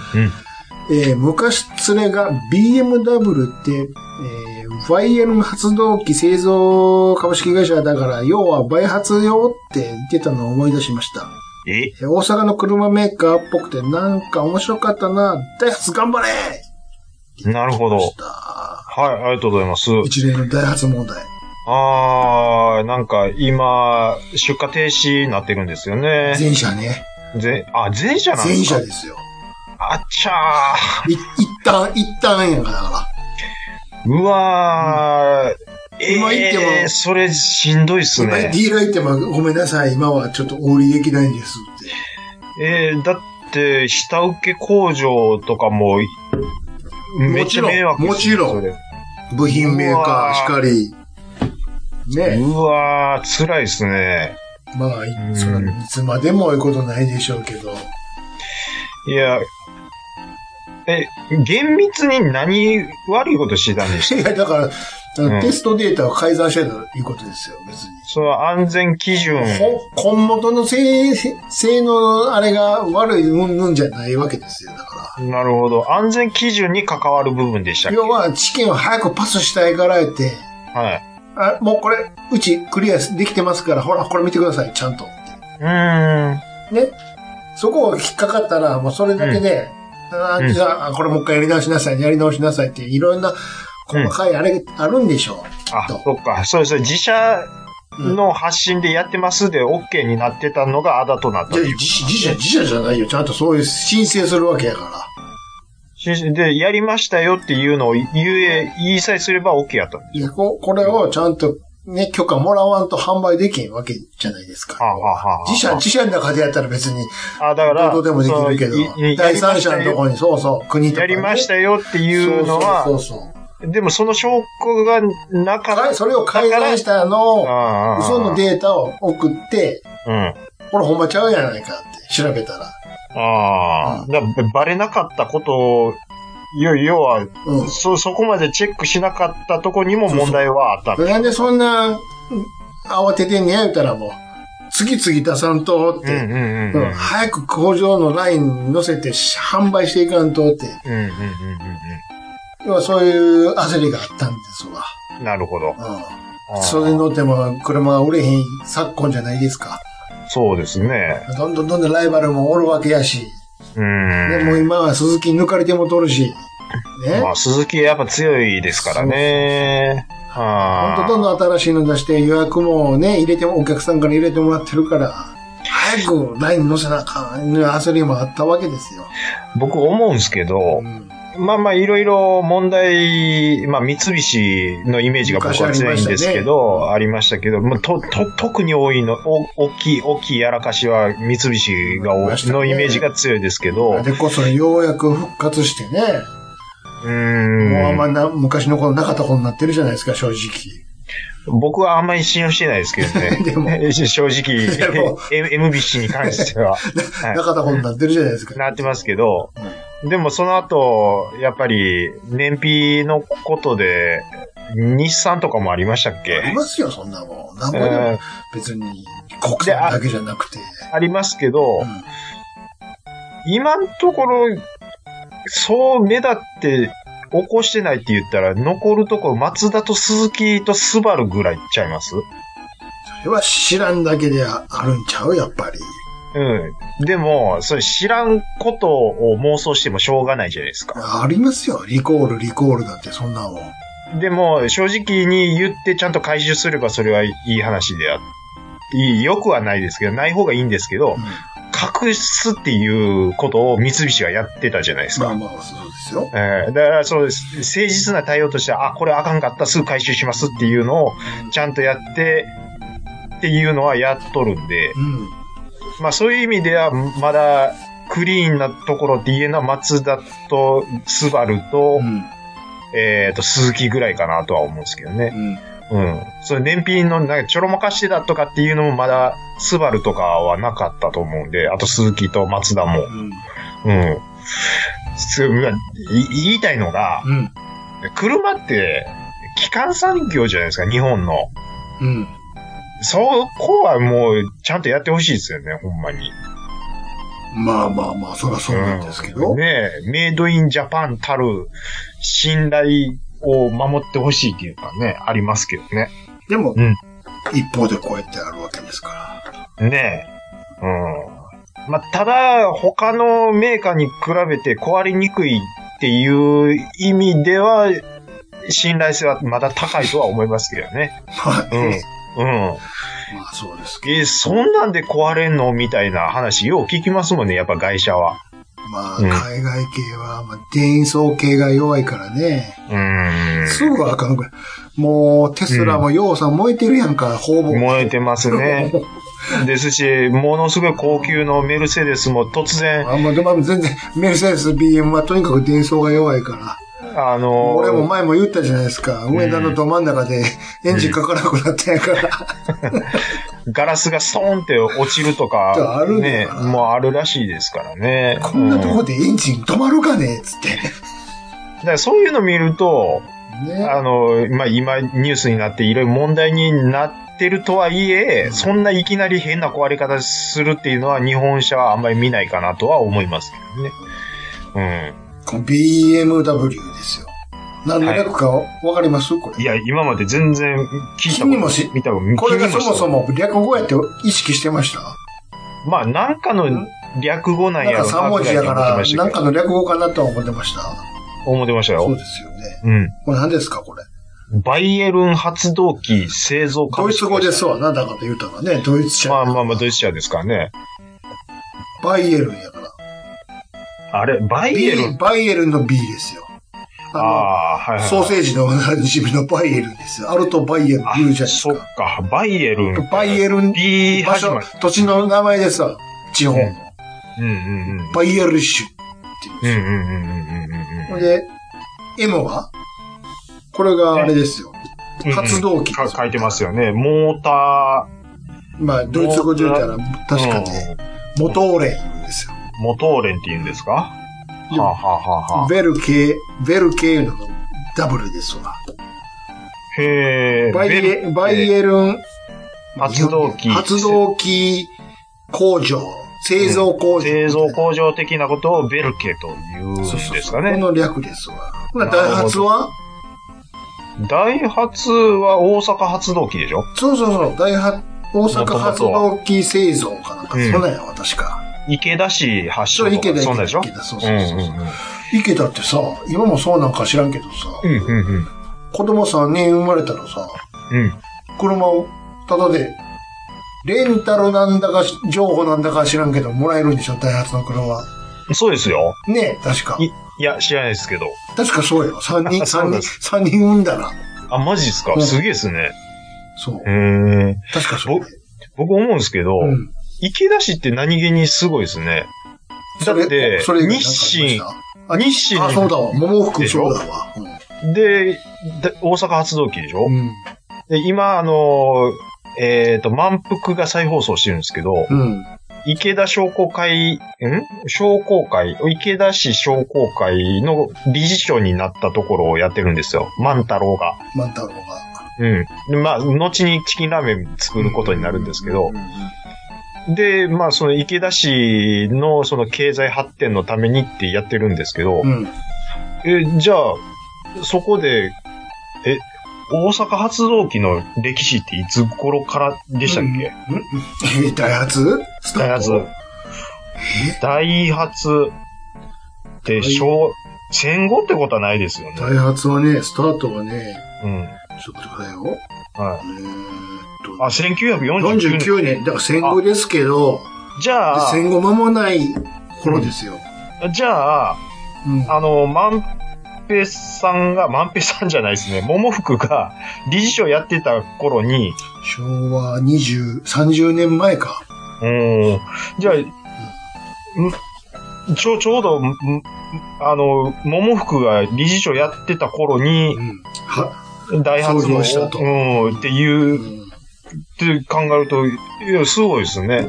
S4: えー昔連れが BMW って、えー、YN 発動機製造株式会社だから、要は倍発用って言ってたのを思い出しました。
S3: え
S4: えー大阪の車メーカーっぽくてなんか面白かったな。ダイハツ頑張れ
S3: なるほど。は
S4: で
S3: い
S4: した。、
S3: ありがとうございます。
S4: 一連のダイハツ問題。
S3: あー、なんか今、出荷停止になってるんですよね。
S4: 前者ね。
S3: ぜあ、前者なんで
S4: 前
S3: すか
S4: 者ですよ。
S3: あっちゃ
S4: い一旦、一旦やからだか
S3: ー。うわー。
S4: 今言っても
S3: えーそれしんどいっす
S4: ら。今
S3: ね
S4: デ。ィーラー行ってもごめんなさい、今はちょっとお売りできないんですって。
S3: えー、だって、下請け工場とかも、めっちゃ迷惑
S4: もちろん
S3: それ
S4: 部品メーカーしかり。ね。
S3: うわー、辛いですね。
S4: まあ、い
S3: うん
S4: そらいつまでもいうことないでしょうけど。
S3: いや、え、厳密に何悪いことしてたんですか
S4: いや、だから、あの
S3: うん
S4: テストデータを改ざんしてたということですよ、別に。
S3: その安全基準。
S4: こ根元の性、性のあれが悪いうんぬんじゃないわけですよ、だか
S3: なるほど。安全基準に関わる部分でした
S4: ら。
S3: っ
S4: 要は、試験を早くパスしたいからって、
S3: けはい。
S4: あ、もうこれ、うちクリアできてますから、ほら、これ見てください、ちゃんと。
S3: うーん。
S4: ね。そこを引っかかったら、もうそれだけで、あ
S3: うん
S4: じゃあ、これもう一回やり直しなさい、やり直しなさいって、いろんな細かいあれがあるんでしょう、き
S3: あ、
S4: っと。
S3: そっか。そうです。自社
S4: うん
S3: の発信でやってますで OK になってたのがあだとなった
S4: じゃ
S3: と
S4: あ
S3: いう
S4: 自自社、自社じゃないよ。ちゃんとそういう申請するわけやから。
S3: しで、やりましたよっていうのを言え、言いさえすれば OK やった。
S4: いや、ここれをちゃんとね、許可もらわんと販売できんわけじゃないですか。
S3: はあはあはあ
S4: 自社、自社の中でやったら別に、
S3: あ、だから、
S4: どうでもできるけ
S3: そのい
S4: ど、
S3: い
S4: 第三者のとこ
S3: やりましたよ
S4: ろに、そうそう、国とか、
S3: やりましたよっていうのは、
S4: そうそうそう
S3: でもその証拠がなかっ
S4: そう。
S3: た
S4: か。それを改ざんしたのを、
S3: ああ
S4: 嘘のデータを送って、
S3: うん。
S4: これほんまちゃうやないかって調べたら。
S3: ああ、だからバレなかったことを、要要は、
S4: うん。
S3: そ、そこまでチェックしなかったとこにも問題はあった。
S4: なんでそんな、うん慌ててんねや言うたらもう、次々出さんと
S3: うんう
S4: っ
S3: ん
S4: て、
S3: うんう。
S4: うん
S3: うん
S4: ん早く工場のラインに乗せてし販売していかんとって、
S3: うんうんうん
S4: 要はそういう焦りがあったんですわ。
S3: うん。なるほど。
S4: う
S3: あ
S4: ん。
S3: あ
S4: それに乗っても車が売れへん昨今じゃないですか。
S3: そうですね。
S4: どんどんどんどんライバルもおるわけやし、
S3: うん。
S4: ね、もう今は鈴木抜かれてもとるし、ね。
S3: まあ、鈴木やっぱ強いですからね。は
S4: ほん
S3: あ。
S4: とどんどん新しいの出して予約もね、入れても、お客さんから入れてもらってるから、早くラインに載せなあかん、焦りもあったわけですよ。
S3: 僕思うんですけど
S4: う、ん。
S3: まあまあ、いろいろ問題、まあ、三菱のイメージが僕は強いんですけど、ありましたけど、まあ、と、と、特に多いの、お、大きい、大きいやらかしは三菱が
S4: あり
S3: 多
S4: ましたね
S3: のイメージが強いですけど、
S4: あ
S3: う
S4: れこそようやく復活してね、もうあん
S3: ー
S4: ま
S3: ん、
S4: な昔のことなかったことになってるじゃないですか、正直。
S3: 僕はあんまり信用してないですけど
S4: でも
S3: ね。 正直
S4: でも、
S3: え MBC に関しては。はい
S4: なかったことになってるじゃないですか。
S3: なってますけど、でもその後、やっぱり、燃費のことで、日産とかもありましたっ
S4: あり
S3: け
S4: ますよ、そんなもん。なんぼで
S3: え
S4: も
S3: ー
S4: 別に国産だけじゃなくて。
S3: ありますけど、
S4: うん
S3: 今のところ、そう目立って起こしてないって言ったら、残るところ、松田と鈴木とスバルぐらいちゃいます
S4: それは知らんだけであるんちゃう、やっぱり。
S3: うん。でも、それ知らんことを妄想してもしょうがないじゃないですか。
S4: ありますよ、リコール、リコールだってそんなもん。
S3: でも、正直に言ってちゃんと回収すればそれはいい話であって、いい、良くはないですけど、ない方がいいんですけど、隠すっていうことを三菱はやってたじゃないです
S4: ま
S3: か。
S4: あまあ、そうですよ。
S3: えーだから、そうです。誠実な対応としては、あ、これあかんかった、すぐ回収しますっていうのを、ちゃんとやって、っていうのはやっとるんで、
S4: うん。
S3: まあそういう意味では、まだ、クリーンなところって言えな、松田と、スバルと、
S4: うん。
S3: えっ、と、鈴木ぐらいかなとは思うんですけどね。
S4: うん。
S3: うん。それ燃費のなんかちょろまかしてだとかっていうのもまだ、スバルとかはなかったと思うんで、あと鈴木と松田も。
S4: うん。
S3: うん。すうわい言いたいのが、
S4: うん。
S3: 車って、機関産業じゃないですか、日本の。
S4: うん。
S3: そこはもう、ちゃんとやってほしいですよね、ほんまに。
S4: まあまあまあ、そりゃそうなんですけど。
S3: ねえ、メイドインジャパンたる信頼を守ってほしいっていうかね、ありますけどね。
S4: でも
S3: うん、
S4: 一方でこうやってあるわけですから。
S3: ねえ。うん。まあ、ただ、他のメーカーに比べて壊れにくいっていう意味では、信頼性はまだ高いとは思いますけどね。
S4: まあ
S3: うん。
S4: ね、
S3: うん。
S4: まあそうですけ
S3: え、そんなんで壊れんのみたいな話、よう聞きますもんね、やっぱ外車は。
S4: ど。まあ、
S3: うん
S4: 海外系は、まあ、伝送系が弱いからね。
S3: うーん。
S4: すぐあかんぐらい。もう、テスラもようさん燃えてるやんか、ほぼ。
S3: 燃えてます ね。ですし、ものすごい高級のメルセデスも突然、
S4: あんま、でも全然、メルセデス、BM はとにかく伝送が弱いから。
S3: あの、
S4: 俺も前も言ったじゃないですか。上田のど真ん中でエンジンかからなくなったんやから。
S3: ガラスがストーンって落ちるとか、
S4: ある
S3: ね
S4: ね、
S3: もうあるらしいですからね。
S4: こんなと
S3: うん
S4: こでエンジン止まるかねっつって。
S3: だからそういうの見ると、
S4: ね。
S3: あの、まあ、今ニュースになっていろいろ問題になってるとはいえ、そんないきなり変な壊れ方するっていうのは日本車はあんまり見ないかなとは思いますけどね。
S4: この BMW ですよ。何の略かわかりますこ
S3: うん。い
S4: れ。
S3: や、今まで全然聞いたこと
S4: 気にもし
S3: 見たこと
S4: これが
S3: 気に
S4: そ
S3: し
S4: も
S3: た
S4: そも略語やって意識してました
S3: まあ、なんかの略語なん
S4: なん
S3: や
S4: か
S3: ろ
S4: 3
S3: な
S4: 文
S3: ぐ
S4: 字
S3: らい
S4: や
S3: に思
S4: か
S3: ってま
S4: ら、
S3: したけど
S4: なんかの略語かなとは思ってました。
S3: 思ってました
S4: そう
S3: よ。
S4: ですよね。
S3: うん。
S4: これ何ですかこれ。
S3: バイエルン発動機製造
S4: ドイツ語です
S3: わ。
S4: わ。なんだかと言うたらね、ドイツ社。
S3: まあまあまあ、ドイツ車ですからね。
S4: バイエルンやから。
S3: あれ、バイエルン
S4: B バイエルンの B ですよ。
S3: あ
S4: あ
S3: あ、はい
S4: の、
S3: はい。
S4: ソーセージのおなじみのバイエルンですよ。アルトバイエルン
S3: あ、
S4: 言うじゃないです
S3: そっ
S4: か。
S3: か、バイエルン。
S4: バイエルン、
S3: B
S4: 場
S3: 始
S4: 所
S3: まり。、
S4: 土地の名前ですわ。地方の。
S3: うんうんうん。
S4: バイエルッシュって言
S3: うん
S4: うんですよ。
S3: うんうんうんうん
S4: ほんで、M はこれがあれですよ。
S3: うん。
S4: 発動機
S3: か書いてますよね。モータ
S4: まあ、ドイツ語で言ったら、
S3: ー。
S4: 確かね、モトーレンですよ。
S3: うん。モトーレンって言うんですかはあ、はあはあはあ、
S4: ベル系、ベル系いうのがダブルですわ。
S3: へえ。
S4: バイ
S3: ベル
S4: エバイエルン、
S3: 発動機。
S4: 発動機工場、製造工場。
S3: 製造工場的なことをベルケと言うん
S4: そうそうそう
S3: ですか
S4: こ
S3: ね。
S4: の略ですわ。ほな、
S3: なるほど
S4: ダイハツは
S3: ダイハツは大阪発動機でしょ
S4: そうそうそう、ダイハ大阪発
S3: 元々
S4: 動機製造かなんか、
S3: うん
S4: そんなんやわ、確か。
S3: 池田市発
S4: そ
S3: 祥
S4: う、
S3: と
S4: 池
S3: か
S4: 田、
S3: そんなん
S4: 池
S3: でしょ
S4: 田、そう
S3: う
S4: そ
S3: ん
S4: う
S3: う
S4: そう。
S3: んうん
S4: 池田ってさ、今もそうなんか知らんけどさ、
S3: うんうん
S4: 子供3人生まれたらさ、
S3: うん。
S4: 車をただで、レンタルなんだか、情報なんだか知らんけど、もらえるんでしょ、ダイハツの車は。
S3: うん。そうですよ。
S4: ね確か。
S3: いいや、知らないですけど。
S4: 確かそうよ。三人、
S3: あ そ
S4: 三
S3: うなん
S4: 人、
S3: です
S4: 三人産んだな。
S3: あ、マジですか、
S4: うん
S3: すげえですね。
S4: そう。
S3: へえ。
S4: 確かそう。
S3: 僕思うんですけど、
S4: うん。
S3: 池田市って何気にすごいですね。
S4: それ、
S3: で
S4: それ以外
S3: 日清
S4: なんかありま
S3: 日
S4: した
S3: 清
S4: あ、そうだわ。桃
S3: で
S4: 福
S3: し
S4: そ
S3: ょ
S4: うだわ。うん
S3: で、だ大阪発動機でしょ、
S4: うん。
S3: で今、あのーえっ、と、満腹が再放送してるんですけど、
S4: うん。
S3: 池田商工会、ん商工会、池田市商工会の理事長になったところをやってるんですよ。万太郎が。
S4: 万太郎が。
S3: うん。でまあ、後にチキンラーメン作ることになるんですけど
S4: う、ん。
S3: で、まあ、その池田市のその経済発展のためにってやってるんですけど、
S4: うん。
S3: え、じゃあ、そこで、え、大阪発動機の歴史っていつ頃からでしたっけ、
S4: うんえー、ダイハツスター
S3: ダイハツ
S4: ト。
S3: ダイハツで昭戦後ってことはないですよね。
S4: ダイハツはね、スタートはね、
S3: うん。
S4: ちょっと待ってくださいよ。
S3: は
S4: え
S3: い。
S4: ーっと
S3: あ、1949年。
S4: 49年、だから戦後ですけど、
S3: じゃあ、
S4: 戦後間もない頃ですよ。
S3: じゃあ、
S4: うん
S3: あの、万平さんが、万平さんじゃないですね、 桃福が理事長やってた頃に、
S4: 昭和20、30年前か。
S3: うん、じゃあ、んちょ、ちょうど、んあの、桃福が理事長やってた頃に
S4: う、ん。は、
S3: 大発
S4: 創
S3: 動
S4: 業したと
S3: うん、っていうう、っ
S4: ん。
S3: て考えると、いや、すごいですね。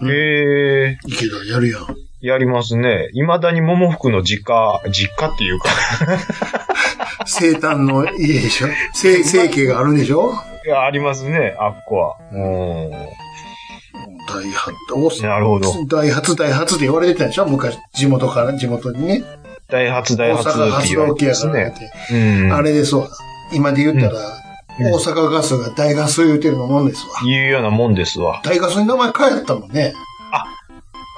S4: うん
S3: ええ
S4: 池田やるやん。
S3: やりますね。未だに桃福の実家、実家っていうか、
S4: 生誕の家でしょ生、生家があるんでしょ
S3: いやありますね、あっこは。う
S4: 大発、大
S3: ん。なるほど。
S4: 大発、大発って言われてたでしょ昔、地元から、地元にね。
S3: 大発大
S4: 大
S3: 発
S4: 阪
S3: って
S4: 発
S3: 言われ
S4: 動
S3: て
S4: 機
S3: ま
S4: や
S3: す
S4: からね
S3: ね。。うん。
S4: あれでそうだ。今で言ったら、
S3: うん
S4: 大阪ガスが大ガス言うてるのもんです
S3: い
S4: わ。
S3: うようなもんですわ。
S4: 大ガスに名前変えたもんね。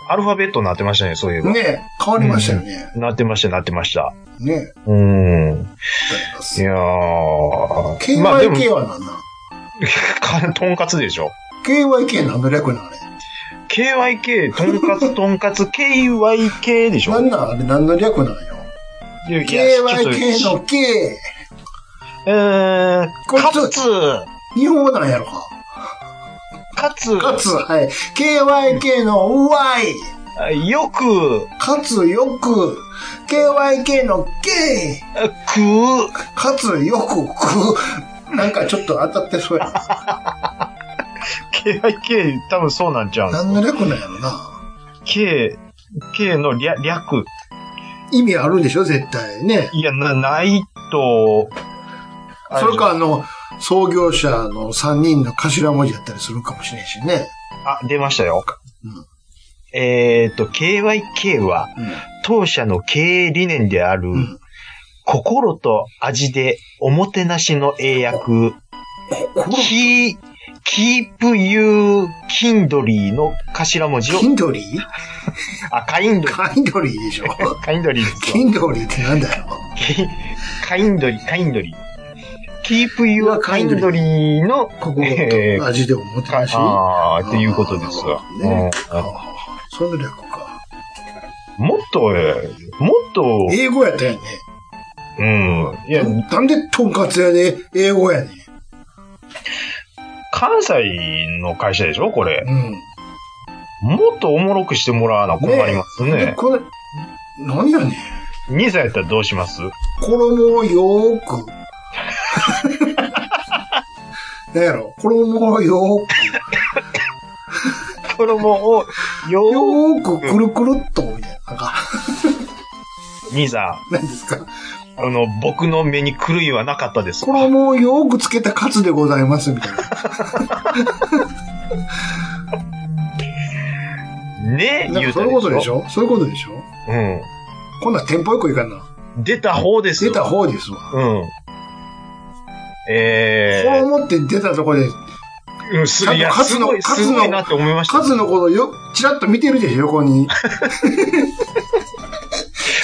S3: アルファベットになってましたね、そういえば。
S4: ね変わりましたよね。
S3: なってました、なってました。
S4: ね
S3: うん。
S4: 大ガ
S3: い
S4: ス。
S3: やー。まあでも、
S4: KYK は何な
S3: か
S4: ん
S3: とんかつでしょ。
S4: ?KYK 何の略なんあれ。
S3: KYK、とんか つ、とんかつ、KYK でしょ。
S4: なんなんあれ何の略なんよ。
S3: いやいやちょっと
S4: KYK の K。
S3: うーん、
S4: これちょ
S3: かつ、
S4: 日本語なんやろか。
S3: かつ、
S4: かつ、はい。KYK の Y。
S3: よく、
S4: かつよく。KYK の K。
S3: 食う、
S4: かつよく食う。なんかちょっと当たってそうやな。
S3: KYK 多分そうなんちゃう
S4: 何の略なんやろな。
S3: K、K の略略。
S4: 意味あるんでしょ絶対ね。
S3: いや、な、ないと、あ
S4: そ
S3: でしょ
S4: れかあの、創業者の3人の頭文字やったりするかもしれんしね。
S3: あ、出ましたよ。
S4: うん
S3: えっ、と、KYK は、当社の経営理念である、
S4: うん。うん。
S3: 心と味でおもてなしの英訳、キー、キープユーキンドリーの頭文字を
S4: キ、ンドリー
S3: あ、カインドリー。
S4: カインドリー でしょ
S3: カインドリーです
S4: キ
S3: わ
S4: ンドリーってなんだよ。
S3: キカインドリー、カインドリー。キープユーカインドリーの、
S4: 心
S3: え
S4: と
S3: ー
S4: 味でおもてなし。
S3: ああ、っていうことですわ。
S4: あーね
S3: うん
S4: ああその略か。
S3: もっと、えーもっと、
S4: 英語やったよね。
S3: うん。いや、
S4: なんでとんかつ屋で英語やねん。
S3: 関西の会社でしょこれ。
S4: うん。
S3: もっとおもろくしてもらわな困ります
S4: で
S3: ね。
S4: これ、何やねん。
S3: 兄さんやったらどうします
S4: 衣をよー く。何やろ衣をよ
S3: 衣を、
S4: ーく、
S3: よ
S4: よーくくるくるっと、みたいな。なんか、
S3: 兄さ
S4: 何ですか
S3: ん、あの、僕の目に狂いはなかったですか
S4: 衣をよーくつけたカツでございます、みたい な。
S3: ね
S4: なん
S3: 言
S4: か
S3: うた
S4: そういうことで
S3: で
S4: し
S3: しょ
S4: ょそういうことでしょ
S3: う
S4: こんなんテンポよくいかんな。
S3: ん。出た方です
S4: 出
S3: よ。
S4: た方ですわ。
S3: うん。えー
S4: 衣って出たとこで、
S3: うん、す
S4: ちゃんと
S3: いや
S4: カツ
S3: す
S4: の
S3: ごい、
S4: カツ
S3: す
S4: の
S3: ごいなって思いました。
S4: カツのことよ、ちらっと見てるでしょ、横に。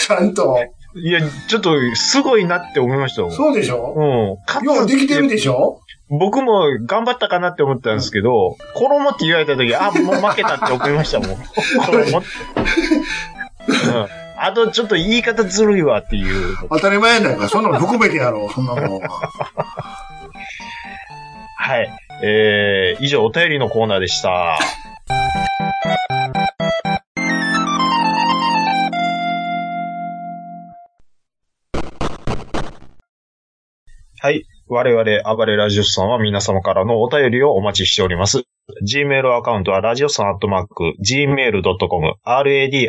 S4: ちゃんと。
S3: いや、ちょっと、すごいなって思いましたよ。
S4: そうでしょ
S3: うん。カツ
S4: ようできてるでしょ
S3: 僕も頑張ったかなって思ったんですけど、衣って言われた時、あ、もう負けたって思いましたもん。衣って。うん、あとちょっと言い方ずるいわっていう。
S4: 当たり前やないか。そんなの含めてやろう。そんなもん。
S3: はい。えー、以上お便りのコーナーでした。はい。我々、暴れラジオスさんは皆様からのお便りをお待ちしております。Gmail アカウントは、ラジオさんアットマーク、gmail.com、radiossan アッ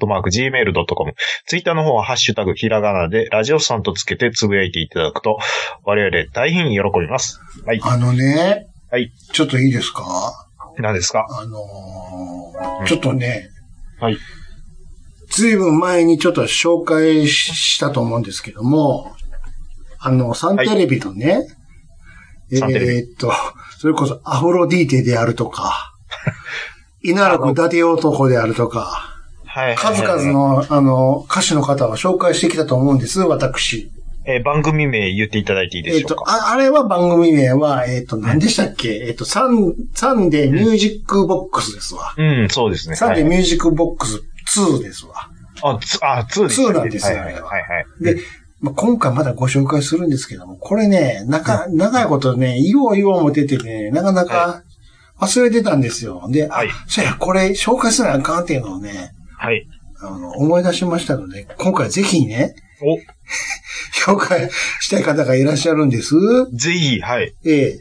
S3: トマーク、gmail.com。Twitter の方は、ハッシュタグ、ひらがなで、ラジオさんとつけてつぶやいていただくと、我々大変喜びます。はい。
S4: あのね。
S3: はい。
S4: ちょっといいですか
S3: 何ですか
S4: あのーちょっとね。
S3: はい。
S4: ずいぶん前にちょっと紹介したと思うんですけども、あの、サンテレビのね、
S3: サンテレビ
S4: えーっと、それこそアフロディーテであると か、稲楽伊達男であるとか、
S3: はい。
S4: 数々。の、あの、歌手の方を紹介してきたと思うんです、私。
S3: えー番組名言っていただいていいで
S4: えっ
S3: しょう
S4: と、
S3: か、
S4: ああれは番組名は、えっと、何でしたっけえっと、サン、サンデーミュージックボックスですわ。
S3: うん、そうですね。
S4: サン
S3: は
S4: デー
S3: い、
S4: ミュージックボックス2ですわ。
S3: あ、つ、あ、ツーですね。
S4: ツーなんですよ
S3: はい、はい、
S4: あれは
S3: はいはい。
S4: で、まあ、今回まだご紹介するんですけども、これね、なか、長いことね、言おう言おうも出てね、なかなか忘れてたんですよ。で、あ
S3: はい、
S4: そうや、これ紹介せなあかんっていうのをね、
S3: はい。
S4: あの、思い出しましたので、今回ぜひね、
S3: お、
S4: 紹介したい方がいらっしゃるんです。
S3: ぜひ、はい。
S4: ええ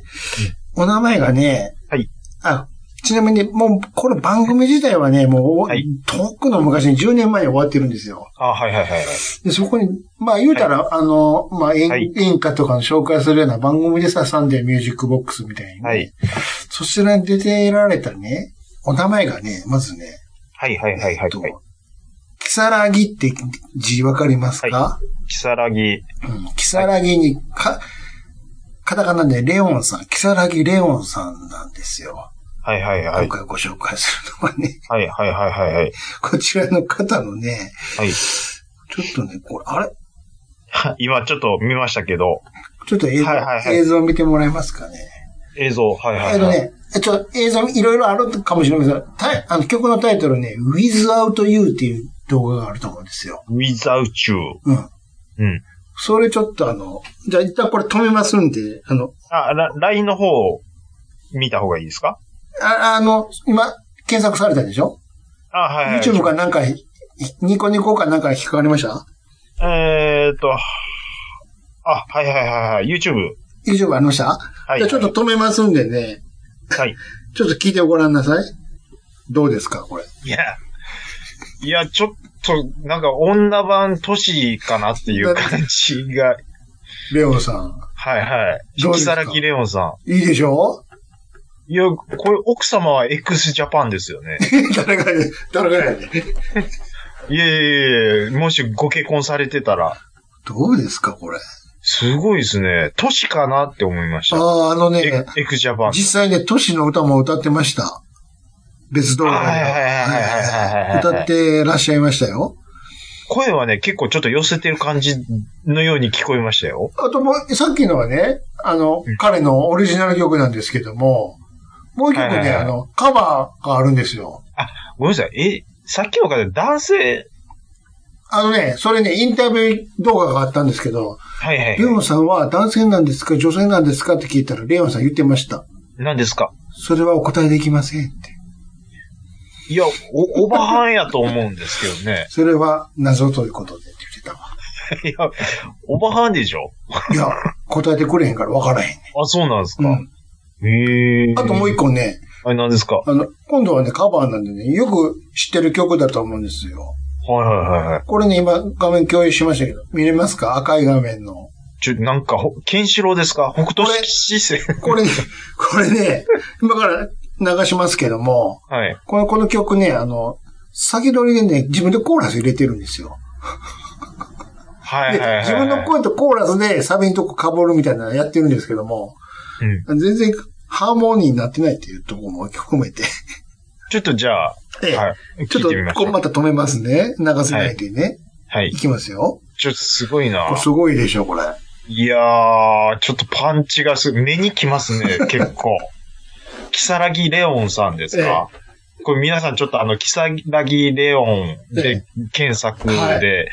S4: お名前がね、
S3: はい。
S4: あ、ちなみに、もう、この番組自体はね、もう、
S3: はい
S4: 遠くの昔に10年前に終わってるんですよ。
S3: あ、はい、はい、はいはい。
S4: で、そこに、まあ言うたら、あの、まあ演,、
S3: はい
S4: 演歌とかの紹介するような番組でさ、サンデーミュージックボックスみたいに、ね
S3: はい
S4: そちらに出てられたね、お名前がね、まずね、
S3: はい、はい、はい、
S4: え
S3: は
S4: っ
S3: い
S4: と
S3: はい。、
S4: キサラギって字わかりますか、
S3: キサラギ。
S4: うん、キサラギに、か、カタカナでレオンさん、キサラギレオンさんなんですよ。
S3: はい、はい、はい
S4: 今。回ご紹介するのはね、
S3: はい、はい、はい、はい、はい。
S4: こちらの方のね、
S3: はい。
S4: ちょっとね、これ、あれ
S3: は今ちょっと見ましたけど、
S4: ちょっと映像、
S3: はいはいはい
S4: 映像見てもらえますかね。
S3: 映像、はい、は
S4: えっ
S3: い、
S4: と
S3: はい。
S4: ね、ちょっと映像いろいろあるかもしれませんが、タイあの曲のタイトルね、Without You っていう動画があると思うんですよ。
S3: without you.
S4: うん。
S3: うん。
S4: それちょっとあの、じゃあ一旦これ止めますんで、あの、
S3: あ、ラ LINE の方を見た方がいいですか
S4: ああの、今、検索されたでしょ
S3: あ、はい、はい。
S4: ?YouTube かなんか、ひニコニコかなんか引っかかりました
S3: えーっと、あ、はい、はい、はい、はい。YouTube。
S4: ?YouTube ありました
S3: はい。
S4: じゃあちょっと止めますんでね、
S3: はい。
S4: ちょっと聞いてごらんなさい。どうですか、これ。
S3: いや、いや、ちょっと、なんか女版都市かなっていう感じが、
S4: レオンさん。
S3: はいはい。
S4: ど
S3: 引
S4: うで
S3: き
S4: すか
S3: さらきレオンさ
S4: いいでしょ
S3: ん。いや、これ奥様は x ジャパンです よね。
S4: 誰がね、誰がやね。
S3: いやいやいやもしご結婚されてたら、
S4: どうですか、これ。
S3: すごいですね。都市かなって思いまし
S4: あ
S3: た。
S4: あ、あのね、
S3: エクジャパン。
S4: 実際ね、都市の歌も歌ってました。別動画で。
S3: はいはいはいはいはいはい
S4: 歌ってらっしゃいましたよ。
S3: 声はね、結構ちょっと寄せてる感じのように聞こえましたよ。
S4: あともう、さっきのはね、あの
S3: うん、
S4: 彼のオリジナル曲なんですけども、もう一曲
S3: はいはい
S4: ね、
S3: はい
S4: あの、カバーがあるんですよ。
S3: ごめんなさい。え、さっきの方男性
S4: あのね、それね、インタビュー動画があったんですけど、
S3: はいはい
S4: レオ
S3: は
S4: ンさんは男性なんですか女性なんですかって聞いたら、レオンさん言ってました。
S3: い。何ですか
S4: それはお答えできませんって。
S3: いや、お、おばはんやと思うんですけど ね。
S4: それは謎ということでって言ってた わ。
S3: いや、おばはんでしょ
S4: いや、答えてくれへんから分からへんね。
S3: あ、そうなんですか。
S4: うん
S3: へえ。
S4: あともう一個ね、
S3: 個。はい、何ですか。は
S4: あの、今度はね、カバーなんでね、よく知ってる曲だと思うんですよ。
S3: いはいはいはい。
S4: これね、今、画面共有しましたけど、見れますか赤い画面の。
S3: ちょ、なんか、ほケンシロウですか北斗
S4: これ
S3: 七星。
S4: これね、 これね、今から流しますけども、
S3: はい。
S4: この、この曲ね、あの、先取りでね、自分でコーラス入れてるんですよ。
S3: はいはい
S4: で
S3: はいはい。
S4: 自分の声とコーラスでサビのとこかぶるみたいなのやってるんですけども、
S3: うん。
S4: 全然ハーモニーになってないっていうところも含めて。
S3: ちょっとじゃあ、
S4: ええ
S3: はい。
S4: ちょっ
S3: 聞いてみま
S4: と、
S3: し
S4: これ
S3: ょう。
S4: また止めますね。流せないでね。
S3: はい
S4: い、。きますよ。
S3: ちょっとすごいな
S4: これすごいでしょ、これ。
S3: いやー、ちょっとパン チがす、目にきますね、結構。キサラギレオンさんですか、これ皆さんちょっとあの、キサラギレオンで検索
S4: は
S3: で、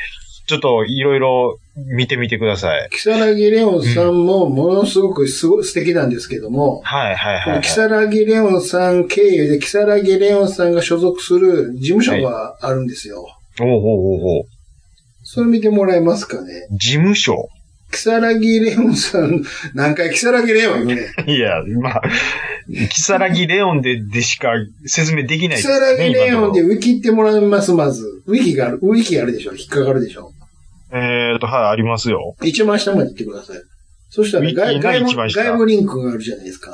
S3: ちょっといろいろ見てみてください。
S4: キサラギレオンさんもものすごくすご素敵なんですけども、
S3: はいはい
S4: こ
S3: はい、は
S4: の
S3: い。
S4: キサラギレオンさん経由で、キサラギレオンさんが所属する事務所があるんですよ。
S3: おうおうおうおう
S4: それ見てもらえますかね。
S3: 事務所
S4: キサラギレオンさん、何回キサラギレオン言うね。
S3: いや、まあ、キサラギレオンで、でしか説明できない
S4: キ
S3: です
S4: サラギレオンで
S3: 今のとこ
S4: ウィキってもらいます、まず。ウィキがある、ウィキがあるでしょ。引っかかるでしょ。
S3: ろえーと、はい、ありますよ。
S4: 一番下まで行ってください。そしたら
S3: ウィキが
S4: 外外
S3: 一番
S4: 部、
S3: 下
S4: 外部リンクがあるじゃないですか。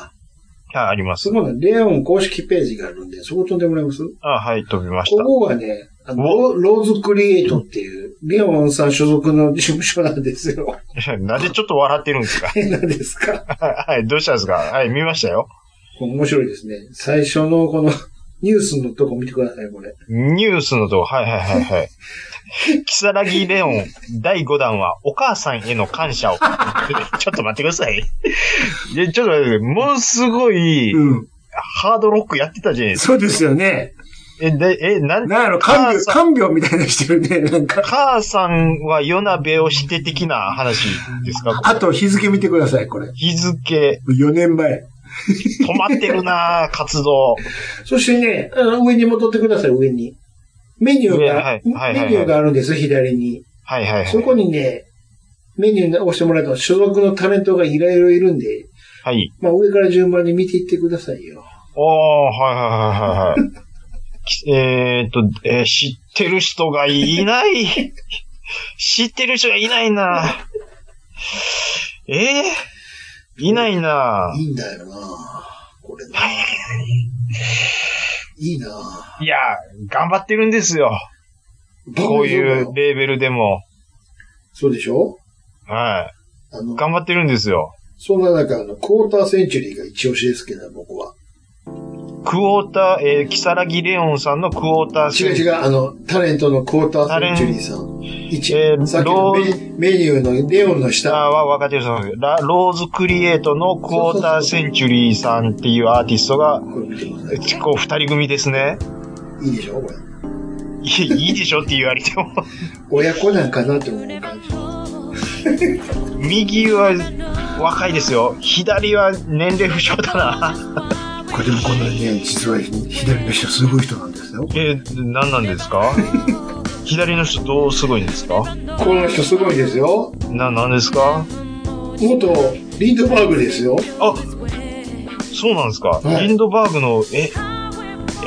S3: はい、あります
S4: そ。このレオン公式ページがあるんで、そこ飛んでもらえます
S3: あ、はい、飛びまし
S4: こ
S3: た。
S4: こがね、あの
S3: お
S4: ロローズクリエイトっていう、レオンさん所属の事務所なんですよ。
S3: いや なんでちょっと笑ってるんですか
S4: 変なんですか
S3: はい、どうしたんですかはい、見ましたよ。
S4: 面白いですね。最初のこのニュースのとこ見てください、これ。
S3: ニュースのとこ、はいはいはいはい。 キサラギレオン第5弾はお母さんへの感謝を。ち ょっと待ってください。いや、ちょっと待ってください。ものすごい、
S4: うん。
S3: ハードロックやってたじゃないですか。
S4: そうですよね。
S3: え、で、え、なん、
S4: なんやろ、看病、看病みたいなしてるね。なんか。
S3: 母さんは夜なべをして的な話ですか
S4: あと日付見てください、これ。
S3: 日付、
S4: 4年前。
S3: 止まってるなぁ活動。
S4: そしてね、あの上に戻ってください、上に。メニュー
S3: 上
S4: が、
S3: はいはいはいはい
S4: メニューがあるんです、左に。
S3: はいはいはい。
S4: そこにね、メニューを押してもらうと、所属のタレントがいろいろいるんで、
S3: はい。
S4: まあ上から順番に見ていってくださいよ。
S3: おー、はいはいはいはいはい。 きえーっと、えー知ってる人がいない。 知ってる人がいないな。えー、いないな。
S4: いいんだよなこれな。いいない
S3: や、頑張ってるんですよ。こういうレーベルでも。
S4: そうでしょ
S3: は
S4: あ
S3: い。
S4: の、
S3: 頑張ってるんですよ。
S4: そんな中、あの、クォーターセンチュリーが一押しですけど、僕は。
S3: クォーター、えー、キサラギレオンさんのクォーター
S4: 違う違
S3: う。
S4: う、あの、タレントのクォーターセンチュリーさん。一、
S3: えー
S4: さっきのメ
S3: ロ
S4: メニューのレオンの
S3: あー
S4: 下。
S3: わ、わかってるそうですラローズクリエイトのクォーターセンチュリーさんっていうアーティストが、
S4: これ見てくださ
S3: えこう二人組ですね。
S4: い。いいでしょこれ。
S3: いやいいでしょって言われても。
S4: 親子なんかなって思う感じ。
S3: 右は若いですよ。左は年齢不詳だな。
S4: これでもこのね、実は左の人すごい人なんですよ。
S3: えー、何なんですか左の人どうすごいんですか
S4: この人すごいですよ。
S3: な、何ですか
S4: 元リンドバーグですよ。
S3: あそうなんですか、
S4: はい
S3: リンドバーグの、え、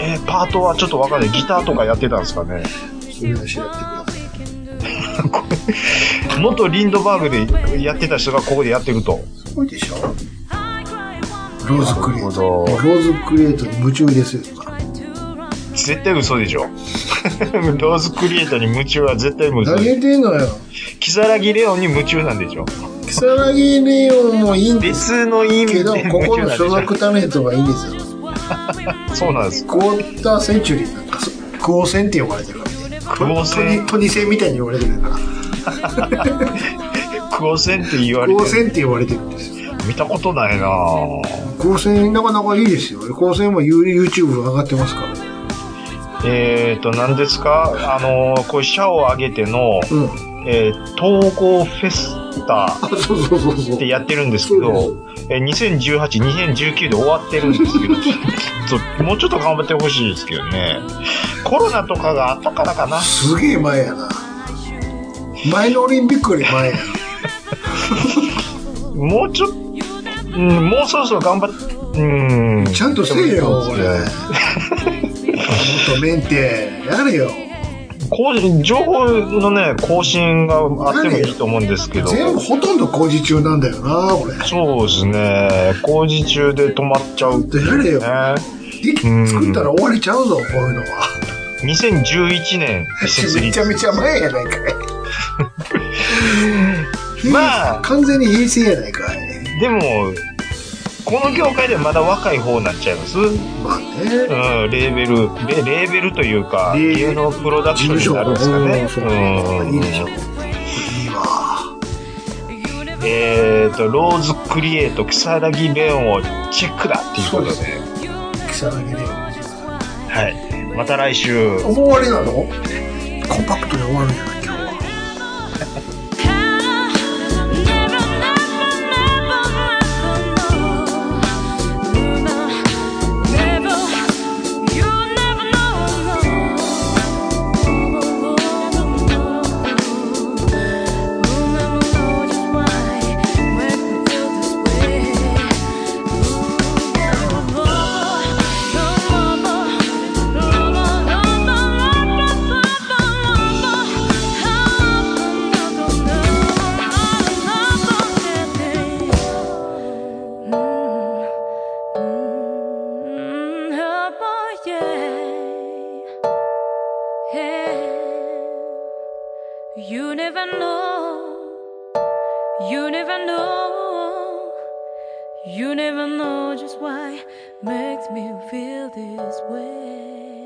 S3: えーパートはちょっとわかんない。ギターとかやってたんですか ね
S4: それは調べてください。
S3: 元リンドバーグでやってた人がここでやってると。
S4: すごいでしょローズクリエイ
S3: なるほ
S4: ト。
S3: ど
S4: ローズクリエイトに夢中ですよ、今。
S3: 絶対嘘で しょ。ローズクリエイトに夢中は絶対無理
S4: 投。げてんのよ。
S3: キサラギレオンに夢中なんでしょ。
S4: キサラギレオンもいいんです
S3: 別の意味で
S4: けど、
S3: 夢
S4: ここ
S3: 中
S4: の
S3: なんでし
S4: 所
S3: ょ。
S4: 属タレントがいいんですよ。
S3: そうなんです。
S4: クォーターセンチュリーなんかそう、クオーセンって呼ばれてるからね。
S3: クオーセン
S4: トニトニセンみたいに呼ばれてるから。
S3: クオセンって言わ
S4: ク
S3: れ
S4: オー
S3: て
S4: センって呼ばれてるんですよ。
S3: 見たことないなぁ
S4: クオーセンなかなかいいですよ。クオーセンも You- YouTube 上がってますからね。
S3: えっ、ー、と、何ですかあのー、こう、社を挙げての、
S4: うん。
S3: えー、統合フェスタ
S4: あ、そうそうそうそう。
S3: ってやってるんですけ
S4: そ
S3: ど、えー、2018、2019で終わってるんですけど、ちょっと、もうちょっと頑張ってほしいですけどね。コロナとかがあったからかな。
S4: すげえ前やな。前のオリンピックより前や。
S3: もうちょっと、うん、もうそろそろ頑張って、うん。
S4: ちゃんとせえよ、これ。もっとメンテ、やれよ。
S3: こう情報のね、更新があってもいいと思うんですけど。
S4: 全部ほとんど工事中なんだよな、これ。ち
S3: そうですね。工事中で止まっちゃう
S4: ゃんとやれよ。
S3: ね。
S4: でき作ったら終わりちゃうぞ、こういう のは。
S3: 2011年設
S4: め
S3: 立
S4: ちゃ。めちゃ前やないかい。
S3: まあ
S4: 完全に平成やないかい。
S3: でも、この業界ではまだ若い方になっちゃいますうん、
S4: まあね。
S3: レーベル、レレーベルというか、
S4: レーベル
S3: 芸能プロダク
S4: 事
S3: ション
S4: 務
S3: に
S4: 所
S3: なるんですかね。
S4: も
S3: うん
S4: いいでしょう。いいわ。
S3: えっ、と、ローズクリエイト、草薙レオンをチェックだっていうことで。
S4: そうですね。草薙ね。
S3: はい。また来週。
S4: 終わりなのコンパクトで終わるんじゃない今日は。
S1: Mm-hmm. You never know. You never know. You never know just why makes me feel this way.